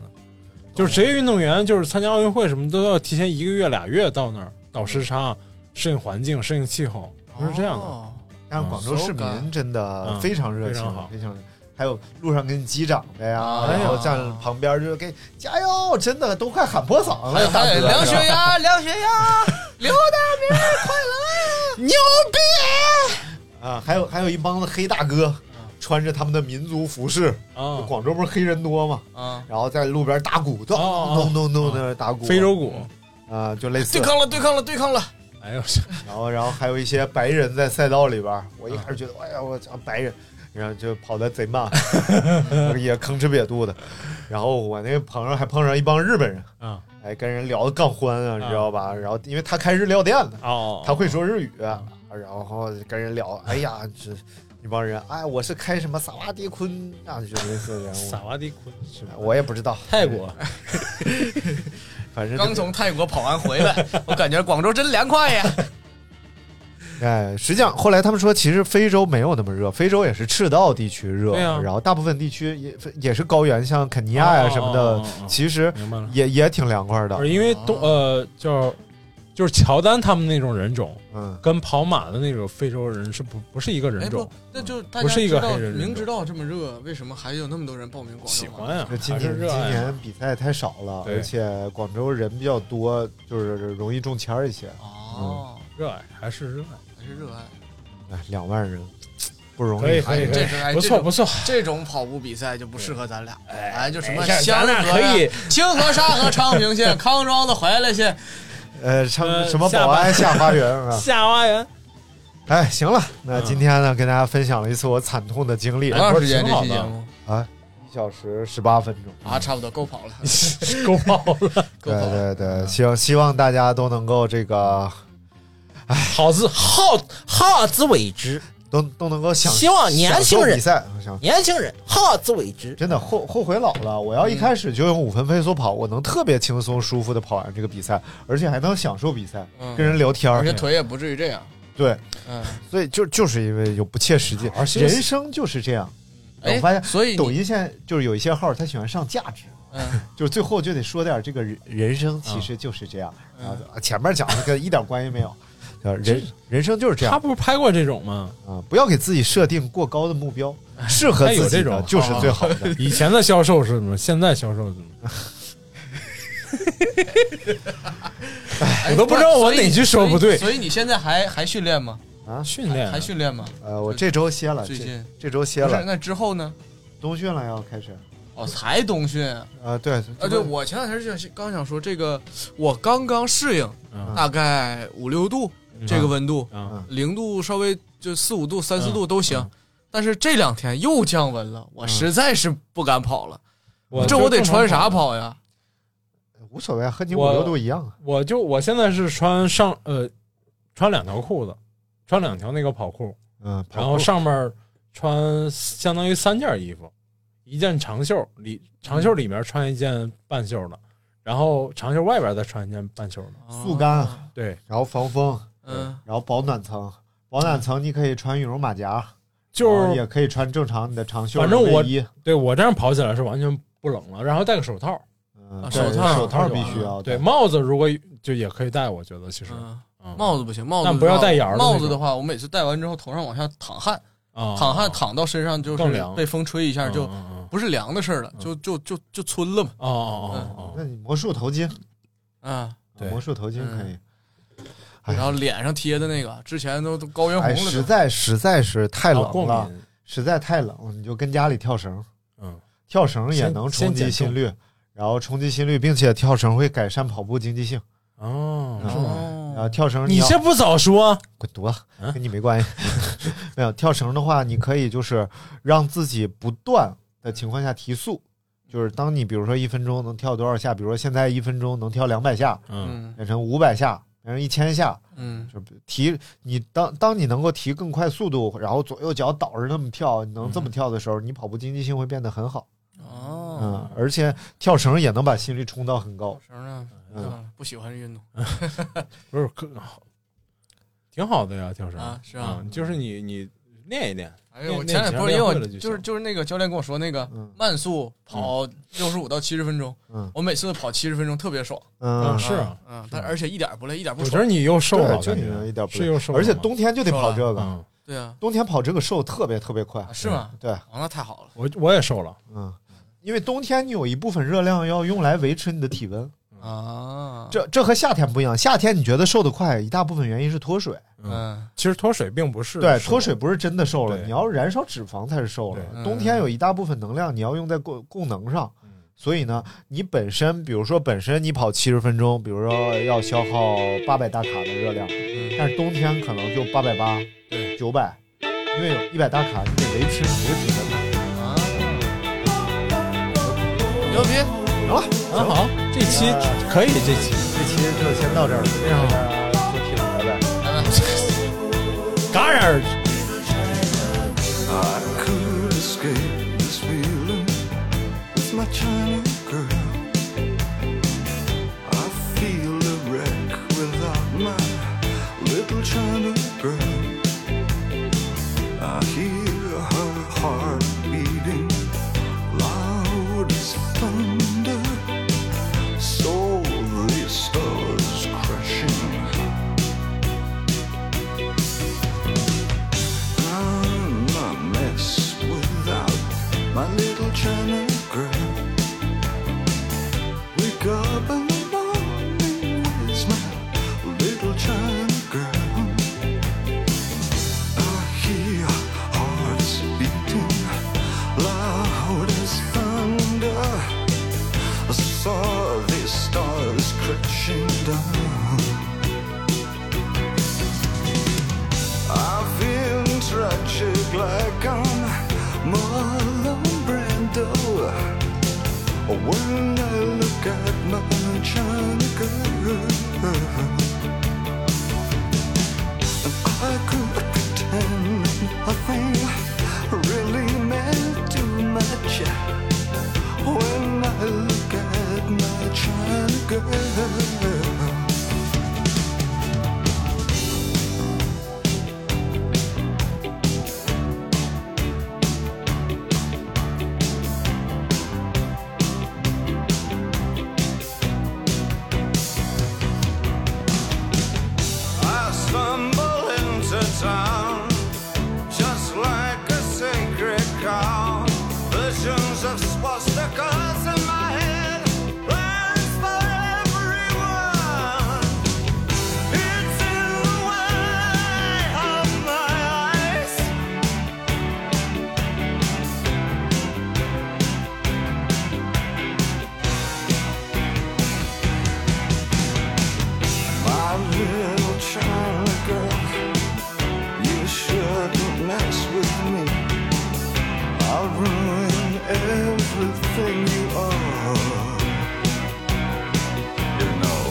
D: 就是职业运动员，就是参加奥运会什么都要提前一个月、俩月到那儿倒时差，适应环境、适应气候，都是这样的。
C: 哦
B: 但是广州市民真的
D: 嗯
B: 非常热情，
D: 非常好
B: 非常。还有路上给你击掌的呀，
C: 哎呀
B: 然后站旁边就给加油，真的都快喊破嗓
C: 还
B: 了
C: 有，
B: 大
C: 还有
B: 哥。
C: 哎量血
D: [LAUGHS]
C: 压，量血压，刘大明儿快来！牛逼！
B: 啊，还有还有一帮子黑大哥，
D: 嗯
B: 穿着他们的民族服饰。
D: 啊，
B: 广州不是黑人多嘛，
C: 啊，
B: 然后在路边打鼓，咚
D: 哦哦
B: 咚咚咚在那打鼓。
D: 非洲鼓，
B: 啊，就类似
C: 对。抗了，对抗了，对抗了！
D: 哎 [LAUGHS] 呦，
B: 然后然后还有一些白人在赛道里边，我一开始觉得，哎呀，我操，白人，然后就跑得贼
D: [LAUGHS]
B: 慢，也吭哧瘪肚的。然后我那个朋友还碰上一帮日本人，
D: 啊
B: 哎，跟人聊得杠欢啊，你知道吧？然后因为他开日料店的，
D: 哦，
B: 他会说日语，啊然后跟人聊，哎呀，这一帮人，哎，我是开什么萨瓦迪坤啊，就类似的人
D: 萨
B: 物，
D: 瓦迪坤是吧？
B: 我也不知道，
D: 泰国，
B: 反正就
C: [LAUGHS] 刚从泰国跑完回来，我感觉广州真凉快呀！
B: 哎，实际上后来他们说，其实非洲没有那么热，非洲也是赤道地区热，
D: 对啊
B: 然后大部分地区也也是高原，像肯尼亚呀、什么的，
D: 哦哦哦哦
B: 其实
D: 明白了。
B: 也也挺凉快的
D: 不。是因为东呃，叫就是乔丹他们那种人种，
B: 嗯，
D: 跟跑马的那种非洲人是不不是一个
C: 哎
D: 人
C: 不
D: 种，，
C: 那就大
D: 不
C: 家
D: 是一
C: 知
D: 个
C: 道，
D: 黑人人
C: 明
D: 种
C: 知道这么热，为什么还有那么多人报名广州？
D: 喜欢啊
B: 就，今
D: 还是
B: 年今
D: 热爱啊。
B: 年比赛太少了，
D: 对
B: 而且广州人比较多，就是容易中签儿一些。
C: 哦，
D: 热爱还是热爱。
C: 还是热爱。
B: 哎，两万人，不容
D: 可
B: 易
D: 以，可以，可
C: 这
D: 以
C: 是哎，
D: 不
C: 这
D: 错
C: 种
D: 不错，
C: 这种跑步比赛就不适合咱俩，
D: 嗯
C: 哎，就什么
D: 没事儿
C: 香河
D: 咱
C: 呀、
D: 俩可以
C: 清河、沙河、昌平县、康庄子、怀来
D: [LAUGHS]
C: 县，
B: 呃，什么
D: 呃
B: 什么
D: 下
B: 保
D: 吧
B: 安下花园
D: [LAUGHS]
B: 啊？
D: 下花园
B: 哎，行了，那
D: 嗯
B: 今天呢，跟大家分享了一次我惨痛的经历，
C: 多长时间这期
D: 挺
C: 节
D: 好的嗯
C: 目
B: 一小时十八分钟。
C: 啊？差不多够
D: [LAUGHS]
C: 跑了，
D: 够跑了，
C: 够
B: 对
C: 跑了。
B: 对
G: 嗯
B: 对，希望希望大家都能够这个
D: 好自好好自为之。
B: 都都能够享
G: 希望年轻人
B: 享受比赛，享
G: 年轻人好自为之。
B: 真的后后悔老了。我要一开始就用五分配速跑，我能特别轻松舒服的跑完这个比赛，而且还能享受比赛，
C: 嗯
B: 跟人聊天儿
C: 而且。腿也不至于这样。
B: 对，
C: 嗯，
B: 所以就就是因为有不切实际，
D: 而且
B: 人生就是这样。
C: 哎
B: 我发现
C: 所以你
B: 抖音现在就是有一些号，他喜欢上价值，
C: 嗯，
B: 就是最后就得说点这个人人生
G: 嗯
B: 其实就是这样，
C: 嗯
B: 然后啊前面讲的跟一点关系没有，就是人人生就是这样
D: 他不是拍过这种 [LAUGHS] 吗？
B: 啊、不要给自己设定过高的目标，适合
D: 哎有
B: 自己
D: 这
B: 的
D: 种
B: 就是最好的。
D: 以前的销售是什么？现在销售是什么？我都不知道我哪句说不对
C: 哎
D: 啊
C: 所以所以你现在还还训练吗？
D: 训练
C: 还训练吗？
B: 啊呃，我这周歇
D: 啊
B: 了，
C: 最
B: 这
C: 近
B: 这周歇
C: 不是，
B: 了，
C: 那之后呢？
B: 冬训了要开始。
C: 哦，才冬训啊！
B: 啊，对，
C: 啊对，我前两天就想刚想说这个，我刚刚适应，
D: 嗯
C: 大概五六度
D: 嗯
C: 这个温度，
D: 啊
C: 零度稍微就四五度、三四度都
D: 嗯
C: 行。但是这两天又降温了，我实在是不敢跑了。这我得穿啥？跑呀？
B: 无所谓，啊，和你五
D: 我
B: 六度一样啊。
D: 我就我现在是穿上呃，穿两条裤子，穿两条那个跑裤，
B: 嗯，跑
D: 然后
B: 步
D: 上面穿相当于三件衣服，一件长袖里长袖里面穿一件半袖的，然后长袖外边再穿一件半袖的。
B: 速干，啊
D: 对，
B: 然后防风，
C: 嗯，
B: 然后保暖层，保暖层你可以穿羽绒马甲，然
D: 就
B: 后
D: 是
B: 哦也可以穿正常你的长袖，
D: 反正我啊
B: 内衣，
D: 对我这样跑起来是完全不冷了，然后戴个手套，
B: 嗯
C: 啊，
B: 对
C: 手套
B: 手套
D: 就
B: 必
D: 完
B: 须
D: 了
B: 要
D: 对
B: 戴
D: 帽子，如果就也可以戴，我觉得其实
C: 嗯
D: 嗯
C: 帽子不行，帽子
D: 但不要戴檐儿的那种
C: 帽子的话，我每次戴完之后头上往下淌汗，
D: 啊
C: 淌汗淌到身上就
D: 更
C: 是
D: 凉
C: 被风吹一下就
D: 嗯嗯嗯
C: 不是凉的事儿了，就就就就皴了嘛。
D: 哦哦哦
B: 那你魔术头巾，
C: 嗯，
D: 对
B: 魔术头巾可以。哎
C: 然后脸上贴的那个，之前都都高原
B: 哎，
C: 红了
B: 实
C: 都。
B: 在实在是太
D: 哦，
B: 冷
D: 嗯过
B: 了，
D: 敏，
B: 实在太冷，你就跟家里跳绳，
D: 嗯，
B: 跳绳也
D: 先
B: 能
D: 先
B: 冲击
D: 减
B: 心
D: 重
B: 率，然后冲击心率，并且跳绳会改善跑步经济性。
D: 哦，
B: 嗯
D: 是吗？
B: 然
C: 哦
B: 后跳绳
D: 你
B: 要
D: 这不早说，
B: 滚犊子，
D: 嗯
B: 跟你没关系。 [LAUGHS] 没有跳绳的话，你可以就是让自己不断的情况下提速，就是当你比如说一分钟能跳多少下，比如说现在一分钟能跳两百下，
D: 嗯，
C: 嗯
B: 变成五百下，变成一千下，
C: 嗯
B: 就提你当当你能够提更快速度，然后左右脚倒着那么跳，你能
D: 嗯
B: 这么跳的时候，你跑步经济性会变得很好。
C: 哦，
B: 嗯，而且跳绳也能把心率冲到很高
C: 跳。绳呢？算
B: 嗯，
C: 了，不喜欢运动
D: 不是可挺好的呀，跳绳
C: 啊，是吧？
D: 嗯就是你你练一练，
C: 哎呦，我
D: 那
C: 前两天
D: 那
C: 不是因
D: 前
C: 为
D: 两
C: 我
D: 天为了就
C: 就是
D: 行
C: 就是那个教练跟我说那个
B: 嗯
C: 慢速跑六十五到七十分钟
B: 嗯，
C: 我每次跑七十分钟特别爽，
B: 嗯
D: 嗯，是啊，
C: 嗯，但而且一点儿不累，一点儿不
D: 我觉得
C: 爽，
D: 你又瘦了，
B: 对就
D: 感
B: 你
D: 觉
B: 一点不
D: 是
B: 累，
D: 又瘦了吗，
B: 而且冬天就得跑这个。
D: 嗯，
C: 对啊，
B: 冬天跑这个瘦特别特别快
C: 啊，是吗？
B: 对，
C: 哦，那太好了，
D: 我我也瘦了，
B: 嗯，因为冬天你有一部分热量要用来维持你的体温，
C: 啊，
B: 这这和夏天不一样。夏天你觉得瘦得快，一大部分原因是脱水，
C: 嗯
D: 其实脱水并不是
B: 对，
D: 瘦
B: 脱水不是真的瘦了，
D: 对
B: 你要燃烧脂肪才是瘦
D: 对嗯
B: 了。
C: 嗯
B: 冬天有一大部分能量你要用在供供能上，所以呢，你本身比如说本身你跑七十分钟，比如说要消耗八百大卡的热量，
C: 嗯，
B: 但是冬天可能就八百八、
C: 对
B: 九百，因为有一百大卡你得维持你的体温。
C: 啊，牛逼，
D: 很啊好。这期
C: 啊
D: 可以，这期
B: 这期就先到这儿了，谢谢大家收听，拜拜。
C: 拜拜。
D: 戛然而止。
H: I could escape this feeling with my China girl. I feel a wreck without my little China girl. I hear her heart beating loud as thunder. So the stars crashing. I'm a mess without my little China girl. Wake up in the morning with my little China girl. I hear her saw the stars crashing down. I've been tragic like I'm Marlon Brando. When I look at my China girl. I could pretend nothing really meant too much when I look at my China girl. I stumble into town just like a sacred cow. Visions of swastikas in my head, plans for everyone. It's in the way of my eyes. My little China girl, you shouldn't mess with me. I'll ruin everything you are. You know,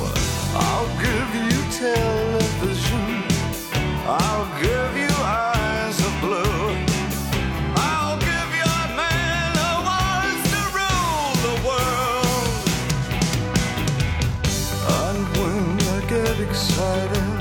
H: I'll give you television. I'll give you eyes of blue. I'll give you a man who wants to rule the world. And when I get excited, "Oh,